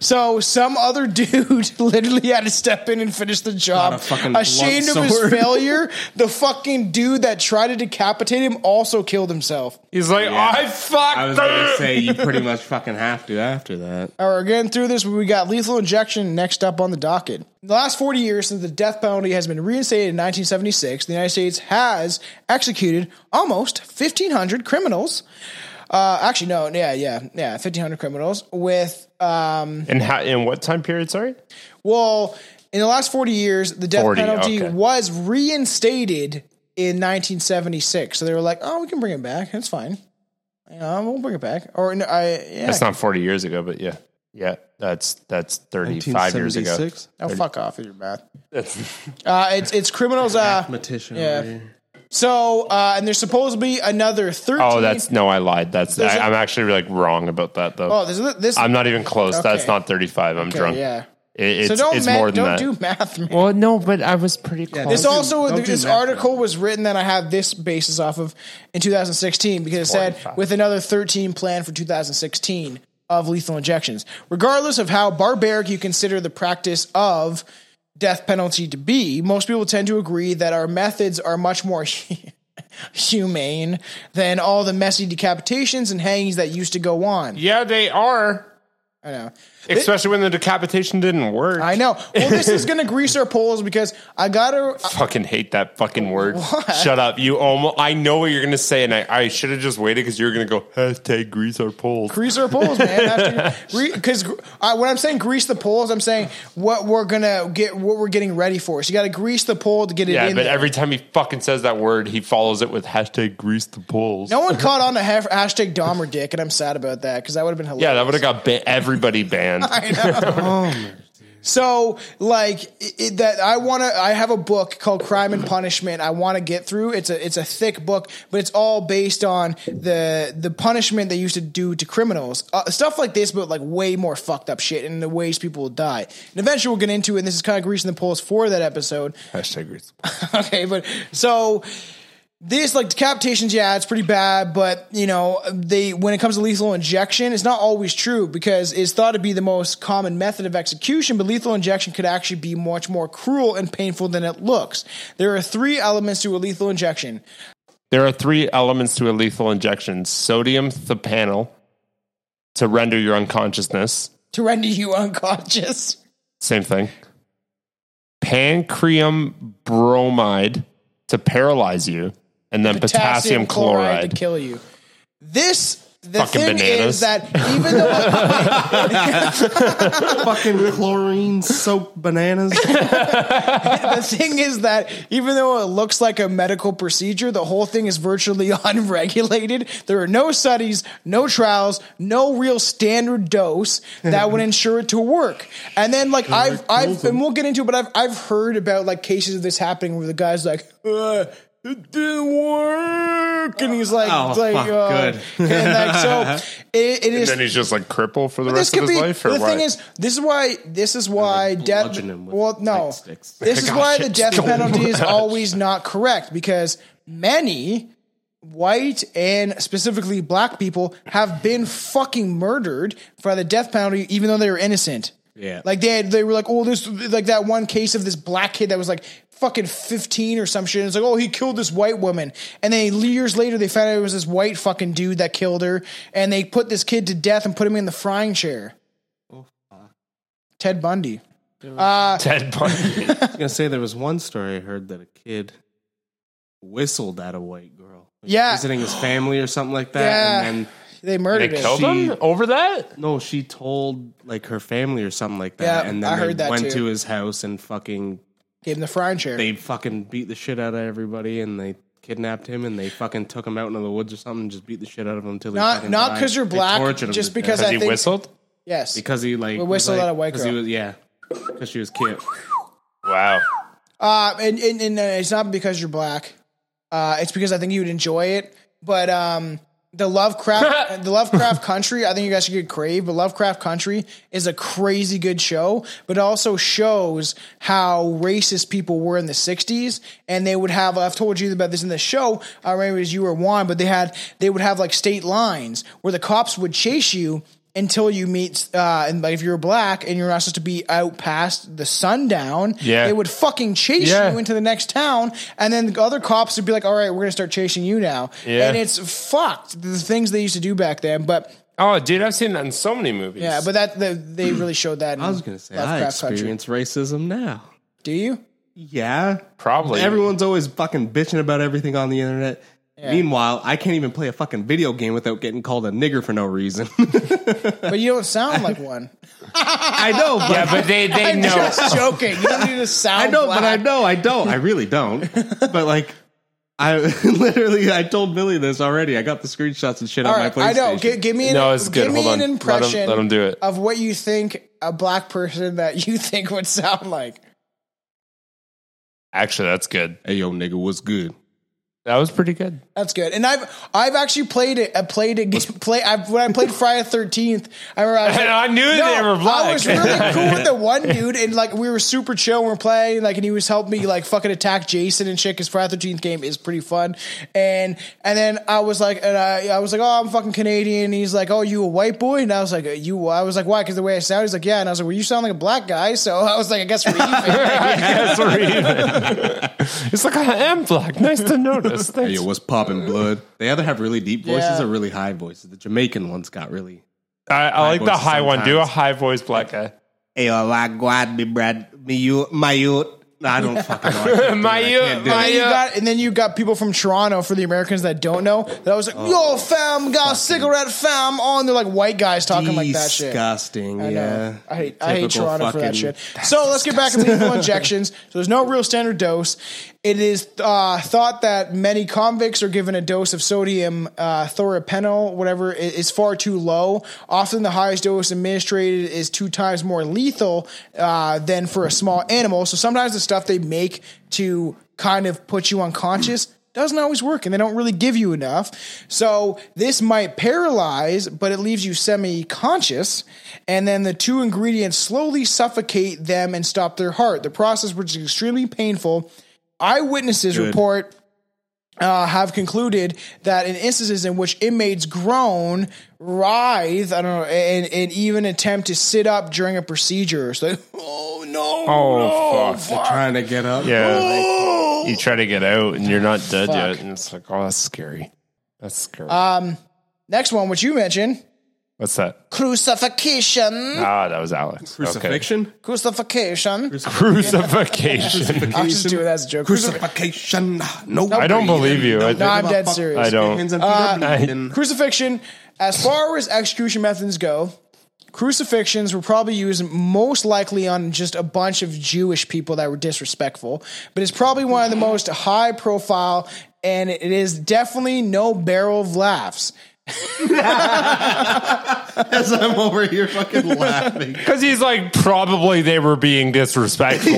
Speaker 6: So some other dude literally had to step in and finish the job.
Speaker 8: Got a fucking
Speaker 6: Ashamed of
Speaker 8: blunt
Speaker 6: his
Speaker 8: sword.
Speaker 6: failure, the fucking dude that tried to decapitate him also killed himself.
Speaker 7: He's like, I fucked.
Speaker 8: I was gonna
Speaker 7: her."
Speaker 8: say you pretty much fucking have to after that.
Speaker 6: All right, getting through this. We got lethal injection next up on the docket. In the last 40 years since the death penalty has been reinstated in 1976, the United States has executed almost 1,500 criminals. Uh, actually, no, yeah, yeah, yeah, 1,500 criminals with
Speaker 7: And how? In what time period? Sorry.
Speaker 6: Well, in the last 40 years, the death
Speaker 7: 40,
Speaker 6: penalty
Speaker 7: okay.
Speaker 6: was reinstated in 1976. So they were like, oh, we can bring it back. That's fine. Uh, we'll bring it back. Or, no, I, yeah.
Speaker 7: That's not forty years ago, but yeah, yeah. That's that's thirty five years ago.
Speaker 8: 1976?
Speaker 6: Oh, fuck off with your math.
Speaker 7: That's
Speaker 6: Uh, it's, it's criminals. Uh,
Speaker 8: Mathematician.
Speaker 6: yeah. So, uh, and there's supposed to be another 13.
Speaker 7: oh, that's no, I lied. That's
Speaker 6: There's
Speaker 7: I,
Speaker 6: a-
Speaker 7: I'm actually like wrong about that though.
Speaker 6: Oh, there's this.
Speaker 7: I'm not even close. That's
Speaker 6: Okay.
Speaker 7: not thirty five. I'm drunk.
Speaker 6: Yeah.
Speaker 7: It- it's
Speaker 6: So don't,
Speaker 7: it's
Speaker 6: ma-
Speaker 7: more than
Speaker 6: don't
Speaker 7: that.
Speaker 6: do math, man.
Speaker 7: well, no, but I was pretty close.
Speaker 6: This
Speaker 8: Don't do-
Speaker 6: also
Speaker 8: don't do
Speaker 6: this
Speaker 8: math,
Speaker 6: article was written that I have this basis off of in 2016 because it said
Speaker 7: 45.
Speaker 6: with another 13 planned for 2016 of lethal injections. Regardless of how barbaric you consider the practice of death penalty to be, most people tend to agree that our methods are much more humane than all the messy decapitations and hangings that used to go on.
Speaker 7: yeah, they are.
Speaker 6: I know.
Speaker 7: Especially when the decapitation didn't work.
Speaker 6: I know. Well, this is going to grease our polls because I got to
Speaker 7: fucking hate that fucking word. Shut up. You almost. I know what you're gonna say, and I, I should have just waited because you were gonna go hashtag grease our polls.
Speaker 6: grease our poles, man. Because uh, when I'm saying grease the poles, I'm saying what we're gonna get, what we're getting ready for. So you got to grease the pole to get it
Speaker 7: yeah,
Speaker 6: in.
Speaker 7: but
Speaker 6: there.
Speaker 7: every time he fucking says that word, he follows it with hashtag grease the polls.
Speaker 6: no one caught on to ha- hashtag Dom or Dick, and I'm sad about that because that would have been hilarious.
Speaker 7: Yeah, that would have got ba- everybody banned.
Speaker 6: So like it, it- that, I want to. I have a book called Crime and Punishment. I want to get through. It's a it's a thick book, but it's all based on the the punishment they used to do to criminals, uh, stuff like this, but like way more fucked up shit and the ways people will die. And eventually we'll get into it. And this is kind of greasing the polls for that episode.
Speaker 7: hashtag grease.
Speaker 6: okay, but so this like decapitations, yeah, it's pretty bad, but you know, they when it comes to lethal injection, it's not always true because it's thought to be the most common method of execution, but lethal injection could actually be much more cruel and painful than it looks. There are three elements to a lethal injection.
Speaker 7: There are three elements to a lethal injection: sodium thepanal to render your unconsciousness.
Speaker 6: To render you unconscious.
Speaker 7: Same thing. Pancreum bromide to paralyze you, and then potassium,
Speaker 6: to
Speaker 7: chloride.
Speaker 6: kill you. This the
Speaker 7: Fucking
Speaker 6: thing
Speaker 7: bananas.
Speaker 6: is that even though
Speaker 8: Fucking chlorine soaked bananas.
Speaker 6: the thing is that even though it looks like a medical procedure, the whole thing is virtually unregulated. There are no studies, no trials, no real standard dose that would ensure it to work. And then, like I've, I've, and we'll get into it, but I've, I've heard about like cases of this happening where the guy's like. Uh, it didn't work, and he's like,
Speaker 8: Oh,
Speaker 6: like,
Speaker 8: fuck,
Speaker 6: uh,
Speaker 8: good.
Speaker 6: and like, so it, it is
Speaker 7: Then he's just like crippled for the
Speaker 6: this
Speaker 7: rest of
Speaker 6: could
Speaker 7: his
Speaker 6: be
Speaker 7: life, or
Speaker 6: the
Speaker 7: what?
Speaker 6: thing is this is why this is why death
Speaker 8: bludgeon him with
Speaker 6: well no
Speaker 8: nightsticks.
Speaker 6: this is
Speaker 7: Gosh,
Speaker 6: why the
Speaker 7: it's
Speaker 6: death
Speaker 7: so
Speaker 6: penalty is always not correct because many white and specifically black people have been fucking murdered by the death penalty even though they were innocent
Speaker 8: Yeah.
Speaker 6: like they had, they were like oh this like that one case of this black kid that was like fucking 15 or some shit and it's like oh he killed this white woman and then years later they found out it was this white fucking dude that killed her and they put this kid to death and put him in the frying chair Ted Bundy.
Speaker 7: Ted Bundy.
Speaker 8: I was gonna say there was one story I heard that a kid whistled at a white girl
Speaker 6: Yeah.
Speaker 8: visiting his family or something like that,
Speaker 6: Yeah.
Speaker 8: and then
Speaker 6: They
Speaker 7: They
Speaker 6: murdered it.
Speaker 7: killed him over that?
Speaker 8: No, she told like her family or something like that,
Speaker 6: Yeah,
Speaker 8: and then
Speaker 6: I
Speaker 8: they
Speaker 6: heard that
Speaker 8: went
Speaker 6: too.
Speaker 8: to his house and fucking
Speaker 6: Gave him the frying chair.
Speaker 8: they fucking beat the shit out of everybody, and they kidnapped him, and they fucking took him out into the woods or something, and just beat the shit out of him until he
Speaker 6: Not-
Speaker 8: fucking
Speaker 6: not
Speaker 8: died.
Speaker 6: 'cause you're
Speaker 8: They
Speaker 6: black,
Speaker 8: tortured him
Speaker 6: just
Speaker 8: to death.
Speaker 6: because I
Speaker 7: He
Speaker 6: think-
Speaker 7: whistled?
Speaker 6: yes.
Speaker 8: because he like
Speaker 6: We
Speaker 8: was
Speaker 6: whistled
Speaker 8: like-
Speaker 6: at a white
Speaker 8: 'cause
Speaker 6: girl.
Speaker 8: He was, yeah, because she was cute.
Speaker 7: Wow.
Speaker 6: Uh, and, and, and uh, it's not because you're black. Uh, it's because I think you would enjoy it. But um, the Lovecraft, the Lovecraft Country, I think you guys should get crave. But Lovecraft Country is a crazy good show, but it also shows how racist people were in the '60s, and they would have. I've told you about this in the show. uh, I remember as you were one, but they had they would have like state lines where the cops would chase you until you meet uh and like if you're black and you're not supposed to be out past the sundown
Speaker 7: Yeah.
Speaker 6: they would fucking chase
Speaker 7: Yeah.
Speaker 6: you into the next town and then the other cops would be like all right we're gonna start chasing you now
Speaker 7: Yeah.
Speaker 6: and it's fucked the things they used to do back then but
Speaker 7: Oh, dude, I've seen that in so many movies.
Speaker 6: yeah but that the, they really showed that in
Speaker 8: I was gonna say I experience racism now.
Speaker 6: do you
Speaker 8: Yeah,
Speaker 7: probably.
Speaker 8: everyone's always fucking bitching about everything on the internet. Meanwhile, I can't even play a fucking video game without getting called a nigger for no reason.
Speaker 6: but you don't sound like one
Speaker 8: I know, but
Speaker 7: yeah, but they, they
Speaker 6: i'm
Speaker 7: know.
Speaker 6: just joking you don't need to sound
Speaker 8: I know,
Speaker 6: black.
Speaker 8: but I know I don't. I really don't. but like, I literally I told Billy this already. I got the screenshots and shit
Speaker 6: all
Speaker 8: on
Speaker 6: right,
Speaker 8: my
Speaker 6: I
Speaker 8: PlayStation.
Speaker 6: know. Gi- give me an,
Speaker 7: No, it's good.
Speaker 6: Give me
Speaker 7: Hold on.
Speaker 6: an
Speaker 7: Let 'em-
Speaker 6: impression
Speaker 7: let 'em do it.
Speaker 6: of what you think a black person that you think would sound like.
Speaker 7: Actually, that's good.
Speaker 8: hey yo, nigga, what's good?
Speaker 7: That was pretty good.
Speaker 6: That's good. And I've I've actually played it. I played a game. Play I, when I played Friday Thirteenth. I remember. I, was
Speaker 7: And
Speaker 6: like,
Speaker 7: I knew they were black.
Speaker 6: I was really cool with the one dude, and like we were super chill. We are playing, like, and he was helping me like fucking attack Jason and shit. Because Friday Thirteenth game is pretty fun. And and then I was like, and I, I was like, oh, I'm fucking Canadian. And he's like, oh, you a white boy? And I was like, you? I was like, why? Because the way I sound. He's like, yeah. And I was like, well, you sound like a black guy. So I was like, I guess we're even.
Speaker 7: That's where even. It's like I am black. Nice to
Speaker 8: Hey
Speaker 7: notice. Thanks.
Speaker 8: yo, what's popping blood? They either have really deep voices
Speaker 6: Yeah.
Speaker 8: or really high voices. The Jamaican ones got really.
Speaker 7: I, I like the
Speaker 8: voices
Speaker 7: high one. Do a
Speaker 8: sometimes.
Speaker 7: high voice black guy.
Speaker 8: Hey yo, like God, me bread, me you, my you. I don't fucking know. I can't do it.
Speaker 7: My
Speaker 8: I
Speaker 7: you-
Speaker 8: can't do it.
Speaker 7: my
Speaker 6: And,
Speaker 7: you-
Speaker 6: you got, and then you got people from Toronto for the Americans that don't know that I was like, yo, fam, got a cigarette, fam, on. They're like white guys talking like that shit.
Speaker 8: Disgusting.
Speaker 6: I know.
Speaker 8: Yeah.
Speaker 6: I hate, I hate
Speaker 8: Typical
Speaker 6: Toronto for that
Speaker 8: fucking-
Speaker 6: shit. So let's get back to lethal injections. So there's no real standard dose. It is uh, thought that many convicts are given a dose of sodium uh, thoropenyl, whatever, i- is far too low. Often the highest dose administered is two times more lethal uh, than for a small animal. So sometimes the stuff they make to kind of put you unconscious doesn't always work and they don't really give you enough. So this might paralyze, but it leaves you semi conscious. And then the two ingredients slowly suffocate them and stop their heart. The process, which is extremely painful, eyewitnesses report. Uh, have concluded that in instances in which inmates groan, writhe, I don't know, and, and even attempt to sit up during a procedure. So, oh no!
Speaker 7: Oh,
Speaker 6: no,
Speaker 7: fuck.
Speaker 8: Trying to get up.
Speaker 7: Yeah.
Speaker 6: Oh.
Speaker 7: You try to get out and you're not dead
Speaker 6: Fuck. Uh,
Speaker 7: yet. And it's like, oh, that's scary. That's scary.
Speaker 6: Next one, which you mentioned,
Speaker 7: What's that?
Speaker 6: crucifixion.
Speaker 7: Ah, that was Alex.
Speaker 8: Crucifixion.
Speaker 6: Crucifixion.
Speaker 7: Okay. Crucifixion.
Speaker 6: I'll just do it as a joke. Crucif-
Speaker 8: Crucifixion. No,
Speaker 7: I don't believe you. I,
Speaker 6: no, I'm
Speaker 8: Give a
Speaker 6: dead
Speaker 8: fuck.
Speaker 6: serious.
Speaker 7: I don't.
Speaker 8: Hands and feet are bleeding.
Speaker 6: Crucifixion. As far as execution methods go, crucifixions were probably used most likely on just a bunch of Jewish people that were disrespectful, but it's probably one of the most high profile, and it is definitely no barrel of laughs.
Speaker 8: As I'm over here fucking laughing.
Speaker 7: Because he's like, probably they were being disrespectful.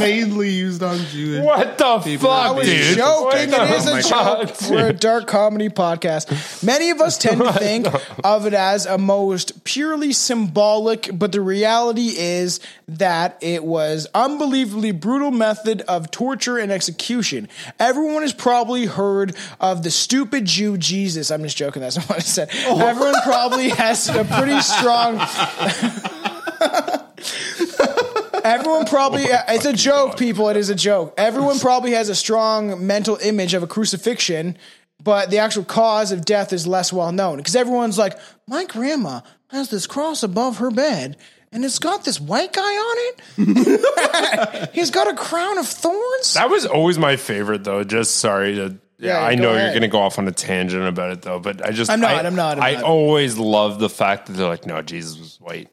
Speaker 8: Mainly used on Jewish.
Speaker 7: what the
Speaker 8: are
Speaker 7: fuck,
Speaker 8: being
Speaker 7: dude?
Speaker 6: joking.
Speaker 7: What
Speaker 6: It is
Speaker 7: the
Speaker 6: a
Speaker 7: fuck,
Speaker 6: joke. We're a
Speaker 7: dude?
Speaker 6: dark comedy podcast. Many of us tend to think of it as a most purely symbolic, but the reality is that it was unbelievably brutal method of torture and execution. Everyone has probably heard of the stupid Jew Jesus. I'm just joking. That's not what I said.
Speaker 7: Oh.
Speaker 6: Everyone probably has a pretty strong Everyone probably,
Speaker 7: Oh
Speaker 6: it's a joke, people. It is a joke. Everyone probably has a strong mental image of a crucifixion, but the actual cause of death is less well known because everyone's like, my grandma has this cross above her bed and it's got this white guy on it. He's got a crown of thorns.
Speaker 7: That was always my favorite, though. Just sorry to Yeah,
Speaker 6: Yeah,
Speaker 7: I
Speaker 6: go
Speaker 7: know you're
Speaker 6: ahead.
Speaker 7: going to go off on a tangent about it though, but I just
Speaker 6: I'm not,
Speaker 7: I,
Speaker 6: I'm not, I'm
Speaker 7: I
Speaker 6: not.
Speaker 7: always love the fact that they're like, no, Jesus was white.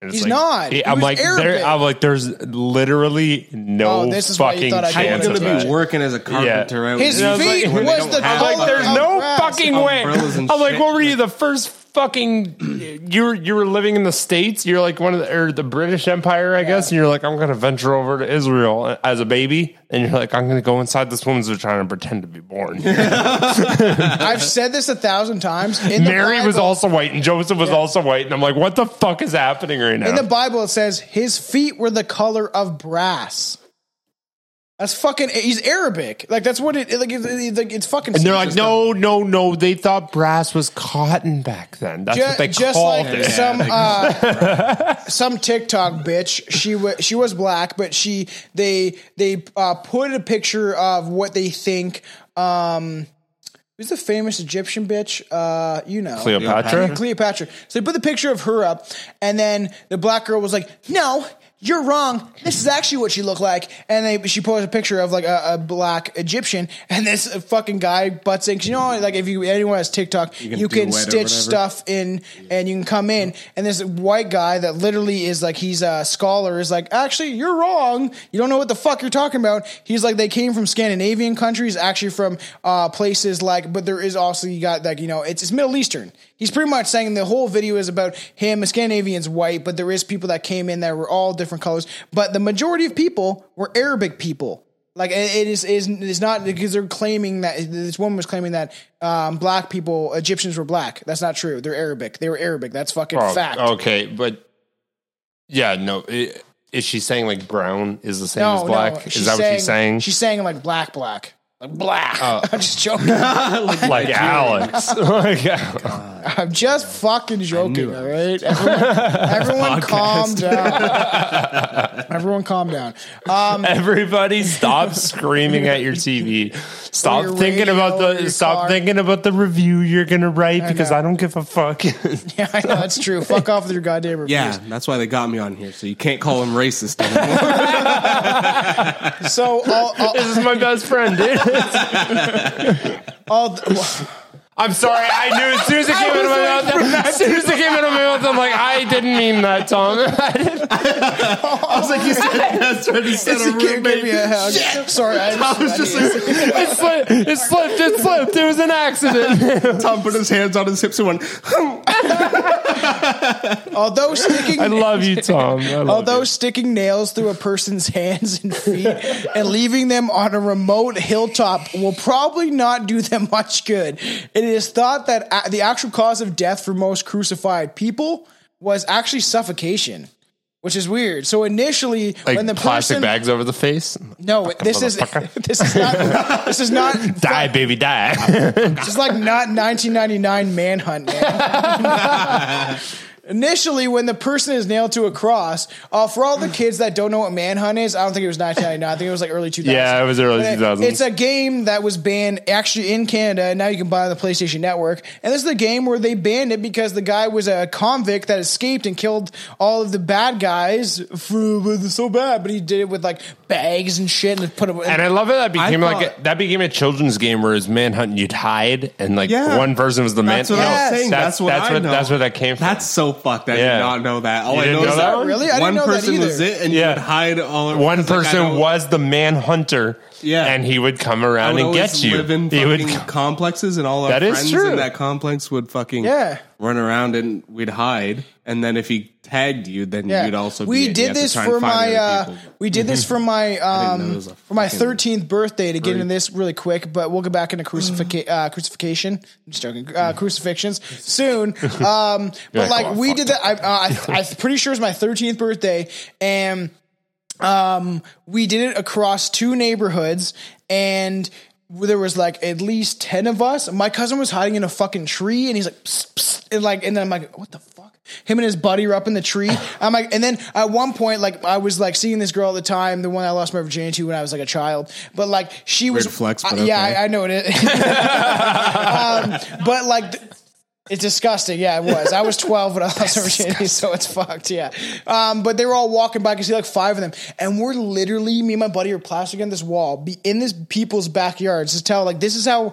Speaker 7: And
Speaker 6: He's not.
Speaker 7: Yeah,
Speaker 6: He
Speaker 7: I'm
Speaker 6: was
Speaker 7: like, there,
Speaker 6: Arabic.
Speaker 7: I'm like, there's literally no
Speaker 6: Oh, this is why you
Speaker 7: fucking
Speaker 6: thought I
Speaker 7: chance.
Speaker 6: didn't
Speaker 8: How you
Speaker 6: wanna
Speaker 7: of
Speaker 8: going to
Speaker 7: that.
Speaker 8: be working as a carpenter? right?
Speaker 6: His
Speaker 7: Yeah, I was
Speaker 6: feet
Speaker 7: like-
Speaker 6: was the
Speaker 7: I'm
Speaker 6: color
Speaker 7: like, there's
Speaker 6: of
Speaker 7: no
Speaker 6: grass.
Speaker 7: fucking way.
Speaker 8: Umbrellas
Speaker 7: I'm
Speaker 8: and
Speaker 7: like,
Speaker 8: shit.
Speaker 7: what were you? The first fucking you were you were living in the states. You're like one of the or the British Empire, I guess. And you're like, I'm gonna venture over to Israel as a baby, and you're like, I'm gonna go inside this woman's vagina and pretend to be born.
Speaker 6: I've said this a thousand times. In the
Speaker 7: Mary was
Speaker 6: Bible-
Speaker 7: also white, and Joseph was also white, and I'm like, what the fuck is happening right now?
Speaker 6: In the Bible, it says his feet were the color of brass. That's fucking. He's Arabic. Like that's what it. Like, it- it- like, it's fucking.
Speaker 7: and they're like, no, no, no. They thought brass was cotton back then. That's
Speaker 6: Ju-
Speaker 7: what they
Speaker 6: just
Speaker 7: called
Speaker 6: like
Speaker 7: it.
Speaker 6: some uh, some TikTok bitch. She was she was black, but she they they uh, put a picture of what they think. Um, who's the famous Egyptian bitch? Uh, you know,
Speaker 7: Cleopatra.
Speaker 6: Cleopatra. So they put the picture of her up, and then the black girl was like, "No, you're wrong. This is actually what she looked like." And they she posted a picture of like a, a black Egyptian, and this fucking guy butts in. 'Cause you know, like if you anyone has TikTok, you can,
Speaker 8: do it or
Speaker 6: stitch
Speaker 8: whatever.
Speaker 6: stuff in, and you can come in. And this white guy that literally is like he's a scholar is like, "Actually, you're wrong. You don't know what the fuck you're talking about." He's like, they came from Scandinavian countries, actually from uh, places like, but there is also you got like you know it's it's Middle Eastern. He's pretty much saying the whole video is about him. A Scandinavian's white, but there is people that came in that were all different colors. But the majority of people were Arabic people. Like it it is is it's not because they're claiming that this woman was claiming that um, black people Egyptians were black. That's not true. They're Arabic. They were Arabic. That's fucking
Speaker 7: Oh,
Speaker 6: fact.
Speaker 7: Okay, but yeah, no. i- Is she saying like brown is the same as black? is that what she's saying? Oh,
Speaker 6: She's saying like black, black, like black. I'm just joking.
Speaker 7: like Alex. like,
Speaker 6: I'm just fucking joking. All right, everyone, everyone calm down. everyone calm down. Um,
Speaker 7: everybody, stop screaming at your TV. Stop
Speaker 6: your
Speaker 7: thinking
Speaker 6: radio,
Speaker 7: about
Speaker 6: or
Speaker 7: the
Speaker 6: your
Speaker 7: stop
Speaker 6: car.
Speaker 7: thinking about the review you're gonna write because
Speaker 6: know.
Speaker 7: I don't give a fuck.
Speaker 6: yeah, I know that's true. Fuck off with your goddamn reviews.
Speaker 8: Yeah, that's why they got me on here. So you can't call him racist anymore.
Speaker 6: So all, all,
Speaker 7: this is my best friend, dude.
Speaker 6: all the-
Speaker 7: I'm sorry. I knew as soon as it came out of my mouth. As soon as it came out of my mouth, I'm like, I didn't mean that, Tom. I didn't-
Speaker 8: I was like, you said that's right. He said a
Speaker 6: give, give me
Speaker 8: roommate.
Speaker 6: a hug. Sorry, I'm
Speaker 8: I was just like,
Speaker 7: it slipped. It slipped. It slipped. It was an accident.
Speaker 8: Tom put his hands on his hips and went, "Hmm."
Speaker 6: Although sticking,
Speaker 7: I love you, Tom. I love
Speaker 6: although
Speaker 7: you.
Speaker 6: sticking nails through a person's hands and feet and leaving them on a remote hilltop will probably not do them much good. It is thought that a- the actual cause of death for most crucified people was actually suffocation. Which is weird. So initially, when the person,
Speaker 7: over the face.
Speaker 6: no, this is
Speaker 7: motherfucker.
Speaker 6: this is not this is not
Speaker 7: Die, baby, die.
Speaker 6: It's like not 1999 manhunt. man. Initially, when the person is nailed to a cross, uh, for all the kids that don't know what manhunt is, I don't think it was 1999. I think it was like early 2000s.
Speaker 7: yeah, it was early
Speaker 6: But
Speaker 7: 2000s.
Speaker 6: It's a game that was banned actually in Canada, and now you can buy it on the PlayStation Network. And this is the game where they banned it because the guy was a convict that escaped and killed all of the bad guys. For, was so bad, but he did it with like bags and shit and put it.
Speaker 7: and I love it. That became
Speaker 8: I
Speaker 7: like
Speaker 8: thought-
Speaker 7: a, that became a children's game where it was manhunt. and You'd hide, and like
Speaker 8: Yeah.
Speaker 7: one person was the man.
Speaker 8: That's what I was saying. That's what
Speaker 7: that's
Speaker 8: I
Speaker 7: what
Speaker 8: know.
Speaker 7: that's where that came from.
Speaker 8: That's so fucked. I
Speaker 7: Yeah.
Speaker 8: did not know that. All
Speaker 7: You
Speaker 8: I
Speaker 7: didn't
Speaker 8: know,
Speaker 7: know
Speaker 8: is
Speaker 7: that
Speaker 8: that
Speaker 7: one?
Speaker 6: Really? I didn't
Speaker 8: one
Speaker 6: know that
Speaker 8: person
Speaker 6: either.
Speaker 8: was it, and
Speaker 7: Yeah.
Speaker 8: you would hide all around.
Speaker 7: one
Speaker 8: It's like, I
Speaker 7: person
Speaker 8: know-
Speaker 7: was the manhunter.
Speaker 8: Yeah.
Speaker 7: and he would come
Speaker 8: I
Speaker 7: around
Speaker 8: would
Speaker 7: and
Speaker 8: always
Speaker 7: get you.
Speaker 8: Live in
Speaker 7: he would.
Speaker 8: fucking complexes, and all our
Speaker 7: That is
Speaker 8: friends
Speaker 7: true.
Speaker 8: in that complex would fucking
Speaker 6: Yeah.
Speaker 8: run around, and we'd hide. And then if he tagged you, then you'd also. be
Speaker 6: we
Speaker 8: it. You
Speaker 6: did
Speaker 8: have to
Speaker 6: this
Speaker 8: try and
Speaker 6: for
Speaker 8: find
Speaker 6: my
Speaker 8: other
Speaker 6: uh,
Speaker 8: people.
Speaker 6: we did this for my
Speaker 8: didn't know it
Speaker 6: um
Speaker 8: was a
Speaker 6: for my
Speaker 8: fucking
Speaker 6: 13th birthday to get into this really quick but we'll get back into crucifica- uh, crucifixion I'm just joking uh, crucifixions soon um but
Speaker 7: like,
Speaker 6: like
Speaker 7: "Oh,
Speaker 6: we
Speaker 7: fuck
Speaker 6: did that I, uh, I, I'm pretty sure it's my 13th birthday and um, we did it across two neighborhoods and there was like at least 10 of us. My cousin was hiding in a fucking tree and he's like, psst, psst, and like, and then I'm like, what the fuck? Him and his buddy were up in the tree. I'm like, and then at one point, like, I was like seeing this girl at the time, the one I lost my virginity to when I was like a child, but like, she was,
Speaker 8: Weird flex, but
Speaker 6: I- yeah,
Speaker 8: okay.
Speaker 6: I, I know it is. um, but like, th- It's disgusting. Yeah, it was. I was 12 when I lost my virginity, so it's fucked. Yeah. Um, but they were all walking by. I could see like five of them. And we're literally, me and my buddy are plastered against this wall, be in this people's backyards to tell, like, this is how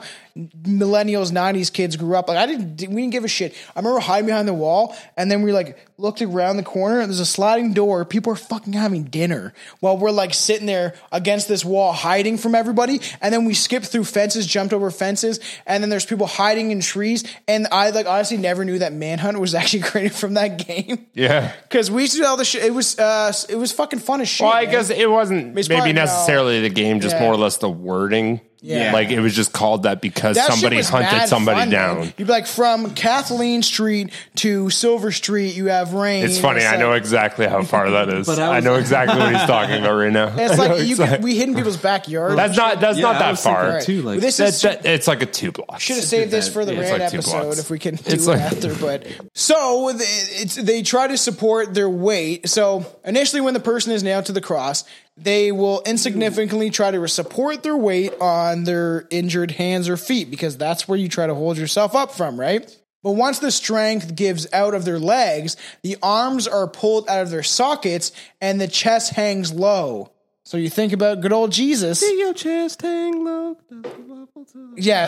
Speaker 6: millennials, 90s kids grew up. Like, I didn't, we didn't give a shit. I remember hiding behind the wall, and then we like looked around the corner, and there's a sliding door. People are fucking having dinner while we're like sitting there against this wall, hiding from everybody. And then we skipped through fences, jumped over fences, and then there's people hiding in trees. And I like honestly never knew that Manhunt was actually created from that game
Speaker 7: Yeah.
Speaker 6: because we used to do all the shit. It was, uh, it was fucking fun as shit.
Speaker 7: Well, I
Speaker 6: man.
Speaker 7: guess it wasn't
Speaker 6: It's probably
Speaker 7: maybe
Speaker 6: no.
Speaker 7: necessarily the game, just
Speaker 6: Yeah.
Speaker 7: more or less the wording.
Speaker 6: Yeah.
Speaker 7: Like it was just called that because
Speaker 6: That shit
Speaker 7: somebody
Speaker 6: was
Speaker 7: hunted
Speaker 6: mad
Speaker 7: somebody
Speaker 6: fun,
Speaker 7: down.
Speaker 6: man. You'd be like from Kathleen Street to Silver Street. You have rain. uh,
Speaker 7: It's funny. I
Speaker 6: like-
Speaker 7: know exactly how far that is.
Speaker 10: But I
Speaker 7: I,
Speaker 10: was-
Speaker 7: know exactly what he's talking about right now.
Speaker 6: It's
Speaker 7: I know
Speaker 6: like you
Speaker 7: exact-
Speaker 6: could, we hid in people's backyards.
Speaker 7: that's not that's not
Speaker 10: I
Speaker 7: that
Speaker 10: was thinking
Speaker 7: far.
Speaker 10: that too, like-
Speaker 6: this
Speaker 7: That-
Speaker 6: is
Speaker 7: that- it's like a two block.
Speaker 6: should have saved this for the
Speaker 7: Yeah, it's
Speaker 6: rant
Speaker 7: like two
Speaker 6: episode
Speaker 7: blocks.
Speaker 6: if we can do
Speaker 7: It's
Speaker 6: it
Speaker 7: like-
Speaker 6: after. But so th- it's they try to support their weight. So initially, when the person is nailed to the cross, they will insignificantly try to support their weight on their injured hands or feet because that's where you try to hold yourself up from, right? But once the strength gives out of their legs, the arms are pulled out of their sockets and the chest hangs low. So you think about good old Jesus.
Speaker 10: Your chest hang low.
Speaker 6: Yeah,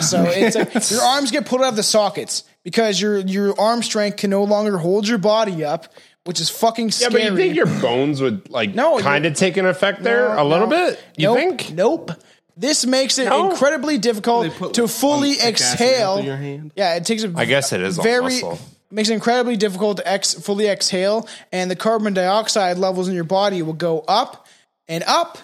Speaker 6: so it's like your arms get pulled out of the sockets because your your arm strength can no longer hold your body up, which is fucking
Speaker 7: Yeah,
Speaker 6: scary.
Speaker 7: but you think your bones would like
Speaker 6: No,
Speaker 7: kind of take an effect there
Speaker 6: No,
Speaker 7: a little
Speaker 6: no.
Speaker 7: bit? You
Speaker 6: nope,
Speaker 7: think?
Speaker 6: Nope. This makes it
Speaker 7: No.
Speaker 6: incredibly difficult to fully exhale.
Speaker 9: your hand.
Speaker 6: Yeah, it takes a
Speaker 7: I guess it is all
Speaker 6: very
Speaker 7: muscle.
Speaker 6: makes it incredibly difficult to ex fully exhale, and the carbon dioxide levels in your body will go up and up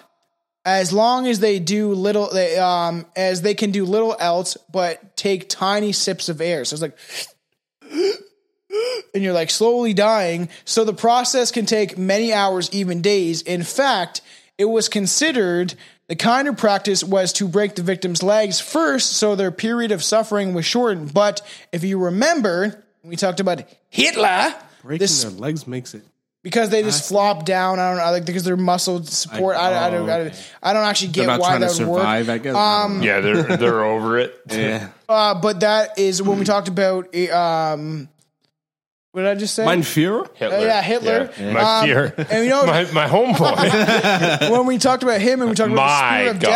Speaker 6: as long as they do little they, um as they can do little else but take tiny sips of air. So it's like and you're like slowly dying. So the process can take many hours, even days. In fact, it was considered the kinder practice was to break the victim's legs first so their period of suffering was shortened. But if you remember, we talked about Hitler.
Speaker 10: Breaking
Speaker 6: This-
Speaker 10: their legs makes it.
Speaker 6: Because they just flop down, I don't know, like because their muscle support. I, I, don't, I, don't, I don't actually get
Speaker 8: Oh, not
Speaker 6: why
Speaker 8: trying to
Speaker 6: that would work. Um,
Speaker 8: survive, I guess. I don't know.
Speaker 7: Yeah, they're they're over it.
Speaker 8: yeah.
Speaker 6: Uh, but that is when
Speaker 8: Hmm.
Speaker 6: we talked about. eh, Um, what did I just say?
Speaker 8: Mein Führer?
Speaker 7: Hitler.
Speaker 6: yeah, Hitler.
Speaker 7: Yeah. My
Speaker 6: Um,
Speaker 7: fear.
Speaker 6: and you know-
Speaker 7: my, my homeboy.
Speaker 6: when we talked about him and we talked about
Speaker 7: My
Speaker 6: the spear of
Speaker 7: God.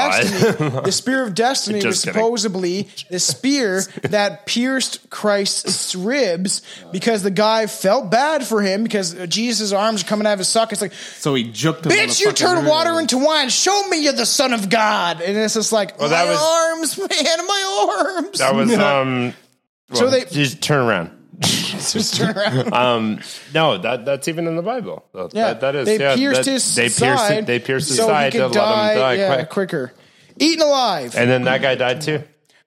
Speaker 6: destiny, the spear of destiny was
Speaker 7: Just kidding.
Speaker 6: supposedly the spear that pierced Christ's ribs because the guy felt bad for him because Jesus' arms are coming out of his sock. It's like,
Speaker 8: So he juked him. on the
Speaker 6: bitch, you
Speaker 8: fucking
Speaker 6: turn
Speaker 8: roof.
Speaker 6: water into wine. Show me you're the son of God. And it's just like,
Speaker 7: that
Speaker 6: my
Speaker 7: was-
Speaker 6: arms, man, my arms.
Speaker 7: that was um.
Speaker 6: So
Speaker 7: well,
Speaker 6: they-
Speaker 7: just turn around.
Speaker 6: Just turn around.
Speaker 7: Um, no, that that's even in the Bible. That-
Speaker 6: Yeah,
Speaker 7: that is.
Speaker 6: They
Speaker 7: yeah,
Speaker 6: pierced
Speaker 7: that-
Speaker 6: his
Speaker 7: they
Speaker 6: side.
Speaker 7: Pierced, it- they pierced his
Speaker 6: so he
Speaker 7: side
Speaker 6: could
Speaker 7: to let him die
Speaker 6: yeah,
Speaker 7: quick.
Speaker 6: quicker. Eaten alive.
Speaker 7: And then that guy died too.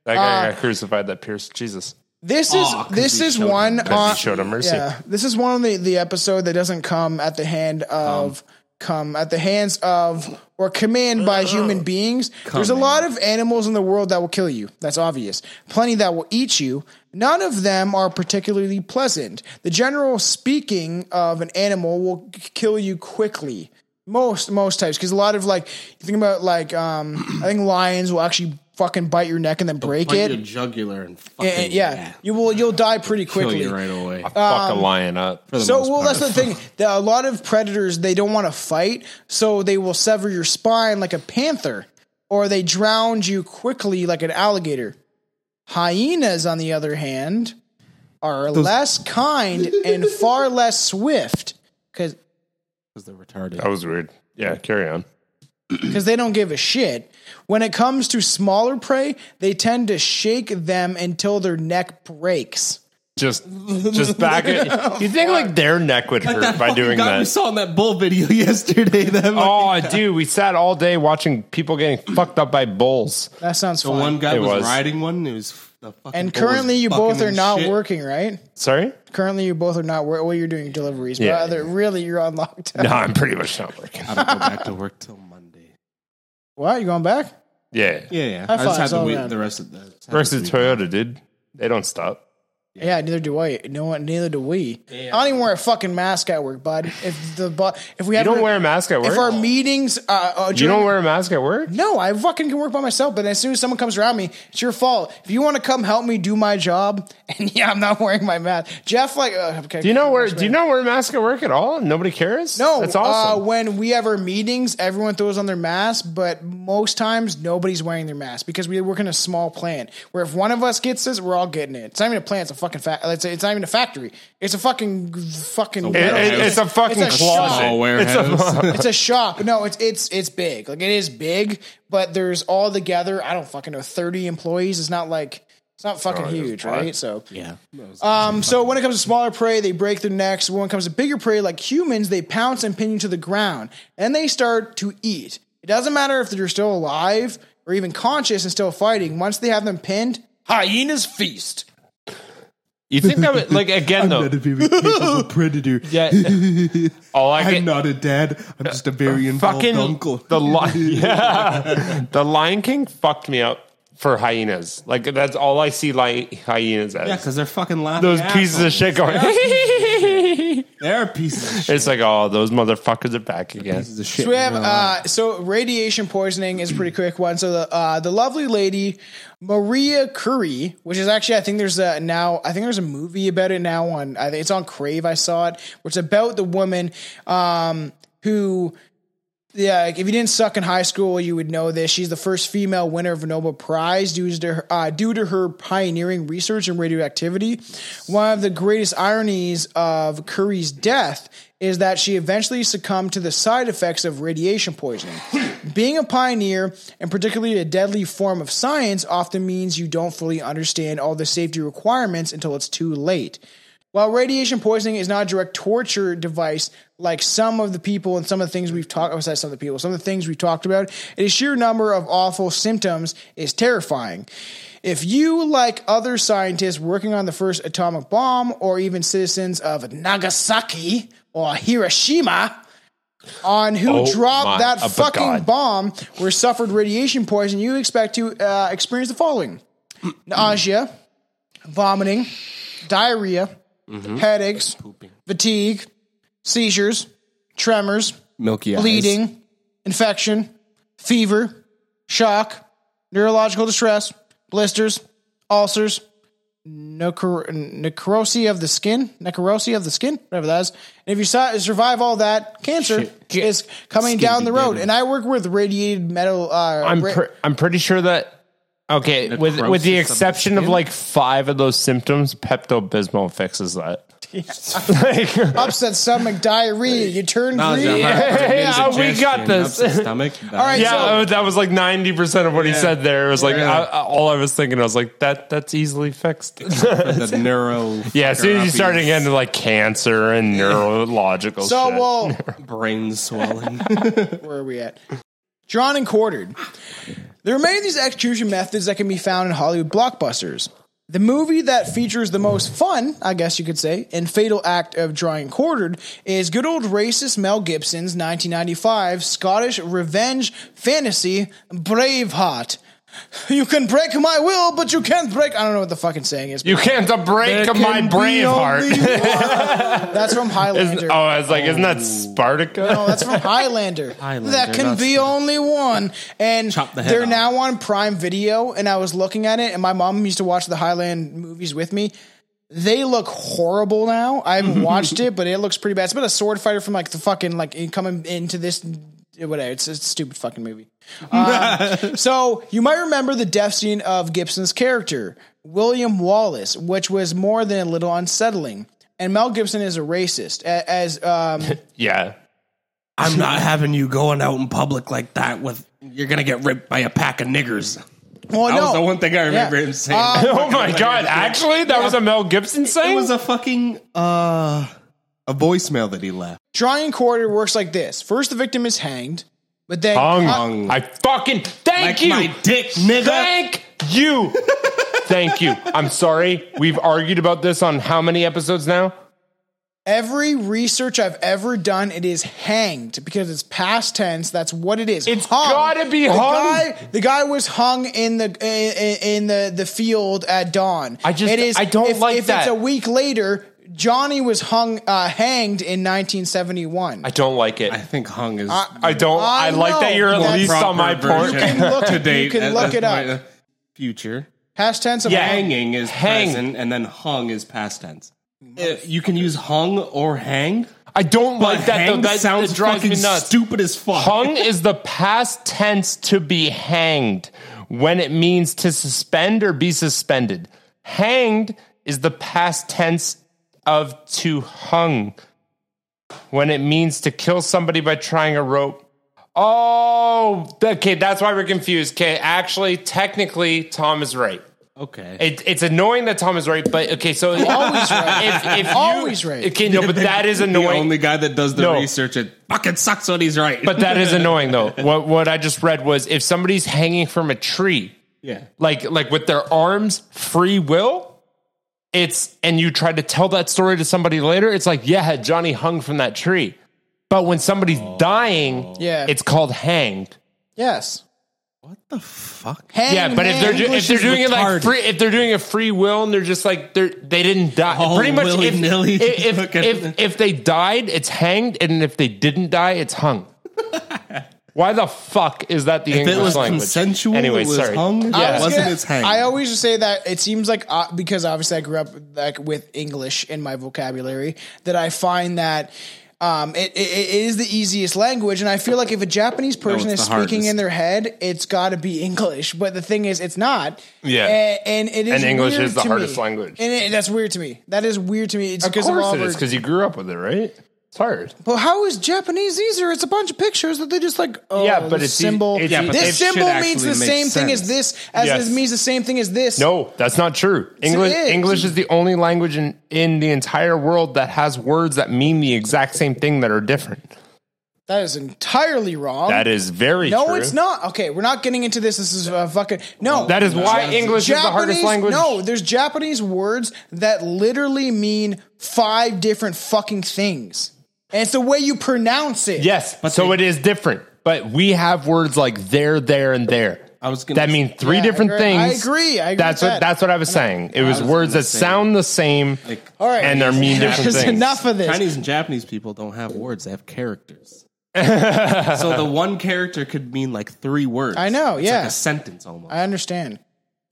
Speaker 7: That
Speaker 6: Uh,
Speaker 7: guy got crucified. That pierced Jesus.
Speaker 6: This is this is one
Speaker 7: Because
Speaker 6: on
Speaker 7: he showed him mercy.
Speaker 6: Yeah, this is one on the the episode that doesn't come at the
Speaker 7: Um.
Speaker 6: hand of come at the hands of or command by human beings. There's a lot of animals in the world that will kill you. That's obvious. Plenty that will eat you. None of them are particularly pleasant. The general speaking of an animal will k- kill you quickly. Most most types, because a lot of like you think about like um I think lions will actually fucking bite your neck and then break
Speaker 10: Bite
Speaker 6: it.
Speaker 10: your jugular and
Speaker 6: Yeah,
Speaker 10: fucking
Speaker 6: yeah, you will you'll die pretty
Speaker 10: kill
Speaker 6: quickly.
Speaker 10: you right away.
Speaker 7: Fuck a
Speaker 6: um,
Speaker 7: lion up.
Speaker 6: So well, that's the thing. There are a lot of predators they don't want to fight, so they will sever your spine like a panther, or they drown you quickly like an alligator. Hyenas, on the other hand, are less kind and far less swift because
Speaker 7: That was weird. Yeah, carry on.
Speaker 6: because they don't give a shit. When it comes to smaller prey, they tend to shake them until their neck breaks.
Speaker 7: Just just back it. You think like their neck would hurt by doing
Speaker 10: God, we
Speaker 7: that?
Speaker 10: saw in that bull video yesterday. That
Speaker 7: Oh, dude, we sat all day watching people getting fucked up by bulls.
Speaker 6: That sounds fun.
Speaker 10: one guy
Speaker 7: It
Speaker 10: was,
Speaker 7: was.
Speaker 10: riding one. It was the fucking
Speaker 6: and
Speaker 10: bull was
Speaker 6: currently, you
Speaker 10: bucking
Speaker 6: both are
Speaker 10: and
Speaker 6: not
Speaker 10: shit.
Speaker 6: working, right?
Speaker 7: Sorry?
Speaker 6: currently you both are not wor- well you're doing deliveries but
Speaker 7: Yeah.
Speaker 6: other, really you're on lockdown
Speaker 7: No, I'm pretty much not working.
Speaker 10: I don't go back to work till Monday.
Speaker 6: what you going back
Speaker 7: Yeah.
Speaker 10: Yeah, yeah.
Speaker 6: High
Speaker 10: I just
Speaker 6: fives
Speaker 10: had
Speaker 6: all
Speaker 10: to wait
Speaker 6: around.
Speaker 10: the rest of the.
Speaker 7: Versus Toyota, dude. They don't stop.
Speaker 6: Yeah, neither do I. No, one- neither do we. I don't even wear a fucking mask at work, bud. If the bu- if we have
Speaker 7: don't wear a mask at
Speaker 6: If
Speaker 7: work?
Speaker 6: our meetings, uh, uh,
Speaker 7: You
Speaker 6: during-
Speaker 7: don't wear a mask at work?
Speaker 6: No, I fucking can work by myself. But as soon as someone comes around me, it's your fault. If you want to come help me do my job, and yeah, I'm not wearing my mask. Jeff, like, uh, okay,
Speaker 7: Do you not wear? Do you not wear a mask at work at all? Nobody cares.
Speaker 6: No,
Speaker 7: that's awesome.
Speaker 6: Uh, when we have our meetings, everyone throws on their mask, but most times nobody's wearing their mask because we work in a small plant where if one of us gets this, we're all getting it. It's not even a plant; it's a fucking fa- it's, it's not even a factory. It's a fucking fucking.
Speaker 7: It- it- it's a fucking closet.
Speaker 6: shop.
Speaker 8: warehouse.
Speaker 6: It's a shop. No, it's it's it's big. Like it is big, but there's all together. I don't fucking know. Thirty employees. It's not like it's not fucking huge, right? So yeah. Um. So when it comes to smaller prey, they break their necks. When it comes to bigger prey, like humans, they pounce and pin you to the ground, and they start to eat. It doesn't matter if they're still alive or even conscious and still fighting. Once they have them pinned, hyenas feast.
Speaker 7: you think that would like again though?
Speaker 10: Not a very capable predator.
Speaker 7: Yeah. All I
Speaker 10: I'm
Speaker 7: can
Speaker 10: not a dad. I'm just a very involved
Speaker 7: fucking
Speaker 10: uncle.
Speaker 7: the li- yeah. the Lion King fucked me up for hyenas. Like that's all I see like hyenas as.
Speaker 8: Yeah, because they're fucking laughing.
Speaker 7: those pieces of shit going.
Speaker 8: They're pieces of shit.
Speaker 7: it's like oh, those motherfuckers are back again.
Speaker 8: Pieces of shit.
Speaker 6: So we have uh, so radiation poisoning is a pretty quick one. So the uh, the lovely lady Maria Curie, which is actually I think there's a now I think there's a movie about it now on I think it's on Crave. I saw it, which is about the woman um, who yeah, like if you didn't suck in high school, you would know this. She's the first female winner of a Nobel Prize due to her, uh, due to her pioneering research in radioactivity. One of the greatest ironies of Curie's death is that she eventually succumbed to the side effects of radiation poisoning. Being a pioneer, and particularly a deadly form of science, often means you don't fully understand all the safety requirements until it's too late. While radiation poisoning is not a direct torture device, like some of the people and some of the things we've talked, I said some of the people, some of the things we've talked about, the sheer number of awful symptoms is terrifying. If you, like other scientists working on the first atomic bomb, or even citizens of Nagasaki or Hiroshima, on who
Speaker 7: Oh my,
Speaker 6: dropped that
Speaker 7: uh, but
Speaker 6: fucking
Speaker 7: God.
Speaker 6: bomb or suffered radiation poisoning, you expect to uh, experience the following: nausea, vomiting, diarrhea, headaches, fatigue, seizures, tremors,
Speaker 8: Milky eyes.
Speaker 6: bleeding, infection, fever, shock, neurological distress, blisters, ulcers, necro- necrosis of the skin, necrosis of the skin, whatever that is. And if you su- survive all that, cancer is coming down the road. And I work with radiated metal. Uh,
Speaker 7: I'm
Speaker 6: ra-
Speaker 7: pre- I'm pretty sure that okay, with with the exception of like five of those symptoms, Pepto Bismol fixes that. like,
Speaker 6: upset stomach, diarrhea, you turn
Speaker 8: Oh,
Speaker 6: green.
Speaker 7: yeah, we got this.
Speaker 8: Stomach.
Speaker 6: All right,
Speaker 7: Yeah,
Speaker 6: so-
Speaker 7: uh, that was like ninety percent of what he said there. It was like I, I- all I was thinking. I was like, that that's easily fixed.
Speaker 8: The neuro.
Speaker 7: yeah, as soon as you started getting into like cancer and neurological.
Speaker 6: So
Speaker 7: shit.
Speaker 6: well,
Speaker 8: brain swelling.
Speaker 6: where are we at? Drawn and quartered. There are many of these execution methods that can be found in Hollywood blockbusters. The movie that features the most fun, I guess you could say, and fatal act of drawing quartered is good old racist Mel Gibson's 1995 Scottish revenge fantasy Braveheart. You can break my will, but you can't break. I don't know what the fucking saying is.
Speaker 7: you can't uh, break my brave heart.
Speaker 6: That's from Highlander.
Speaker 7: Isn't- oh, I was like, isn't that Spartacus?
Speaker 6: No, that's from Highlander.
Speaker 8: Highlander,
Speaker 6: That can
Speaker 8: that's
Speaker 6: be
Speaker 8: the-
Speaker 6: only one. And
Speaker 8: Chop the head
Speaker 6: they're
Speaker 8: off.
Speaker 6: now on Prime Video, and I was looking at it, and my mom used to watch the Highland movies with me. They look horrible now. I haven't watched it, but it looks pretty bad. It's about a sword fighter from like the fucking like in- coming into this whatever. It's a stupid fucking movie. Um, so you might remember the death scene of Gibson's character William Wallace, which was more than a little unsettling. And Mel Gibson is a racist, a- as um,
Speaker 7: Yeah.
Speaker 8: I'm not having you going out in public like that with. You're gonna get ripped by a pack of niggers.
Speaker 6: well,
Speaker 8: That
Speaker 6: no,
Speaker 8: was the one thing I remember
Speaker 6: Yeah.
Speaker 8: him saying.
Speaker 7: Oh my god! Actually, that was a Mel Gibson
Speaker 8: it
Speaker 7: saying.
Speaker 8: was a fucking uh, a voicemail that he left.
Speaker 6: Drawing quarter works like this. First, the victim is hanged, but then
Speaker 7: Hung.
Speaker 6: cut-
Speaker 7: I fucking thank
Speaker 8: Like
Speaker 7: you.
Speaker 8: my dick, nigga.
Speaker 7: Thank you. thank you. I'm sorry. We've argued about this on how many episodes now?
Speaker 6: Every research I've ever done, it is hanged because it's past tense. That's what it is.
Speaker 7: It's gotta be hung.
Speaker 6: The guy, the guy was hung in the in, in the the field at dawn.
Speaker 7: I just-
Speaker 6: it is.
Speaker 7: I don't
Speaker 6: if,
Speaker 7: like
Speaker 6: if
Speaker 7: that.
Speaker 6: it's a week later. Johnny was hung uh, hanged in 1971.
Speaker 7: I don't like it.
Speaker 8: I
Speaker 7: I,
Speaker 8: think hung is
Speaker 7: don't. I,
Speaker 6: I
Speaker 7: like that
Speaker 6: know.
Speaker 7: you're at
Speaker 6: That's-
Speaker 7: least on my
Speaker 8: proper
Speaker 7: porch.
Speaker 8: version
Speaker 6: can look-
Speaker 8: to
Speaker 6: you
Speaker 8: date.
Speaker 6: can
Speaker 8: That-
Speaker 6: look
Speaker 8: that's
Speaker 6: it up.
Speaker 8: my, uh, Future
Speaker 6: Past tense of
Speaker 7: Yeah.
Speaker 6: hung.
Speaker 8: hanging is
Speaker 7: Hang.
Speaker 8: present, and then hung is past tense. Uh, you can use hung or hanged.
Speaker 7: I don't like that. Though.
Speaker 8: hanged
Speaker 7: That
Speaker 8: sounds
Speaker 7: it drives
Speaker 8: fucking
Speaker 7: me nuts.
Speaker 8: stupid as fuck.
Speaker 7: Hung is the past tense to be hanged when it means to suspend or be suspended. Hanged is the past tense of to hung when it means to kill somebody by trying a rope. Oh, okay, that's why we're confused. Okay, actually, technically, Tom is right.
Speaker 8: Okay.
Speaker 7: It, it's annoying that Tom is right, but okay, so always right. If, if you-
Speaker 6: Always right.
Speaker 7: Okay, no, but that is
Speaker 8: the
Speaker 7: annoying.
Speaker 8: only guy that does the
Speaker 7: No.
Speaker 8: research. It fucking sucks when he's right.
Speaker 7: But that is annoying though. What what I just read was if somebody's hanging from a tree,
Speaker 8: yeah.
Speaker 7: like like with their arms free will, it's and you try to tell that story to somebody later, it's like, yeah, Johnny hung from that tree. But when somebody's dying,
Speaker 6: Yeah.
Speaker 7: it's called hanged.
Speaker 6: Yes.
Speaker 8: What the fuck?
Speaker 6: Hang,
Speaker 7: yeah, but if they're
Speaker 6: hang.
Speaker 7: ju- if they're
Speaker 8: is
Speaker 7: doing it like
Speaker 8: retarded.
Speaker 7: free, if they're doing a free will and they're just like they're they didn't die.
Speaker 8: Oh,
Speaker 7: Pretty much, if,
Speaker 8: willy-nilly.
Speaker 7: if, if,
Speaker 8: Fucking-
Speaker 7: if if they died, it's hanged, and if they didn't die, it's hung. Why the fuck is that the
Speaker 8: If
Speaker 7: English
Speaker 8: it was
Speaker 7: language?
Speaker 8: consensual, it was hung.
Speaker 7: Yeah.
Speaker 8: It wasn't
Speaker 6: gonna-
Speaker 8: its hang.
Speaker 6: I always say that it seems like uh, because obviously I grew up like with English in my vocabulary that I find that um, it, it, it is the easiest language, and I feel like if a Japanese person
Speaker 8: it's
Speaker 6: is
Speaker 8: the
Speaker 6: speaking
Speaker 8: hardest.
Speaker 6: in their head, it's got to be English. But the thing is, it's not.
Speaker 7: Yeah.
Speaker 6: A- and, it is
Speaker 7: And English
Speaker 6: weird
Speaker 7: is the
Speaker 6: to
Speaker 7: hardest
Speaker 6: me.
Speaker 7: language.
Speaker 6: and it, that's weird to me. That is weird to me. It's
Speaker 7: Of
Speaker 6: because of,
Speaker 7: course
Speaker 6: all
Speaker 7: it is
Speaker 6: our-
Speaker 7: because you grew up with it, right? It's hard.
Speaker 6: Well, how is Japanese easier? It's a bunch of pictures that they just like. Oh,
Speaker 7: Yeah, but
Speaker 6: this
Speaker 7: it's e-
Speaker 6: symbol.
Speaker 7: it's- Yeah, but it
Speaker 6: this
Speaker 8: should
Speaker 6: symbol means
Speaker 8: actually
Speaker 6: the
Speaker 8: make
Speaker 6: same thing as
Speaker 8: sense.
Speaker 6: this, as
Speaker 7: Yes.
Speaker 6: it means the same thing as this.
Speaker 7: No, that's not true. English
Speaker 6: is.
Speaker 7: English is the only language in, in the entire world that has words that mean the exact same thing that are different.
Speaker 6: that is entirely wrong.
Speaker 7: That is very
Speaker 6: no,
Speaker 7: true.
Speaker 6: it's not. Okay, we're not getting into this. This is uh, fucking no.
Speaker 7: That is why English is the hardest language.
Speaker 6: No, there's Japanese words that literally mean five different fucking things, and it's the way you pronounce it.
Speaker 7: Yes, so it is different. But we have words like there, there, and there.
Speaker 8: I was gonna
Speaker 7: that mean three
Speaker 6: Yeah, I
Speaker 7: different
Speaker 6: agree. I
Speaker 7: things.
Speaker 6: agree. I agree
Speaker 7: That's
Speaker 6: with
Speaker 7: what
Speaker 6: that.
Speaker 7: that's what I was saying. It was,
Speaker 8: was
Speaker 7: words
Speaker 8: gonna
Speaker 7: that
Speaker 8: say-
Speaker 7: sound the same,
Speaker 8: Like,
Speaker 6: All right.
Speaker 7: and they're mean different
Speaker 6: There's
Speaker 7: things.
Speaker 6: enough of this.
Speaker 8: Chinese and Japanese people don't have words; they have characters. so the one character could mean like three words.
Speaker 6: I know,
Speaker 8: It's
Speaker 6: yeah.
Speaker 8: like a sentence almost.
Speaker 6: I understand.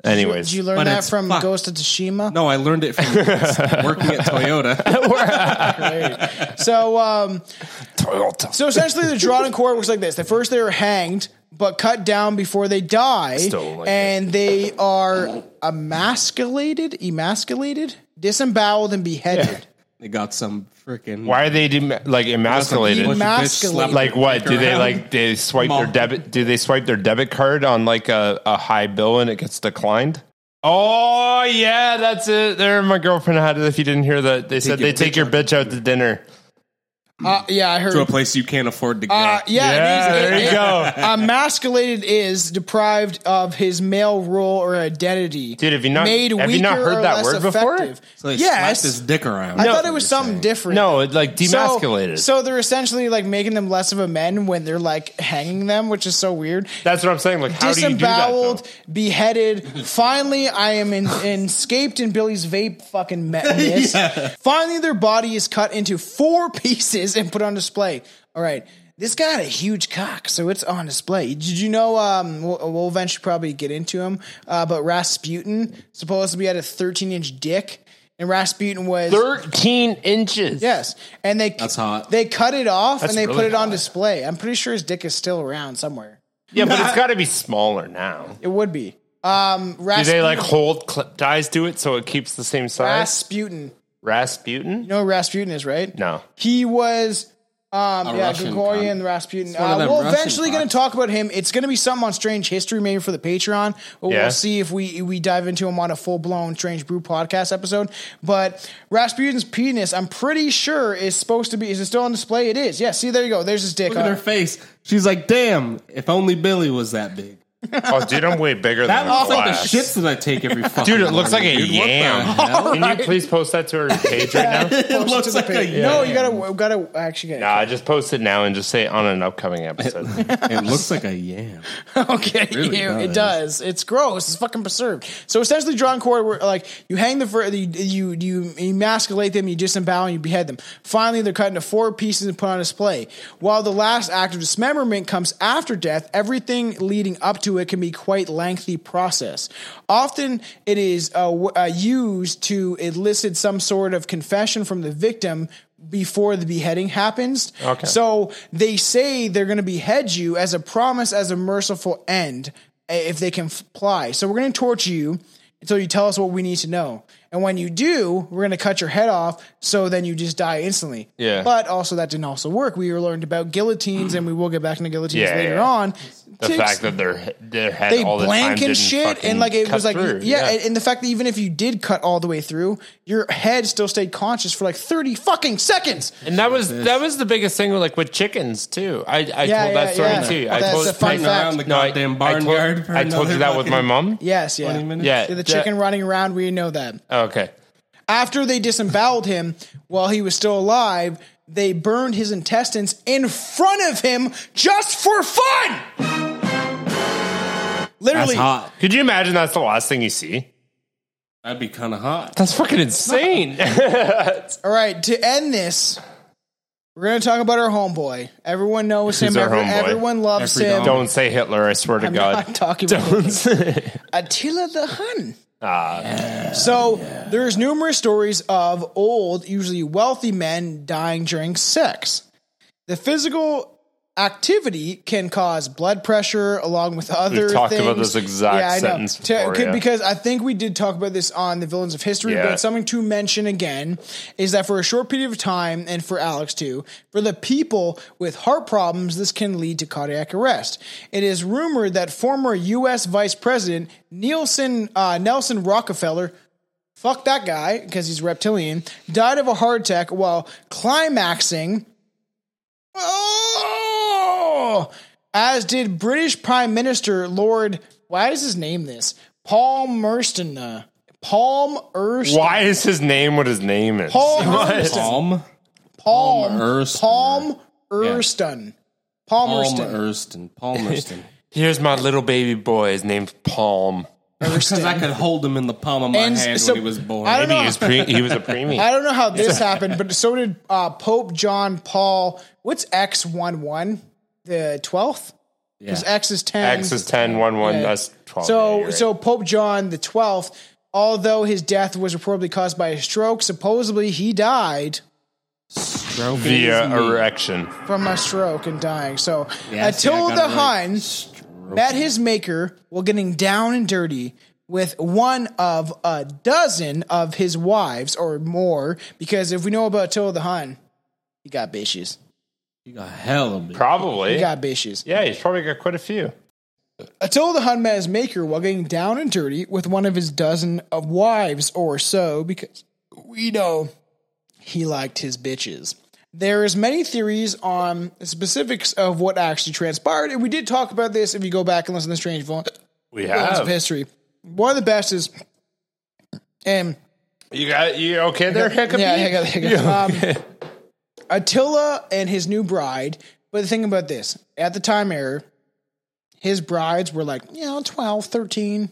Speaker 7: Anyways,
Speaker 6: Did you learn
Speaker 8: But
Speaker 6: that
Speaker 8: it's
Speaker 6: from
Speaker 8: fuck-
Speaker 6: Ghost of Tsushima?
Speaker 8: no, I learned it from working at Toyota.
Speaker 6: So, um, so essentially, the drawn in court works like this: the first they are hanged, but cut down before they die,
Speaker 7: Still don't like
Speaker 6: and they are emasculated, emasculated, disemboweled, and beheaded.
Speaker 8: they got some freaking
Speaker 7: why are they dem- like emasculated?
Speaker 6: Emasculated.
Speaker 7: Like what? Do they
Speaker 8: around.
Speaker 7: like they swipe their
Speaker 8: Mom.
Speaker 7: debit? Do they swipe their debit card on like a, a high bill and it gets declined? Oh yeah, that's it. There, my girlfriend had it. If you didn't hear that, they said
Speaker 8: your
Speaker 7: they take
Speaker 8: bitch
Speaker 7: your bitch out to dinner.
Speaker 6: Uh, yeah, I heard.
Speaker 8: to a place you can't afford to go?
Speaker 6: Uh, yeah,
Speaker 7: Yeah,
Speaker 6: it is- it-
Speaker 7: there you
Speaker 6: it-
Speaker 7: go.
Speaker 6: Emasculated is deprived of his male role or identity.
Speaker 7: Dude, have you not- have you not heard that word before?
Speaker 8: so they slapped
Speaker 6: yes,
Speaker 8: his dick around.
Speaker 6: I thought it was something different.
Speaker 7: No, it like demasculated.
Speaker 6: So, so they're essentially like making them less of a men when they're like hanging them, which is so weird.
Speaker 7: That's what I'm saying. Like, how do you do that? though?
Speaker 6: Disemboweled, beheaded. Finally, I am in, escaped in Billy's vape fucking madness. Finally, their body is cut into four pieces and put on display. All right. This guy had a huge cock, so it's on display. Did you know? Um, we'll, we'll eventually probably get into him, uh, but Rasputin supposedly had a 13 inch dick, and Rasputin was
Speaker 7: Thirteen inches.
Speaker 6: Yes, and they
Speaker 8: That's hot.
Speaker 6: They cut it off
Speaker 7: That's
Speaker 6: and they put
Speaker 7: really
Speaker 6: it on
Speaker 7: hot.
Speaker 6: display. I'm pretty sure his dick is still around somewhere.
Speaker 7: Yeah, but it's got to be smaller now.
Speaker 6: It would be. Um,
Speaker 7: Do
Speaker 6: Rasputin,
Speaker 7: they like hold clip ties to it so it keeps the same size?
Speaker 6: Rasputin? You
Speaker 7: Rasputin?
Speaker 6: know who Rasputin is, right?
Speaker 7: No.
Speaker 6: He was. Um,
Speaker 8: A
Speaker 6: yeah,
Speaker 8: Russian
Speaker 6: Gregorian
Speaker 8: cunt.
Speaker 6: Rasputin.
Speaker 8: one of
Speaker 6: Uh,
Speaker 8: them
Speaker 6: we're
Speaker 8: Russian
Speaker 6: eventually going
Speaker 8: cocks.
Speaker 6: to talk about him. It's going to be something on Strange History, maybe for the Patreon. But
Speaker 7: Yeah.
Speaker 6: We'll see if we we dive into him on a full blown Strange Brew podcast episode. But Rasputin's penis, I'm pretty sure, is supposed to be. Is it still on display? It is. Yeah. See, there you go. There's his dick. Uh,
Speaker 8: Look at
Speaker 6: on-
Speaker 8: her face. She's like, "Damn! If only Billy was that big."
Speaker 7: Oh, dude, I'm way bigger
Speaker 8: That
Speaker 7: than
Speaker 8: looks like the
Speaker 7: Flash.
Speaker 8: shits that I take every fucking
Speaker 7: Dude, it looks like a
Speaker 8: morning, dude. What the
Speaker 7: yam.
Speaker 8: hell?
Speaker 7: Can you please post that to her page right now?
Speaker 8: It looks like a yam.
Speaker 6: no, you gotta we gotta actually get. it.
Speaker 7: Nah, just post it now and just say it on an upcoming episode.
Speaker 8: It looks like a yam.
Speaker 6: okay,
Speaker 8: really
Speaker 6: you- it
Speaker 8: does.
Speaker 6: does. It's gross. It's fucking preserved. So essentially, drawing cord, were like you hang the fur, you, you you emasculate them, you disembowel, and you behead them. Finally, they're cut into four pieces and put on display. While the last act of dismemberment comes after death, everything leading up to it can be quite lengthy process. Often, it is uh, w- uh, used to elicit some sort of confession from the victim before the beheading happens.
Speaker 7: Okay.
Speaker 6: So they say they're going to behead you as a promise, as a merciful end, i- if they can comply. So we're going to torture you until you tell us what we need to know. And when you do, we're going to cut your head off. So then you just die instantly.
Speaker 7: Yeah.
Speaker 6: But also that didn't also work. We learned about guillotines, and we will get back into guillotines
Speaker 7: Yeah,
Speaker 6: later
Speaker 7: yeah.
Speaker 6: on.
Speaker 7: The
Speaker 6: Ticks-
Speaker 7: fact that their their head
Speaker 6: they
Speaker 7: all the time
Speaker 6: blank
Speaker 7: didn't
Speaker 6: and shit,
Speaker 7: fucking
Speaker 6: and like it
Speaker 7: cut
Speaker 6: was like
Speaker 7: through.
Speaker 6: yeah, and- and the fact that even if you did cut all the way through, your head still stayed conscious for like thirty fucking seconds.
Speaker 7: And that was that was the biggest thing with like with chickens too. I, I
Speaker 6: Yeah,
Speaker 7: told that
Speaker 6: yeah,
Speaker 7: story
Speaker 6: yeah.
Speaker 7: too.
Speaker 6: That's
Speaker 7: I told
Speaker 6: a fun
Speaker 7: I-
Speaker 8: Running
Speaker 6: fact.
Speaker 8: around the
Speaker 7: No, I,
Speaker 8: goddamn
Speaker 7: I told-
Speaker 8: barnyard. for
Speaker 7: I told
Speaker 8: another
Speaker 7: you that with my
Speaker 8: fucking
Speaker 7: mom.
Speaker 6: Yes, yeah.
Speaker 8: 20 minutes.
Speaker 7: Yeah,
Speaker 6: The
Speaker 7: that-
Speaker 6: chicken running around, we know that.
Speaker 7: Oh, Okay,
Speaker 6: After they disemboweled him while he was still alive, they burned his intestines in front of him just for fun.
Speaker 8: That's
Speaker 6: Literally,
Speaker 8: hot.
Speaker 7: could you imagine that's the last thing you see?
Speaker 8: That'd be kind of hot.
Speaker 7: That's fucking insane.
Speaker 6: All right, to end this, we're going to talk about our homeboy. Everyone knows
Speaker 7: Who's
Speaker 6: him.
Speaker 7: our
Speaker 6: Every-
Speaker 7: homeboy?
Speaker 6: Everyone loves
Speaker 8: Every
Speaker 6: him.
Speaker 8: dog.
Speaker 7: Don't say Hitler. I swear to
Speaker 6: I'm
Speaker 7: God.
Speaker 6: not talking about
Speaker 7: Don't say.
Speaker 6: Attila the Hun.
Speaker 7: Ah,
Speaker 6: So there's numerous stories of old, usually wealthy men dying during sex. The physical activity can cause blood pressure along with other
Speaker 7: talked
Speaker 6: things.
Speaker 7: about this exact sentence
Speaker 6: To-
Speaker 7: before,
Speaker 6: could-
Speaker 7: yeah.
Speaker 6: Because I think we did talk about this on the Villains of History,
Speaker 7: Yeah.
Speaker 6: but something to mention again is that for a short period of time, and for Alex too, for the people with heart problems, this can lead to cardiac arrest. It is rumored that former U.S. Vice President Nielsen, uh, Nelson Rockefeller, fuck that guy because he's reptilian, died of a heart attack while climaxing. Oh! As did British Prime Minister Lord. Why does his name this? Paul Merston. uh, Paul Erskine.
Speaker 7: why is his name what his name is?
Speaker 6: Paul Merston.
Speaker 8: Palm.
Speaker 6: Palm
Speaker 8: Erskine.
Speaker 6: Palm Erston. Palm
Speaker 8: Palm
Speaker 6: Erston.
Speaker 8: Erston. Palm Erston.
Speaker 7: Here's my little baby boy. His name's Palm.
Speaker 8: Because I could hold him in the palm of my
Speaker 6: And
Speaker 8: hand
Speaker 6: so-
Speaker 8: when he was born.
Speaker 6: I don't
Speaker 7: He
Speaker 6: know.
Speaker 7: was pre- he was a preemie.
Speaker 6: I don't know how this happened, but so did uh, Pope John Paul. What's X one one? The twelfth. Because X is ten.
Speaker 7: X is 10, 1, 1,
Speaker 6: Yeah.
Speaker 7: that's 12.
Speaker 6: So,
Speaker 7: Yeah, you're right.
Speaker 6: so Pope John the Twelfth, although his death was reportedly caused by a stroke, supposedly he died
Speaker 8: Stroking
Speaker 7: via
Speaker 8: his meat.
Speaker 7: erection.
Speaker 6: from a stroke and dying. So,
Speaker 8: Yeah, see, I
Speaker 6: Attila the
Speaker 8: got it right.
Speaker 6: Hun met his maker while getting down and dirty with one of a dozen of his wives or more. Because if we know about Attila the Hun, he got bitches.
Speaker 8: He got hell of a bit.
Speaker 7: Probably.
Speaker 6: He got bitches.
Speaker 7: Yeah, he's probably got quite a few.
Speaker 6: Attila the Hun met his maker while getting down and dirty with one of his dozen of wives or so, because we know he liked his bitches. There is many theories on the specifics of what actually transpired, and we did talk about this if you go back and listen to Strange Villains
Speaker 7: We
Speaker 6: of
Speaker 7: have.
Speaker 6: History. One of the best is, um, and
Speaker 7: You got you okay there, Hiccupy?
Speaker 6: yeah, I got I got- um, Attila and his new bride. But the thing about this, at the time era, his brides were like, you know, 12, 13.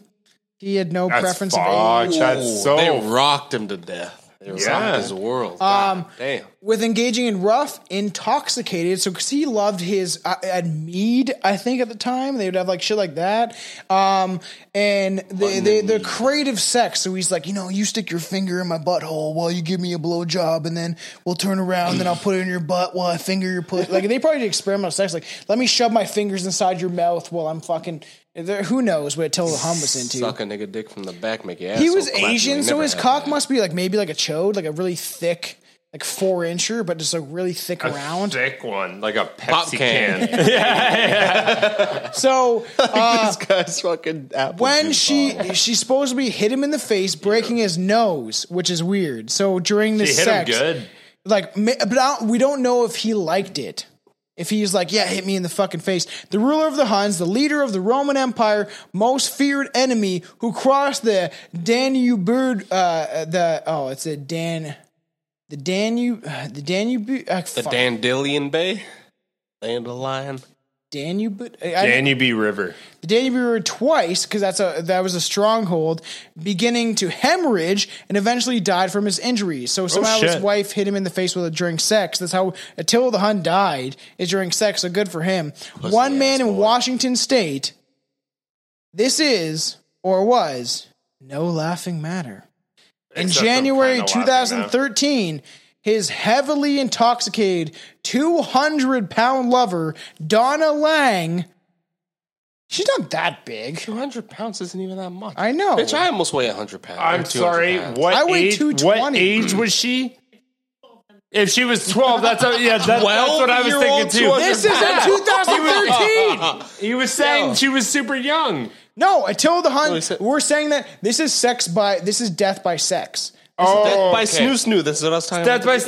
Speaker 6: He had no
Speaker 7: That's
Speaker 6: preference of
Speaker 7: fucked.
Speaker 6: age.
Speaker 7: That's so
Speaker 8: They rocked him to death. They rocked
Speaker 7: Yeah.
Speaker 8: his world. Um, damn.
Speaker 6: With engaging in rough, intoxicated, so because he loved his uh, at mead, I think at the time they would have like shit like that, um, and they, they they're creative sex. So he's like, you know, you stick your finger in my butthole while you give me a blowjob, and then we'll turn around, then I'll put it in your butt while I finger your pussy. like they probably did experimental sex. Like, let me shove my fingers inside your mouth while I'm fucking. there- Who knows what Attila the Hun was into?
Speaker 8: Suck a nigga dick from the back, make your ass.
Speaker 6: he was Asian, so his cock must be like maybe like a chode, like a really thick, like four incher, but just a really thick round.
Speaker 7: thick one, like a Pepsi
Speaker 8: Pop
Speaker 7: can.
Speaker 8: can.
Speaker 6: So uh,
Speaker 8: guy's fucking apple.
Speaker 6: when she she supposedly hit him in the face, breaking his nose, which is weird. So during
Speaker 7: He
Speaker 6: this
Speaker 7: hit
Speaker 6: sex,
Speaker 7: him good.
Speaker 6: like, ma- but I don't, we don't know if he liked it. If he's like, yeah, hit me in the fucking face. The ruler of the Huns, the leader of the Roman Empire, most feared enemy who crossed the Danube, uh, the, oh, it's a Dan, the Danube, uh, the Danube, uh,
Speaker 8: The
Speaker 6: fuck,
Speaker 8: Dandelion Bay? Dandelion?
Speaker 6: Danube, I- I-
Speaker 7: Danube River.
Speaker 6: the Danube River twice because that's a that was a stronghold, beginning to hemorrhage and eventually died from his injuries. So somehow his
Speaker 7: shit.
Speaker 6: wife hit him in the face with it during sex. That's how Attila the Hun died is during sex. So good for him. One man in Washington State. This is or was no laughing matter. In
Speaker 7: Except for
Speaker 6: January
Speaker 7: kinda laughing now.
Speaker 6: 2013, his heavily intoxicated 200 pound lover, Donna Lang. She's not that big.
Speaker 8: 200 pounds isn't even that much.
Speaker 6: I know.
Speaker 8: Bitch, I almost weigh 100 pounds.
Speaker 7: I'm
Speaker 8: or 200
Speaker 7: sorry.
Speaker 8: pounds.
Speaker 7: What
Speaker 6: I weigh
Speaker 7: age?
Speaker 6: 220.
Speaker 7: What age was she? If she was 12, that's a, yeah. That, that's what I was
Speaker 8: 12-year-old
Speaker 7: thinking too.
Speaker 8: 200
Speaker 6: This is in 2013.
Speaker 7: He was saying
Speaker 8: Yo.
Speaker 7: she was super young.
Speaker 6: no, Attila the Hun.
Speaker 8: he said-
Speaker 6: We're saying that this is sex by this is death by sex.
Speaker 8: That
Speaker 7: Oh,
Speaker 8: by
Speaker 7: okay.
Speaker 8: Snoo Snoo. That's what I was talking
Speaker 7: That's by
Speaker 8: about.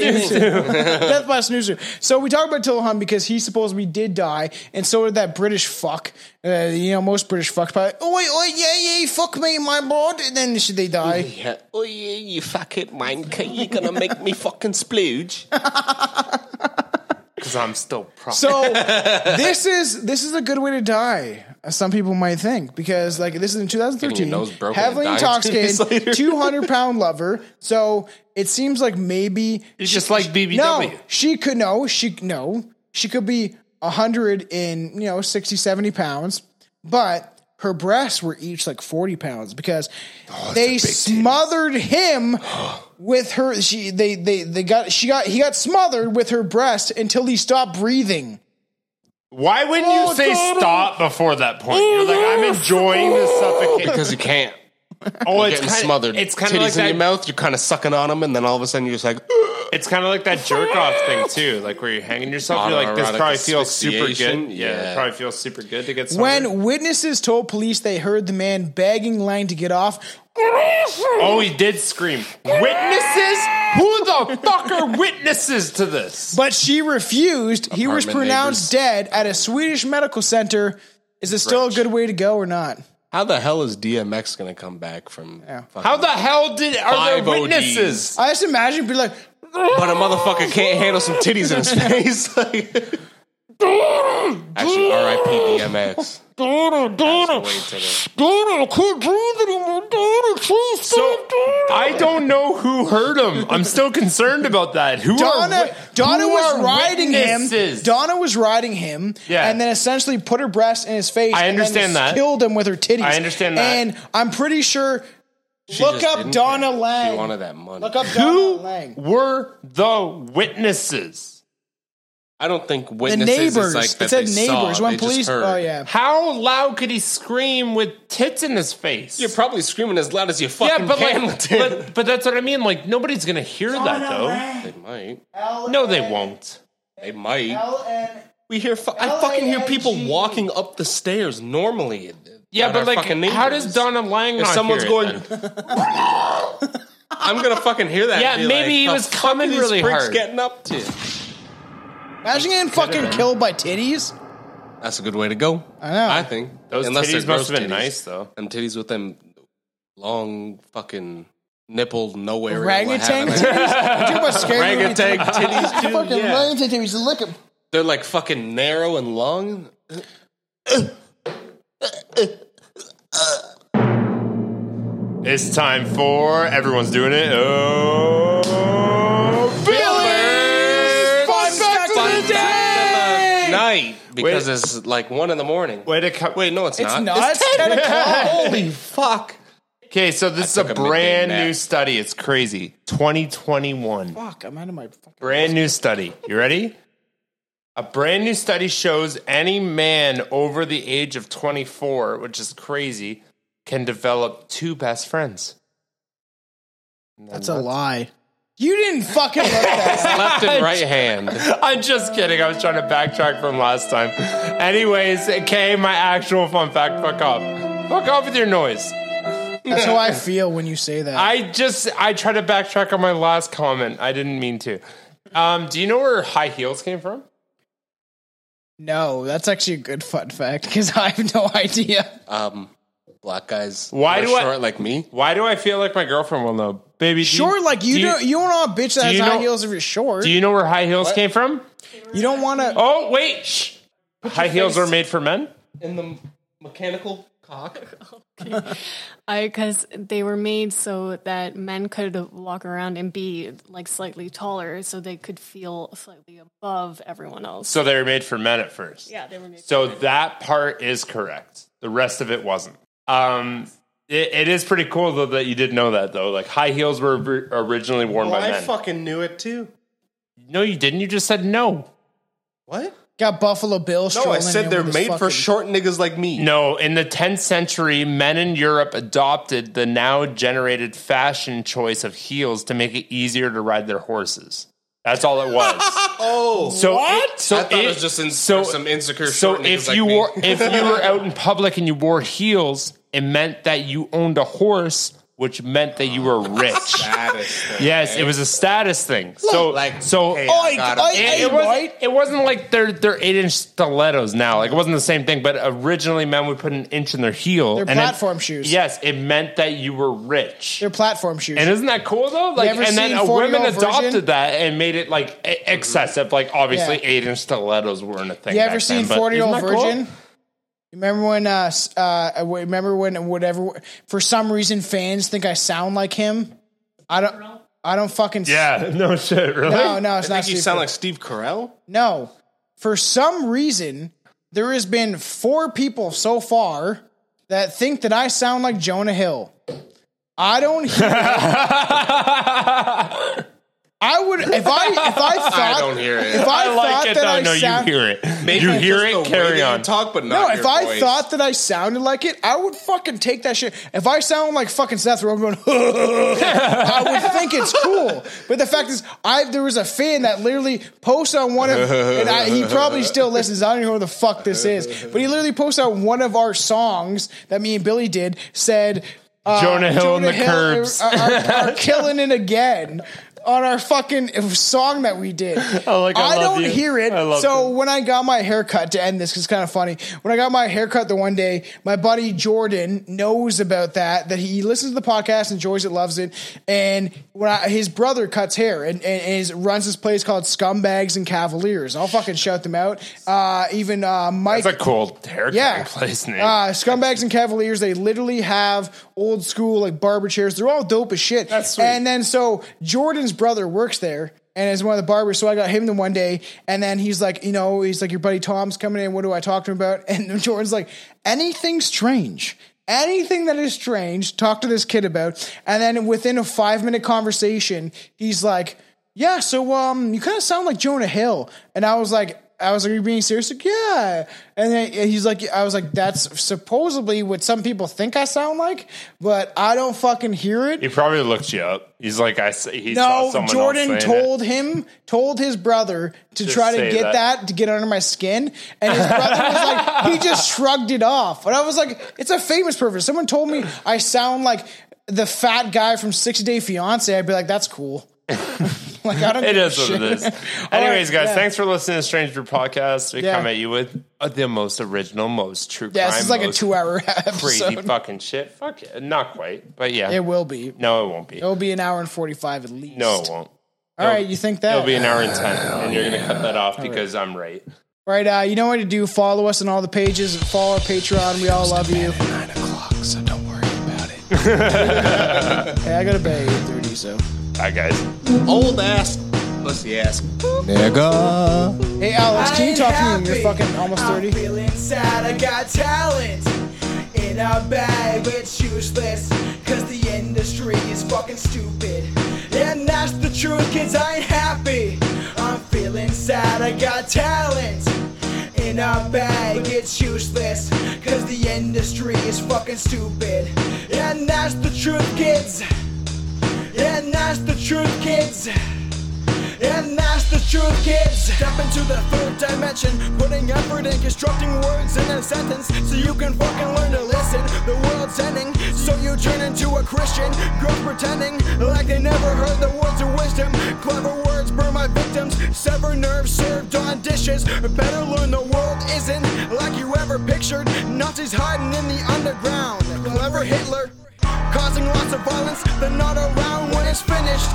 Speaker 7: Snoo
Speaker 6: death by snoozer. So we talk about Attila the Hun because he supposedly did die, and so did that British fuck. Uh, you know, most British fucks probably. Oi, oi, yeah, yeah, fuck me, my lord. And then should they die?
Speaker 8: Yeah. Oh yeah, you fucking wanker! You're gonna make me fucking splooge.
Speaker 7: Because I'm still pro.
Speaker 6: So this is this is a good way to die. as Some people might think because like this is in 2013,
Speaker 8: Getting your nose broken
Speaker 6: heavily
Speaker 8: and dying two days
Speaker 6: intoxicated,
Speaker 8: later.
Speaker 6: 200 pound lover. So it seems like maybe
Speaker 8: E
Speaker 7: It's just like BBW.
Speaker 6: No, she could no, she no, she could be a hundred in you know 60, 70 pounds, but her breasts were each like forty pounds because
Speaker 8: Oh,
Speaker 6: they smothered him with her. She they they they got she got he got smothered with her breast until he stopped breathing.
Speaker 7: Why wouldn't
Speaker 6: Oh,
Speaker 7: you say
Speaker 6: God.
Speaker 7: stop before that point? You're like, I'm enjoying the suffocation.
Speaker 8: Because you can't.
Speaker 7: Oh,
Speaker 8: Getting
Speaker 7: kinda-
Speaker 8: smothered.
Speaker 7: It's kind
Speaker 8: titties
Speaker 7: of like
Speaker 8: in
Speaker 7: that.
Speaker 8: your mouth. You're kind of sucking on them, and then all of a sudden you're just like,
Speaker 7: It's kind of like that jerk off thing too, like where you're hanging yourself. You're like, this
Speaker 8: Autoerotic
Speaker 7: probably feels super
Speaker 8: asphyxiation.
Speaker 7: good. Yeah,
Speaker 8: Yeah.
Speaker 7: it probably feels super good to get. smothered.
Speaker 6: When witnesses told police they heard the man begging Lang to get off,
Speaker 7: Oh, he did scream. Witnesses? Who the fuck are witnesses to this?
Speaker 6: but she refused. He was
Speaker 8: Apartment
Speaker 6: pronounced dead at a Swedish medical center. Is this still a good way to go or not?
Speaker 8: "How the hell is DMX gonna come back from?" fucking-
Speaker 7: How the hell did are there
Speaker 8: Five ODs.
Speaker 7: witnesses?
Speaker 6: I just imagine be like,
Speaker 8: But a motherfucker can't handle some titties in his face. like, actually, R.I.P. DMX.
Speaker 7: So I don't know who hurt him. I'm still concerned about that. Who are
Speaker 6: Donna,
Speaker 7: wit-
Speaker 6: Donna
Speaker 7: who
Speaker 6: was
Speaker 7: are
Speaker 6: riding
Speaker 7: witnesses?
Speaker 6: him. Donna was riding him,
Speaker 7: Yeah.
Speaker 6: and then essentially put her breast in his face.
Speaker 7: I
Speaker 6: and then
Speaker 7: understand that.
Speaker 6: Killed him with her titties.
Speaker 7: I understand that.
Speaker 6: And I'm pretty sure. look
Speaker 8: just
Speaker 6: up
Speaker 8: didn't
Speaker 6: Donna
Speaker 8: care. She
Speaker 6: Lang.
Speaker 8: wanted that money.
Speaker 6: Look up
Speaker 7: Who
Speaker 6: Donna Lang.
Speaker 7: were the witnesses?
Speaker 8: I don't think
Speaker 6: The
Speaker 8: witnesses. is
Speaker 6: neighbors.
Speaker 8: like that
Speaker 6: it said
Speaker 8: they
Speaker 6: neighbors.
Speaker 8: Saw.
Speaker 6: When
Speaker 8: They just
Speaker 6: police.
Speaker 8: heard.
Speaker 6: Oh yeah.
Speaker 7: How loud could he scream with tits in his face?
Speaker 8: You're probably screaming as loud as you fucking
Speaker 7: yeah, but
Speaker 8: can.
Speaker 7: like,
Speaker 8: Lieutenant.
Speaker 7: but, but that's what I mean. Like nobody's gonna hear that though.
Speaker 8: they might.
Speaker 7: No, they won't.
Speaker 8: They might.
Speaker 6: L N.
Speaker 8: We hear. Fu- I fucking hear people walking up the stairs normally.
Speaker 7: Yeah,
Speaker 8: at
Speaker 7: but
Speaker 8: our
Speaker 7: like,
Speaker 8: fucking
Speaker 7: how
Speaker 8: neighbors.
Speaker 7: does Donna Lang?
Speaker 8: If
Speaker 7: not
Speaker 8: someone's
Speaker 7: hear it,
Speaker 8: going-
Speaker 7: then?
Speaker 8: I'm gonna fucking hear that.
Speaker 7: Yeah,
Speaker 8: and be
Speaker 7: maybe
Speaker 8: like,
Speaker 7: he
Speaker 8: "The
Speaker 7: was
Speaker 8: fuck
Speaker 7: coming
Speaker 8: are these
Speaker 7: really
Speaker 8: pricks
Speaker 7: hard."
Speaker 8: Getting up to.
Speaker 6: Imagine getting fucking killed by titties.
Speaker 8: That's a good way to go.
Speaker 6: I know.
Speaker 8: I think
Speaker 7: those
Speaker 8: Unless they're
Speaker 7: titties must
Speaker 8: gross
Speaker 7: have been
Speaker 8: titties.
Speaker 7: nice though.
Speaker 8: Them titties with them long fucking nipple nowhere.
Speaker 6: Orangutan titties. You talk about scary movie
Speaker 8: Orangutan titties, dude,
Speaker 6: Fucking
Speaker 8: yeah.
Speaker 6: orangutan titties. Look at.
Speaker 8: They're like fucking narrow and long.
Speaker 7: It's time for everyone's doing it. Oh, Billy!
Speaker 6: Fun fact of the day.
Speaker 8: Night because
Speaker 7: Wait.
Speaker 8: it's like one in the morning.
Speaker 7: Way to come.
Speaker 8: Wait, no, it's,
Speaker 6: It's
Speaker 8: not.
Speaker 6: not. It's ten o'clock.
Speaker 8: Holy fuck!
Speaker 7: Okay, so this
Speaker 8: I
Speaker 7: is a
Speaker 8: took a midday
Speaker 7: brand
Speaker 8: nap.
Speaker 7: new study. It's crazy. 2021.
Speaker 6: Fuck! I'm out of my. Fucking
Speaker 7: Brand new study. You ready? A brand new study shows any man over the age of 24, which is crazy, can develop two best friends.
Speaker 6: That's a lie. You didn't fucking look that. up.
Speaker 8: Left and right hand.
Speaker 7: I'm just kidding. I was trying to backtrack from last time. Anyways, okay, my actual fun fact. Fuck off. Fuck off with your noise.
Speaker 6: That's how I feel when you say that.
Speaker 7: I just I tried to backtrack on my last comment. I didn't mean to. Um, do you know where high heels came from?
Speaker 6: No, that's actually a good fun fact because I have no idea.
Speaker 11: Um, black guys. who
Speaker 7: Why
Speaker 11: are
Speaker 7: do I-
Speaker 11: short like me?
Speaker 7: Why do I feel like my girlfriend will know? Baby, do
Speaker 6: Sure, like you
Speaker 7: do
Speaker 6: do not you don't want a bitch that
Speaker 7: do
Speaker 6: has
Speaker 7: you
Speaker 6: high
Speaker 7: know-
Speaker 6: heels if you're short.
Speaker 7: Do you know where high heels came from?
Speaker 6: You don't want to.
Speaker 7: Oh, wait. Shh. High heels are made for men?
Speaker 8: in the mechanical cock.
Speaker 12: because they were made so that men could walk around and be like slightly taller, so they could feel slightly above everyone else.
Speaker 7: So they were made for men at first.
Speaker 12: Yeah, they were made
Speaker 7: So that part is correct. The rest of it wasn't. Um, it, it is pretty cool though that you did know that though. Like high heels were ri- originally worn
Speaker 8: Well,
Speaker 7: by
Speaker 8: I
Speaker 7: men.
Speaker 8: fucking knew it too.
Speaker 7: no, you didn't. You just said no.
Speaker 8: What?
Speaker 6: Got Buffalo Bill.
Speaker 8: No, I
Speaker 6: strolling in
Speaker 8: said they're
Speaker 6: with his
Speaker 8: made for
Speaker 6: fucking-
Speaker 8: short niggas like me.
Speaker 7: No, in the 10th century, men in Europe adopted the now generated fashion choice of heels to make it easier to ride their horses. That's all it was.
Speaker 11: Oh,
Speaker 7: So what? so
Speaker 11: I thought it was just in- for some insecure
Speaker 7: So
Speaker 11: short
Speaker 7: if
Speaker 11: niggas like
Speaker 7: you
Speaker 11: me.
Speaker 7: wore if you were out in public and you wore heels, it meant that you owned a horse, which meant that you were rich. yes, it was a status thing. So like so.
Speaker 11: hey,
Speaker 6: Oh, I,
Speaker 11: got
Speaker 6: I,
Speaker 7: it,
Speaker 6: I,
Speaker 7: it wasn't,
Speaker 6: right?
Speaker 7: it wasn't like they're they're eight inch stilettos now. Like it wasn't the same thing. But originally, men would put an inch in their heel.
Speaker 6: They're
Speaker 7: and it-
Speaker 6: platform shoes.
Speaker 7: Yes, it meant that you were rich.
Speaker 6: They're platform shoes.
Speaker 7: And isn't that cool though? Like,
Speaker 6: ever
Speaker 7: and then
Speaker 6: seen
Speaker 7: a
Speaker 6: 40-year-old
Speaker 7: women adopted
Speaker 6: version? Mm-hmm.
Speaker 7: that and made it like e- excessive. Like, obviously,
Speaker 6: Yeah.
Speaker 7: eight inch stilettos weren't a thing.
Speaker 6: you ever
Speaker 7: back
Speaker 6: seen
Speaker 7: then, but
Speaker 6: Forty Year Old
Speaker 7: isn't that cool?
Speaker 6: Virgin? Remember when? Uh, s- uh, I remember when? Whatever. For some reason, fans think I sound like him. I don't. I don't fucking. s-
Speaker 7: Yeah, no shit, really.
Speaker 6: No, no, it's not.
Speaker 11: you
Speaker 6: Steve
Speaker 11: sound
Speaker 6: Carell.
Speaker 11: like Steve Carell.
Speaker 6: No. For some reason, there has been four people so far that think that I sound like Jonah Hill. I don't hear I would if I if I thought
Speaker 11: I don't hear it.
Speaker 6: if I,
Speaker 7: I like
Speaker 6: thought
Speaker 7: it
Speaker 6: that
Speaker 7: though.
Speaker 6: I
Speaker 7: No,
Speaker 6: sound
Speaker 7: you hear it. you
Speaker 11: It's
Speaker 7: hear
Speaker 11: just the
Speaker 7: it.
Speaker 11: way that
Speaker 7: Carry
Speaker 11: you
Speaker 7: on.
Speaker 11: Talk, but
Speaker 6: No,
Speaker 11: not
Speaker 6: if
Speaker 11: your
Speaker 6: I
Speaker 11: voice.
Speaker 6: thought that I sounded like it, I would fucking take that shit. If I sound like fucking Seth Rogen going, I would think it's cool. But the fact is, I there was a fan that literally posted on one of, and I, he probably still listens. I don't even know who the fuck this is, but he literally posted on one of our songs that me and Billy did. Said uh,
Speaker 7: Jonah Hill and the Curbs.
Speaker 6: are, are- are killing it again. On our fucking song that we did,
Speaker 7: Oh, like, I love
Speaker 6: don't
Speaker 7: you.
Speaker 6: hear it.
Speaker 7: I love
Speaker 6: so
Speaker 7: you.
Speaker 6: when I got my haircut to end this, 'cause it's kind of funny. When I got my haircut the one day, my buddy Jordan knows about that. That he listens to the podcast, enjoys it, loves it. And when I, his brother cuts hair and, and, and is, runs this place called Scumbags and Cavaliers, I'll fucking shout them out. Uh, even uh, Mike.
Speaker 7: It's a cool haircutting
Speaker 6: Yeah.
Speaker 7: place name.
Speaker 6: Uh, scumbags and cavaliers. They literally have old school like barber chairs. They're all dope as shit.
Speaker 7: That's sweet.
Speaker 6: And then so Jordan's brother works there and is one of the barbers. So I got him the one day, and then he's like, you know, he's like, your buddy Tom's coming in. What do I talk to him about? And Jordan's like, anything strange. Anything that is strange, talk to this kid about. And then within a five minute conversation, he's like, yeah, so um, you kind of sound like Jonah Hill, and I was like, I was like, are you being serious? Like, yeah. And then he's like, I was like, that's supposedly what some people think I sound like, but I don't fucking hear it.
Speaker 7: he probably looked you up. He's like, I. s- He saw
Speaker 6: no,
Speaker 7: someone else
Speaker 6: Jordan
Speaker 7: saying it.
Speaker 6: told him, told his brother to try to
Speaker 7: say
Speaker 6: get
Speaker 7: that.
Speaker 6: that. to get under my skin, and his brother was like, he just shrugged it off. And I was like, it's a famous pervert. Someone told me I sound like the fat guy from 60 Day Fiance. I'd be like, that's cool. like I don't.
Speaker 7: It
Speaker 6: give a
Speaker 7: is what it
Speaker 6: shit.
Speaker 7: is. Anyways,
Speaker 6: right,
Speaker 7: guys,
Speaker 6: yeah.
Speaker 7: thanks for listening to Stranger Podcast. We
Speaker 6: Yeah.
Speaker 7: come at you with uh, the most original, most true crime.
Speaker 6: Yeah, this is like a
Speaker 7: most
Speaker 6: two-hour
Speaker 7: crazy
Speaker 6: episode.
Speaker 7: fucking shit. Fuck it. Not quite, but yeah.
Speaker 6: It will be.
Speaker 7: No, it won't be.
Speaker 6: It will be an hour and forty-five at least.
Speaker 7: No, it won't.
Speaker 6: All right, you think that?
Speaker 7: It'll be an hour and ten, and you're gonna cut that off because I'm right.
Speaker 6: All right, uh, you know what to do. Follow us on all the pages. Follow our Patreon. We all love you.
Speaker 11: Nine o'clock, so don't worry about it.
Speaker 6: Hey, I got to bed at eight thirty, so.
Speaker 7: Bye, guys.
Speaker 11: Old ass, pussy ass.
Speaker 6: Hey, Alex, can you talk to me? when You're fucking almost
Speaker 1: I'm
Speaker 6: thirty.
Speaker 1: feeling sad, I got talent in a bag, it's useless. Cause the industry is fucking stupid. And that's the truth, kids, I ain't happy. I'm feeling sad, I got talent in a bag, it's useless. Cause the industry is fucking stupid. And that's the truth, kids. And that's the truth, kids. And that's the truth, kids. Step into the third dimension, putting effort in constructing words in a sentence so you can fucking learn to listen. The world's ending, so you turn into a Christian. Girls pretending like they never heard the words of wisdom. Clever words burn my victims, sever nerves served on dishes. Better learn the world isn't like you ever pictured. Nazis hiding in the underground. Clever Hitler causing lots of violence. They're not around when it's finished.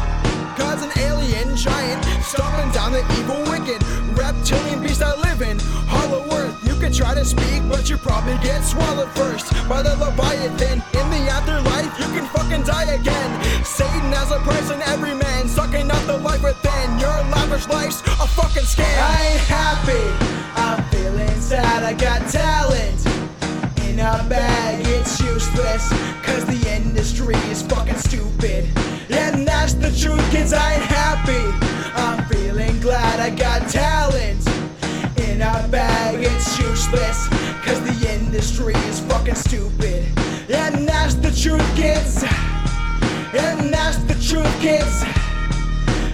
Speaker 1: Cause an alien giant stomping down the evil wicked reptilian beast I live in. Hollow earth, you can try to speak, but you probably get swallowed first by the Leviathan. In the afterlife, you can fucking die again. Satan has a price on every man, sucking up the life within. Your lavish life's a fucking scam. I ain't happy, I'm feeling sad, I got talent in a bag, it's useless. Cause the industry is fucking stupid. And that's the truth, kids, I ain't happy. I'm feeling glad I got talent. In a bag, it's useless. Cause the industry is fucking stupid. And that's the truth, kids. And that's the truth, kids.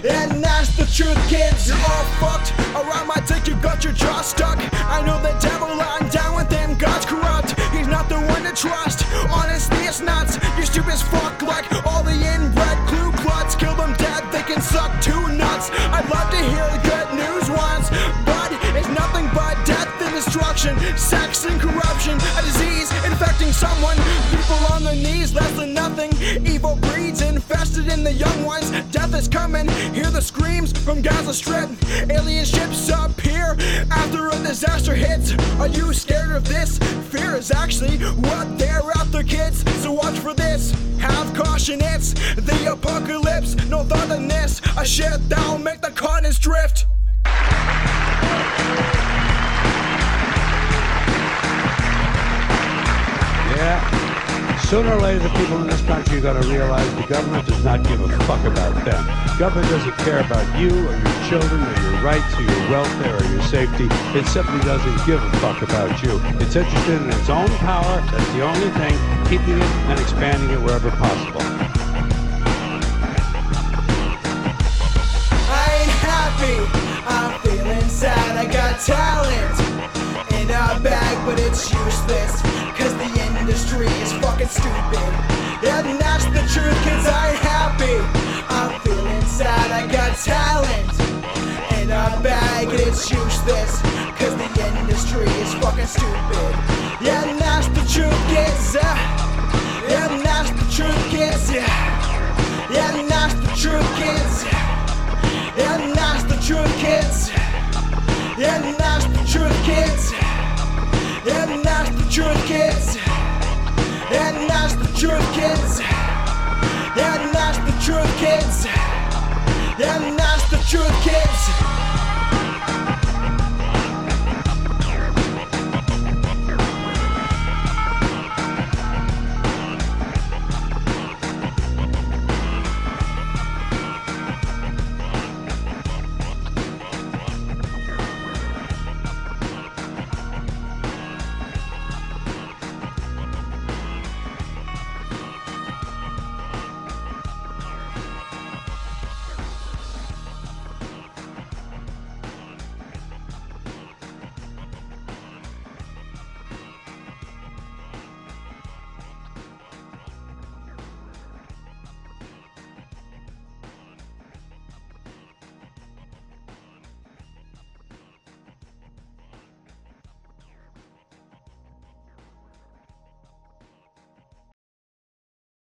Speaker 1: And that's the truth, kids. You're all fucked. Around my dick, you got your jaw stuck. I know the devil, I'm down with him. God's corrupt. He's not the one to trust. Honestly, it's nuts. You're stupid as fuck, like all the inbred clue clots. Kill them dead, they can suck two nuts. I'd love to hear the good news once, but it's nothing but death and destruction, sex and corruption, a disease infecting someone. People on their knees, less than nothing. Evil breeds infested in the young ones. Death is coming. Hear the screams from Gaza Strip. Alien ships up here after a disaster hits. Are you scared of this? Fear is actually what they're after, kids. So watch for this. Have caution, it's the apocalypse. No thought than this. A shit that'll make the continents drift.
Speaker 13: Yeah. Sooner or later, the people in this country are going to realize the government does not give a fuck about them. Government doesn't care about you or your children or your rights or your welfare or your safety. It simply doesn't give a fuck about you. It's interested in its own power. That's the only thing, keeping it and expanding it wherever possible.
Speaker 1: I ain't happy. I'm feeling sad. I got talent in a bag, but it's useless. Cause the industry is fucking stupid. And that's the truth, cause I ain't happy. I'm feeling sad. I got talent in a bag, but it's useless. Cause the industry is fucking stupid. And that's the truth, kids. And that's the truth, kids. And that's the truth, kids. And that's the truth, kids. And that's the truth, kids. And that's the truth, kids. And that's the truth, kids. And that's the truth, kids. And that's the truth, kids.